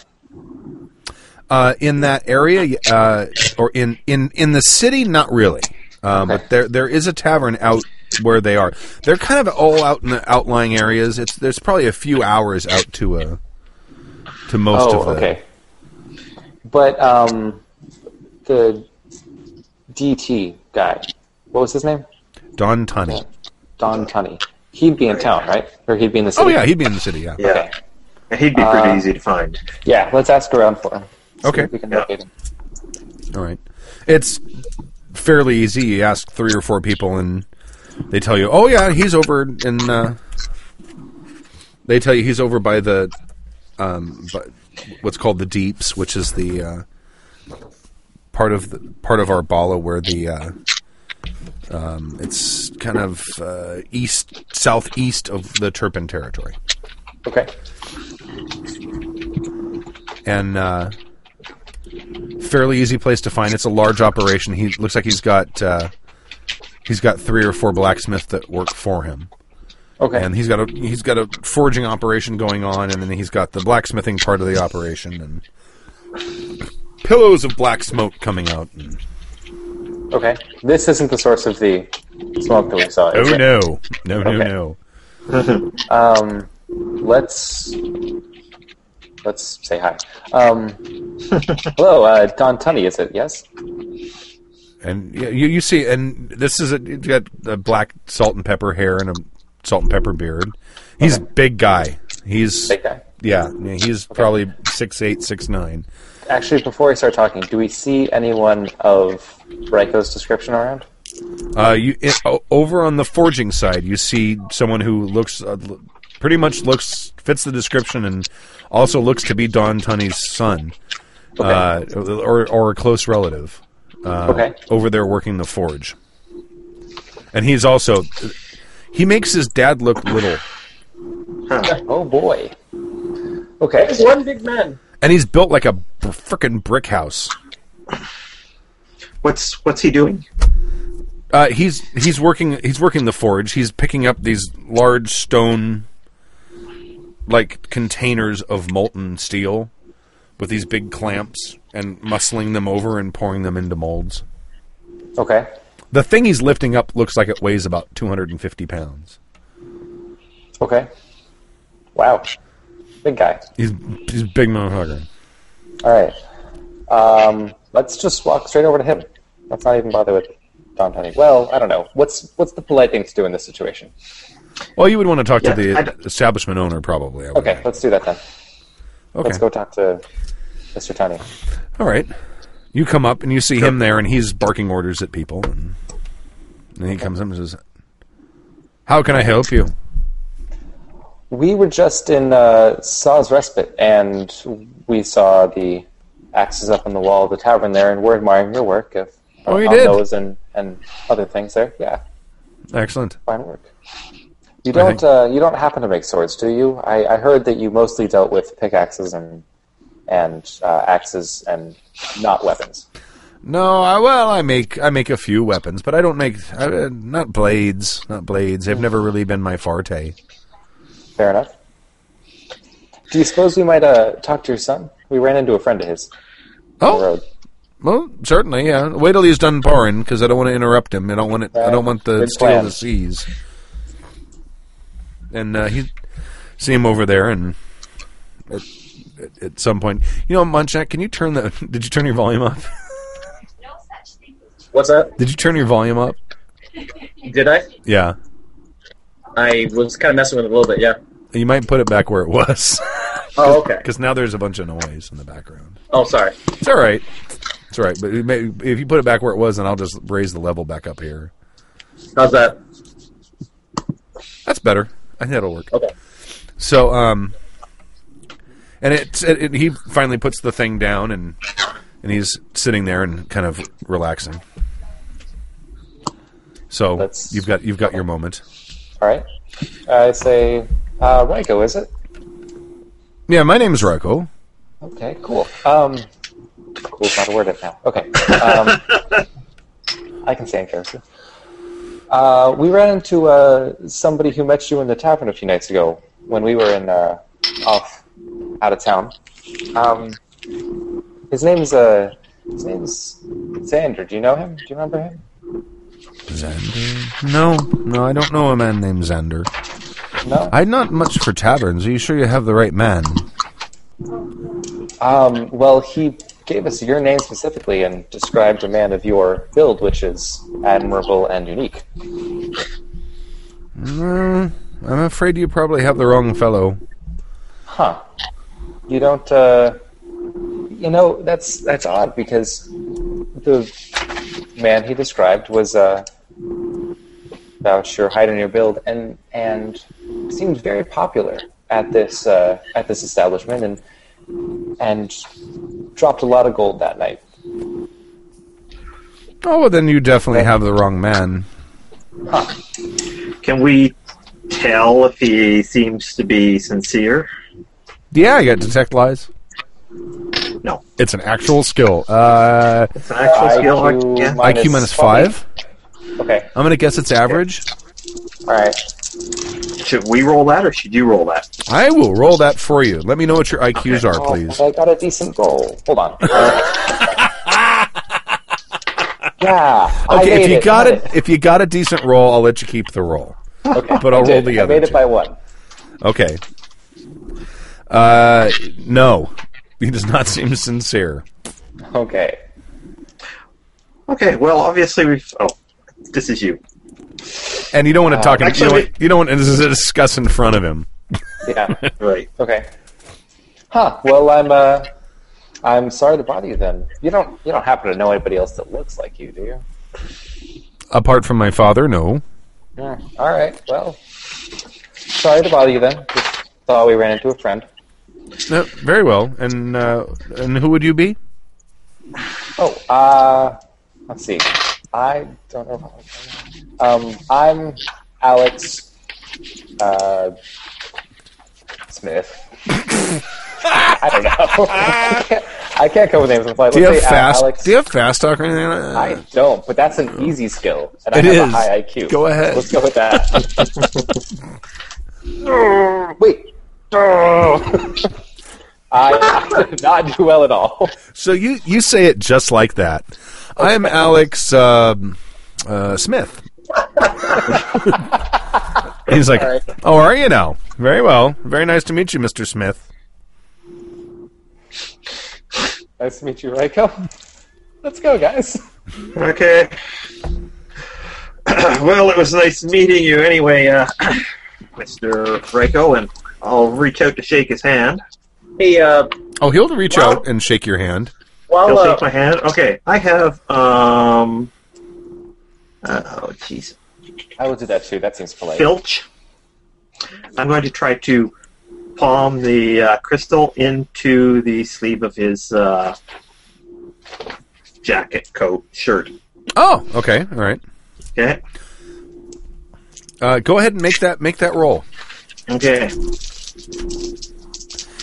Speaker 1: Uh, in that area, uh, or in, in, in the city, not really. Um,
Speaker 3: Okay.
Speaker 1: But there there is a tavern out where they are. They're kind of all out in the outlying areas. It's there's probably a few hours out to uh to most
Speaker 3: oh,
Speaker 1: of the.
Speaker 3: okay. But um, the DT guy, what was his name?
Speaker 1: Don Tunney.
Speaker 3: Don Tunney. He'd be in town, right? Or he'd be in the city.
Speaker 1: Oh yeah, he'd be in the city. Yeah.
Speaker 2: Yeah.
Speaker 3: Okay.
Speaker 2: And he'd be pretty
Speaker 3: Uh,
Speaker 2: easy to find.
Speaker 3: Yeah. Let's ask around for him. See
Speaker 1: Okay.
Speaker 3: if We can
Speaker 2: Yeah.
Speaker 3: locate him.
Speaker 1: All right. It's fairly easy. You ask three or four people, and they tell you, "Oh yeah, he's over." And uh, they tell you he's over by the um, by what's called the deeps, which is the uh, part of the part of Arbala where the uh, um, it's kind of uh, east southeast of the Turpin territory,
Speaker 3: Okay.
Speaker 1: and. Uh, Fairly easy place to find. It's a large operation. He looks like he's got uh, he's got three or four blacksmiths that work for him,
Speaker 3: Okay.
Speaker 1: and he's got a he's got a forging operation going on, and then he's got the blacksmithing part of the operation, and pillows of black smoke coming out. And,
Speaker 3: okay. This isn't the source of the smoke that we saw. is
Speaker 1: oh
Speaker 3: it?
Speaker 1: no, no, no,
Speaker 3: Okay.
Speaker 1: no!
Speaker 3: Um, let's let's say hi. Um, hello, uh, Don Tunney, is it? Yes.
Speaker 1: And yeah, you you see, and this is a he's got a black salt and pepper hair and a salt and pepper beard. He's a big guy. He's
Speaker 3: Big guy.
Speaker 1: yeah, yeah, he's probably six eight, six nine.
Speaker 3: Actually, before we start talking, do we see anyone of Ryko's description around?
Speaker 1: Uh, you it, o- over on the forging side, you see someone who looks uh, l- pretty much looks fits the description and also looks to be Don Tunney's son, uh, or or a close relative. Uh,
Speaker 3: Okay.
Speaker 1: Over there working the forge, and he's also he makes his dad look little.
Speaker 3: Oh boy. Okay.
Speaker 4: He's one big man.
Speaker 1: And he's built like a freaking brick house.
Speaker 2: What's what's he doing?
Speaker 1: Uh, he's he's working he's working the forge. He's picking up these large stone like containers of molten steel with these big clamps and muscling them over and pouring them into molds.
Speaker 3: Okay.
Speaker 1: The thing he's lifting up looks like it weighs about 250 pounds.
Speaker 3: Okay. Wow. Big guy.
Speaker 1: He's he's a big motherfucker.
Speaker 3: All right. Um, let's just walk straight over to him. Let's not even bother with Don Honey. Well, I don't know. What's what's the polite thing to do in this situation?
Speaker 1: Well, you would want to talk
Speaker 2: Yeah,
Speaker 1: to
Speaker 2: I
Speaker 1: the
Speaker 2: don't-
Speaker 1: establishment owner probably. I would
Speaker 3: Okay,
Speaker 1: think.
Speaker 3: let's do that then.
Speaker 1: okay.
Speaker 3: Let's go talk to Mr. Tony.
Speaker 1: All right. You come up and you see him there, and he's barking orders at people. And then he comes up and says, "How can I help you?"
Speaker 3: We were just in uh, Saw's Respite, and we saw the axes up on the wall of the tavern there, and we're admiring your work of
Speaker 1: Oh, you
Speaker 3: on
Speaker 1: did?
Speaker 3: those and, and other things there. Yeah,
Speaker 1: Excellent.
Speaker 3: fine work.
Speaker 1: I
Speaker 3: You don't uh, you don't happen to make swords, do you? I, I heard that you mostly dealt with pickaxes and and uh, axes and not weapons.
Speaker 1: No, I, well, I make I make a few weapons, but I don't make I, uh, not blades, not blades. They've never really been my forte.
Speaker 3: Fair enough. Do you suppose we might uh, talk to your son? We ran into a friend of his on the
Speaker 1: Oh,
Speaker 3: road.
Speaker 1: well, certainly, yeah. Wait till he's done pouring, because I don't want to interrupt him. I don't want it. I don't want the
Speaker 3: Good
Speaker 1: steel
Speaker 3: plan.
Speaker 1: to seize. And uh, he see him over there, and at, at, at some point, you know, Munchak, can you turn the? Did you turn your volume up?
Speaker 6: No such thing as
Speaker 7: What's that?
Speaker 1: Did you turn your volume up?
Speaker 7: Did I?
Speaker 1: Yeah,
Speaker 7: I was kind of messing with it a little bit, yeah.
Speaker 1: you might put it back where it was,
Speaker 7: Oh, okay.
Speaker 1: because now there's a bunch of noise in the background.
Speaker 7: Oh, sorry.
Speaker 1: It's all right. It's all right, but it may, if you put it back where it was, then I'll just raise the level back up here.
Speaker 7: How's that?
Speaker 1: That's better. I think that'll work.
Speaker 7: Okay.
Speaker 1: So, um, and it's it, it, he finally puts the thing down and and he's sitting there and kind of relaxing. So
Speaker 3: That's-
Speaker 1: you've got you've got your moment.
Speaker 3: All right. I say, uh, Ryko, is it?
Speaker 1: Yeah, my name's Ryko.
Speaker 3: Okay, cool. Um, cool's not a word right now. Okay. Um, I can say in character. Uh, we ran into uh, somebody who met you in the tavern a few nights ago when we were in uh, off out of town. Um, his name's uh, his name's Xander. Do you know him? Do you remember him?
Speaker 1: Xander? No, no, I don't know a man named Xander.
Speaker 3: No.
Speaker 1: I'm not much for taverns. Are you sure you have the right man?
Speaker 3: Um, well, he gave us your name specifically and described a man of your build, which is admirable and unique.
Speaker 1: Mm, I'm afraid you probably have the wrong fellow.
Speaker 3: Huh. You don't. Uh, you know that's that's odd because the man he described was uh, about your height and your build, and and seemed very popular at this uh, at this establishment, and and dropped a lot of gold that night.
Speaker 1: Oh, well, then you definitely have the wrong man.
Speaker 2: Can we tell if he seems to be sincere?
Speaker 1: Yeah, I got detect lies.
Speaker 2: No.
Speaker 1: It's an actual skill. Uh,
Speaker 2: It's an actual skill. I
Speaker 3: IQ
Speaker 2: guess.
Speaker 3: Minus
Speaker 1: IQ minus
Speaker 3: 20.
Speaker 1: five.
Speaker 3: Okay.
Speaker 1: I'm going to guess it's average.
Speaker 3: All right.
Speaker 2: Should we roll that or should you roll that?
Speaker 1: I will roll that for you. Let me know what your IQs are,
Speaker 3: Oh,
Speaker 1: please.
Speaker 3: I got a decent goal. Hold on. yeah. I
Speaker 1: Okay, if
Speaker 3: made
Speaker 1: you got
Speaker 3: I
Speaker 1: it, if you got a decent roll, I'll let you keep the roll.
Speaker 3: Okay.
Speaker 1: But I'll
Speaker 3: I
Speaker 1: roll
Speaker 3: did.
Speaker 1: the
Speaker 3: I
Speaker 1: other
Speaker 3: made
Speaker 1: two.
Speaker 3: it by one.
Speaker 1: Okay. Uh, no, he does not seem sincere.
Speaker 3: Okay.
Speaker 2: Okay, well, obviously we've. Oh, this is you.
Speaker 1: And you don't want
Speaker 3: Uh,
Speaker 1: to talk. in- you, don't,
Speaker 2: actually-
Speaker 1: want- you don't want to discuss in front of him.
Speaker 3: Yeah.
Speaker 2: Right.
Speaker 3: Okay. Huh. Well, I'm. Uh, I'm sorry to bother you. Then you don't. You don't happen to know anybody else that looks like you, do you?
Speaker 1: Apart from my father, no.
Speaker 3: Yeah. All right. Well, sorry to bother you. Then just thought we ran into a friend.
Speaker 1: No, very well. And uh, and who would you be?
Speaker 3: Oh, uh, let's see. I don't know. If I, um, I'm Alex uh, Smith. I I don't know. I, can't, I can't come with names on the fly.
Speaker 1: Do you have
Speaker 3: Let's say, uh,
Speaker 1: fast?
Speaker 3: Alex,
Speaker 1: do you have fast talk or anything? Like that?
Speaker 3: I don't, but that's an easy skill, and I
Speaker 1: It
Speaker 3: have a
Speaker 1: is.
Speaker 3: high IQ.
Speaker 1: Go ahead.
Speaker 3: Let's go with that. Wait. I did not do well at all.
Speaker 1: So you you say it just like that. I am Alex um uh, Smith. He's like, "Oh, are you now? Very well. Very nice to meet you, Mister Smith."
Speaker 3: Nice to meet you, Raiko. Let's go, guys.
Speaker 2: Okay. well, it was nice meeting you anyway, uh, Mr. Franco, and I'll reach out to shake his hand.
Speaker 8: Hey, uh,
Speaker 1: Oh, he'll reach
Speaker 8: Well-
Speaker 1: out and shake your hand.
Speaker 8: while
Speaker 2: He'll
Speaker 8: uh,
Speaker 2: shake my hand. Okay, I have, um. Uh, oh, jeez.
Speaker 3: I will do that too. That seems polite.
Speaker 2: Filch. I'm going to try to palm the uh, crystal into the sleeve of his uh, jacket, coat, shirt.
Speaker 1: Oh, okay, all right.
Speaker 2: Okay?
Speaker 1: Uh, go ahead and make that make that roll.
Speaker 2: Okay.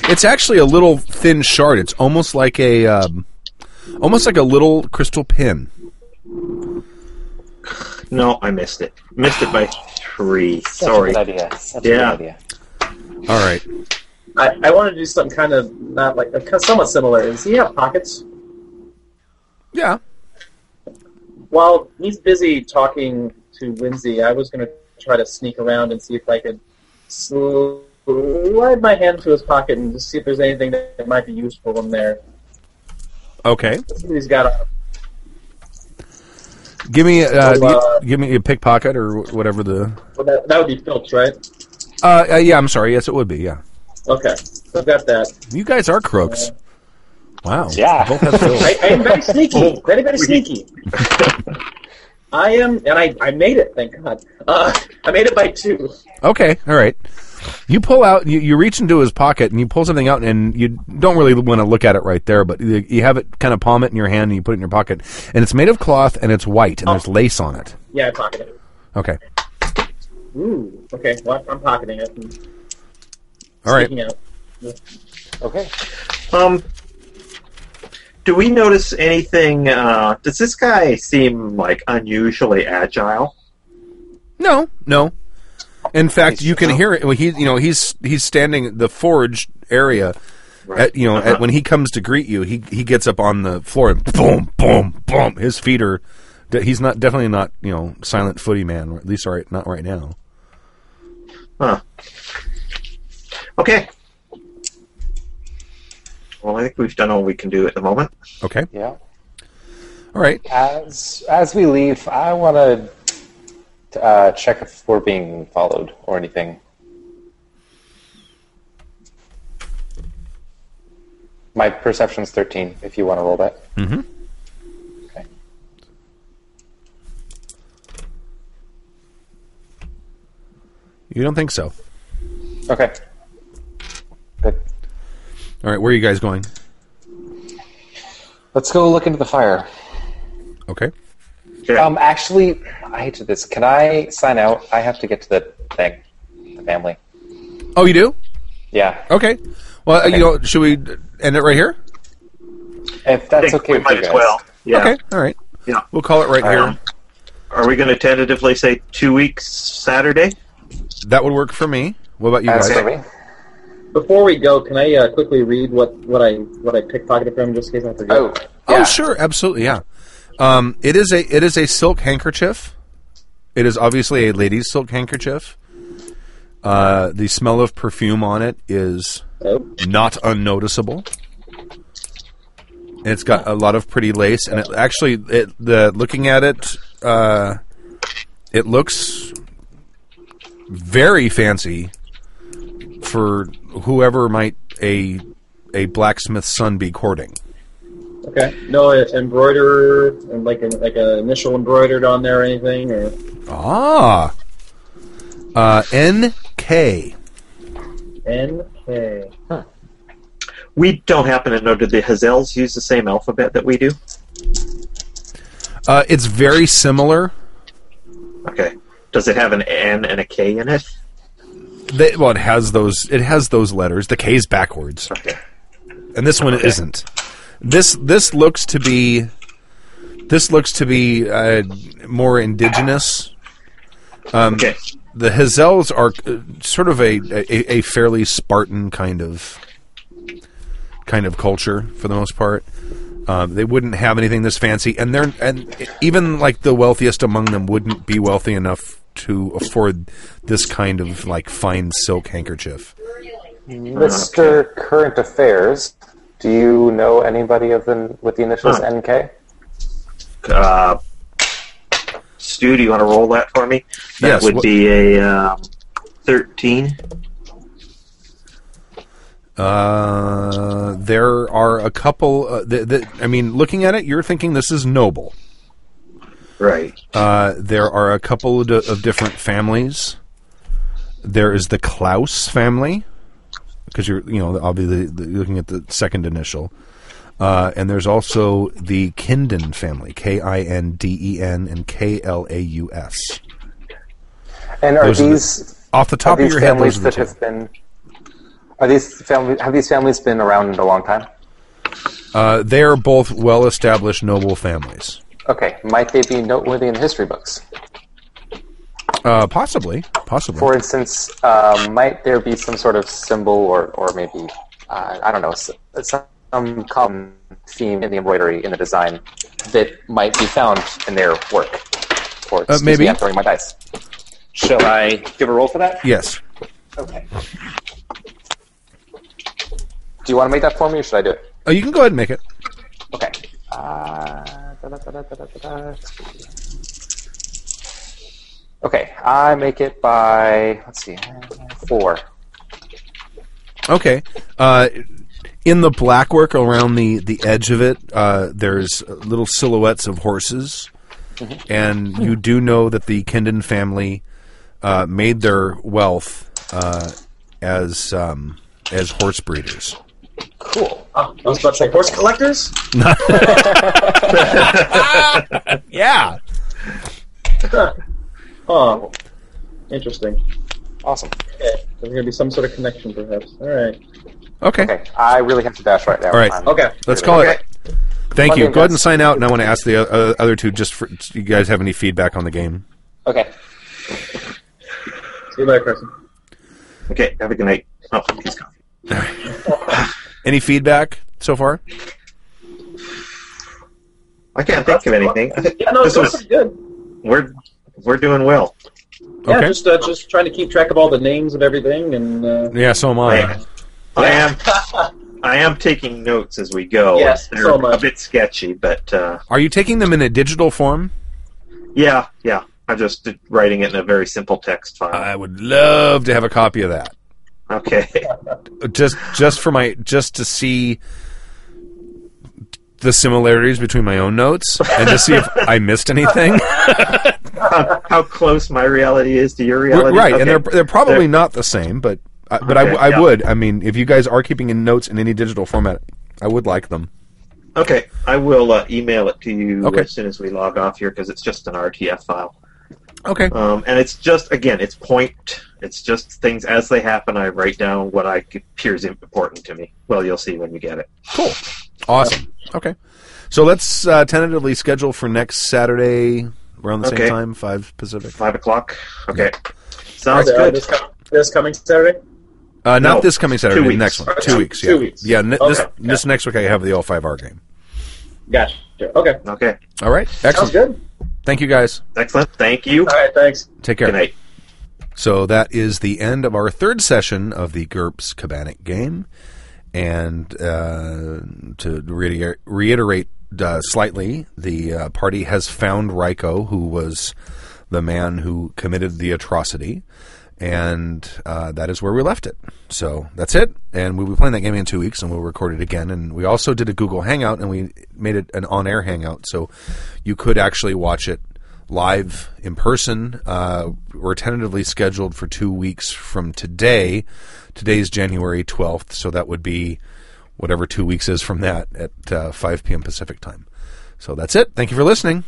Speaker 1: It's actually a little thin shard. It's almost like a um, almost like a little crystal pin.
Speaker 2: No, I missed it. Missed it by three.
Speaker 3: Such
Speaker 2: Sorry.
Speaker 3: a good idea. Such
Speaker 2: Yeah.
Speaker 3: a good idea.
Speaker 1: All right.
Speaker 4: I, I want to do something kind of not like uh, somewhat similar. Does he have pockets?
Speaker 1: Yeah.
Speaker 4: While he's busy talking to Lindsay, I was going to try to sneak around and see if I could slide my hand to his pocket and just see if there's anything that might be useful in there.
Speaker 1: Okay.
Speaker 4: He's got a
Speaker 1: Give me uh,
Speaker 4: So, uh,
Speaker 1: give me a pickpocket or wh- whatever the.
Speaker 4: well, that, that would be Filch, right?
Speaker 1: Uh, uh, yeah, I'm sorry. Yes, it would be. Yeah.
Speaker 4: Okay, so I've got that.
Speaker 1: You guys are crooks. Wow.
Speaker 3: Yeah.
Speaker 1: Both have fills.
Speaker 4: I, I am very sneaky. Very, very sneaky. I am, and I, I made it, thank God. Uh, I made it by two.
Speaker 1: okay. All right. You pull out. You, you reach into his pocket and you pull something out, and you don't really want to look at it right there, but you, you have it kind of palm it in your hand and you put it in your pocket, and it's made of cloth and it's white and there's lace on it.
Speaker 4: Yeah, I pocketed it.
Speaker 1: Okay.
Speaker 4: Ooh, okay, well, I'm pocketing it. and
Speaker 1: All right.
Speaker 4: sneaking out.
Speaker 3: Okay.
Speaker 2: Um, do we notice anything? Uh, does this guy seem like unusually agile?
Speaker 1: No, no. In fact,
Speaker 3: He's-
Speaker 1: you can
Speaker 3: no.
Speaker 1: hear it. Well, he, you know, he's he's standing at the forge area. At, you know, at, when he comes to greet you, he he gets up on the floor and boom, boom, boom. His feet are. de- He's not definitely not you know silent footy man. Or at least right, not right now.
Speaker 2: Okay. Well, I think we've done all we can do at the moment.
Speaker 1: Okay,
Speaker 3: Yeah.
Speaker 1: all right.
Speaker 3: As as we leave, I want to uh, check if we're being followed or anything. My perception's thirteen. If you want to roll that,
Speaker 2: Mm-hmm.
Speaker 1: You don't think so?
Speaker 3: okay. Good.
Speaker 1: All right, where are you guys going?
Speaker 3: Let's go look into the fire.
Speaker 1: Okay.
Speaker 3: Um, actually, I hate to do this. Can I sign out? I have to get to the thing, the family.
Speaker 1: Oh, you do?
Speaker 3: Yeah,
Speaker 1: Okay. Well, uh,
Speaker 3: Okay.
Speaker 1: you know, should we end it right here?
Speaker 3: if
Speaker 2: I
Speaker 3: that's
Speaker 2: think
Speaker 3: okay
Speaker 2: we
Speaker 3: with
Speaker 2: might
Speaker 3: you
Speaker 2: as
Speaker 3: guys.
Speaker 2: well. Yeah.
Speaker 1: Okay. All right.
Speaker 2: Yeah.
Speaker 1: We'll call it right
Speaker 2: Um,
Speaker 1: here.
Speaker 2: Are we going to tentatively say two weeks Saturday?
Speaker 1: That would work for me. What about you
Speaker 3: As
Speaker 1: guys?
Speaker 3: for me,
Speaker 4: Before we go, can I uh, quickly read what, what I what I pickpocketed from just in case I forget?
Speaker 3: oh,
Speaker 1: Oh,
Speaker 3: yeah.
Speaker 1: sure, absolutely, yeah. Um, it is a it is a silk handkerchief. It is obviously a lady's silk handkerchief. Uh, the smell of perfume on it is
Speaker 4: Oh.
Speaker 1: not unnoticeable. And it's got a lot of pretty lace, and it actually, it, the looking at it, uh, it looks very fancy for whoever might a a blacksmith's son be courting.
Speaker 4: Okay. No uh, embroiderer and like a, like a initial embroidered on there or anything or
Speaker 1: Ah. Uh, NK.
Speaker 4: N K.
Speaker 2: We don't happen to know. Did the Hazels use the same alphabet that we do?
Speaker 1: Uh, it's very similar.
Speaker 2: Okay. Does it have an N and a K in it?
Speaker 1: They, well, it has those. It has those letters. The K's backwards.
Speaker 2: Okay.
Speaker 1: and this one isn't. This this looks to be this looks to be uh, more indigenous. Um,
Speaker 2: Okay.
Speaker 1: The Hazels are uh, sort of a, a a fairly Spartan kind of kind of culture for the most part. Um, they wouldn't have anything this fancy, and they're and even like the wealthiest among them wouldn't be wealthy enough to afford this kind of like fine silk handkerchief. Ah,
Speaker 3: Mr. Current Affairs, do you know anybody of the with the initials
Speaker 1: Ah.
Speaker 2: Huh.
Speaker 3: NK?
Speaker 2: Uh, Stu, do you want to roll that for me? That
Speaker 1: Yes,
Speaker 2: would
Speaker 1: what-
Speaker 2: be a um, 13.
Speaker 1: Uh, there are a couple. Uh, th- th- I mean, looking at it, you're thinking this is noble.
Speaker 2: Right.
Speaker 1: Uh, there are a couple of, of different families. There is the Klaus family, because you're you know obviously the, looking at the second initial, uh, and there's also the Kinden family, K I N D E N and K L A U S.
Speaker 3: And are
Speaker 1: Those are the-
Speaker 3: these
Speaker 1: Off the
Speaker 3: are
Speaker 1: top of
Speaker 3: these
Speaker 1: your head,
Speaker 3: families
Speaker 1: those are the
Speaker 3: that
Speaker 1: two.
Speaker 3: have been are these family have these families been around a long time?
Speaker 1: Uh, they are both well-established noble families.
Speaker 3: Okay, might they be noteworthy in history books?
Speaker 1: Uh, possibly, possibly.
Speaker 3: For instance, uh, might there be some sort of symbol or, or maybe, uh, I don't know, s- some, some common theme in the embroidery, in the design, that might be found in their work? Or, excuse me,
Speaker 1: maybe.
Speaker 3: I'm throwing my dice.
Speaker 9: Shall I give a roll for that?
Speaker 1: yes.
Speaker 3: Okay. Do you want to make that for me, or should I do it?
Speaker 1: Oh, you can go ahead and make it.
Speaker 3: Okay. Uh, da-da-da-da-da-da-da. Okay, I make it by, let's see, four.
Speaker 1: Okay. Uh, in the black work around the, the edge of it, uh, there's little silhouettes of horses,
Speaker 7: Mm-hmm.
Speaker 1: and you do know that the Kindon family uh, made their wealth uh, as um, as horse breeders.
Speaker 3: Cool.
Speaker 7: Oh, I was about to say horse collectors.
Speaker 1: Yeah.
Speaker 7: Oh, interesting.
Speaker 3: Awesome.
Speaker 7: Okay, there's gonna be some sort of connection, perhaps. All right.
Speaker 1: Okay.
Speaker 3: Okay, I really have to dash right now.
Speaker 1: All right.
Speaker 3: I'm-
Speaker 7: Okay.
Speaker 1: Let's call it. Thank you.
Speaker 3: Monday,
Speaker 1: Go ahead
Speaker 3: guys.
Speaker 1: and sign out, and I want to ask the uh, other two just for do you guys have any feedback on the game.
Speaker 3: Okay.
Speaker 7: See you later, Carson.
Speaker 2: Okay, have a good night. Oh, he's gone.
Speaker 1: Any feedback so far?
Speaker 2: I can't think of anything.
Speaker 7: Yeah, no,
Speaker 2: This
Speaker 7: this
Speaker 2: was-
Speaker 7: pretty good.
Speaker 2: We're we're doing well.
Speaker 7: Yeah,
Speaker 1: Okay.
Speaker 7: just uh, just trying to keep track of all the names of everything and. Uh,
Speaker 1: Yeah, so am I.
Speaker 2: Yeah. I am I am taking notes as we go.
Speaker 7: Yes,
Speaker 2: they're
Speaker 7: so am I.
Speaker 2: a bit sketchy, but uh,
Speaker 1: Are you taking them in a digital form?
Speaker 2: yeah, yeah. I'm just writing it in a very simple text file.
Speaker 1: I would love to have a copy of that.
Speaker 2: Okay.
Speaker 1: just just for my just to see the similarities between my own notes and to see if I missed anything.
Speaker 2: how, how close my reality is to your reality.
Speaker 1: right, and
Speaker 2: Okay.
Speaker 1: they're they're probably
Speaker 2: They're-
Speaker 1: not the same, but I, but I,
Speaker 2: Okay,
Speaker 1: I
Speaker 2: yeah.
Speaker 1: would. I mean, if you guys are keeping in notes in any digital format, I would like them.
Speaker 2: Okay, I will uh, email it to you
Speaker 1: Okay.
Speaker 2: as soon as we log off here because it's just an RTF file,
Speaker 1: Okay.
Speaker 2: um, and it's just again, it's point. It's just things as they happen. I write down what I appears important to me. Well, you'll see when you get it.
Speaker 1: Awesome. Okay. So let's uh, tentatively schedule for next Saturday around the
Speaker 2: Okay.
Speaker 1: same time, 5 Pacific.
Speaker 2: Five o'clock. Okay,
Speaker 7: Are
Speaker 2: sounds
Speaker 7: they- are
Speaker 2: good.
Speaker 7: This, com- this coming Saturday.
Speaker 1: Uh, not
Speaker 2: No,
Speaker 1: this coming Saturday,
Speaker 2: weeks.
Speaker 1: next one. 2 weeks, yeah.
Speaker 7: Two weeks.
Speaker 1: Yeah, n- this
Speaker 7: Okay.
Speaker 1: this next week I have the all 5R game.
Speaker 7: Gotcha. Okay.
Speaker 2: Okay,
Speaker 1: All right.
Speaker 7: Sounds
Speaker 1: Excellent.
Speaker 7: good.
Speaker 1: Thank you guys.
Speaker 2: excellent. Thank you.
Speaker 7: All right. Thanks.
Speaker 1: Take care.
Speaker 2: Good night.
Speaker 1: So that is the end of our third session of the GURPS Cabanic game. And uh, to reiter- reiterate uh, slightly, the uh, party has found Ryko, who was the man who committed the atrocity. And uh, that is where we left it. So that's it. And we'll be playing that game in two weeks and we'll record it again. And we also did a Google Hangout and we made it an on air Hangout. So you could actually watch it live in person. Uh, we're tentatively scheduled for two weeks from today. Today's January 12th, so that would be whatever two weeks is from that at uh, 5 p.m. Pacific time. So that's it. Thank you for listening.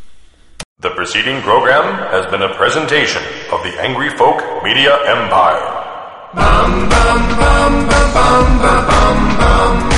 Speaker 10: The preceding program has been a presentation of the Angry Folk Media Empire.
Speaker 11: bum bum bum bum bum bum bum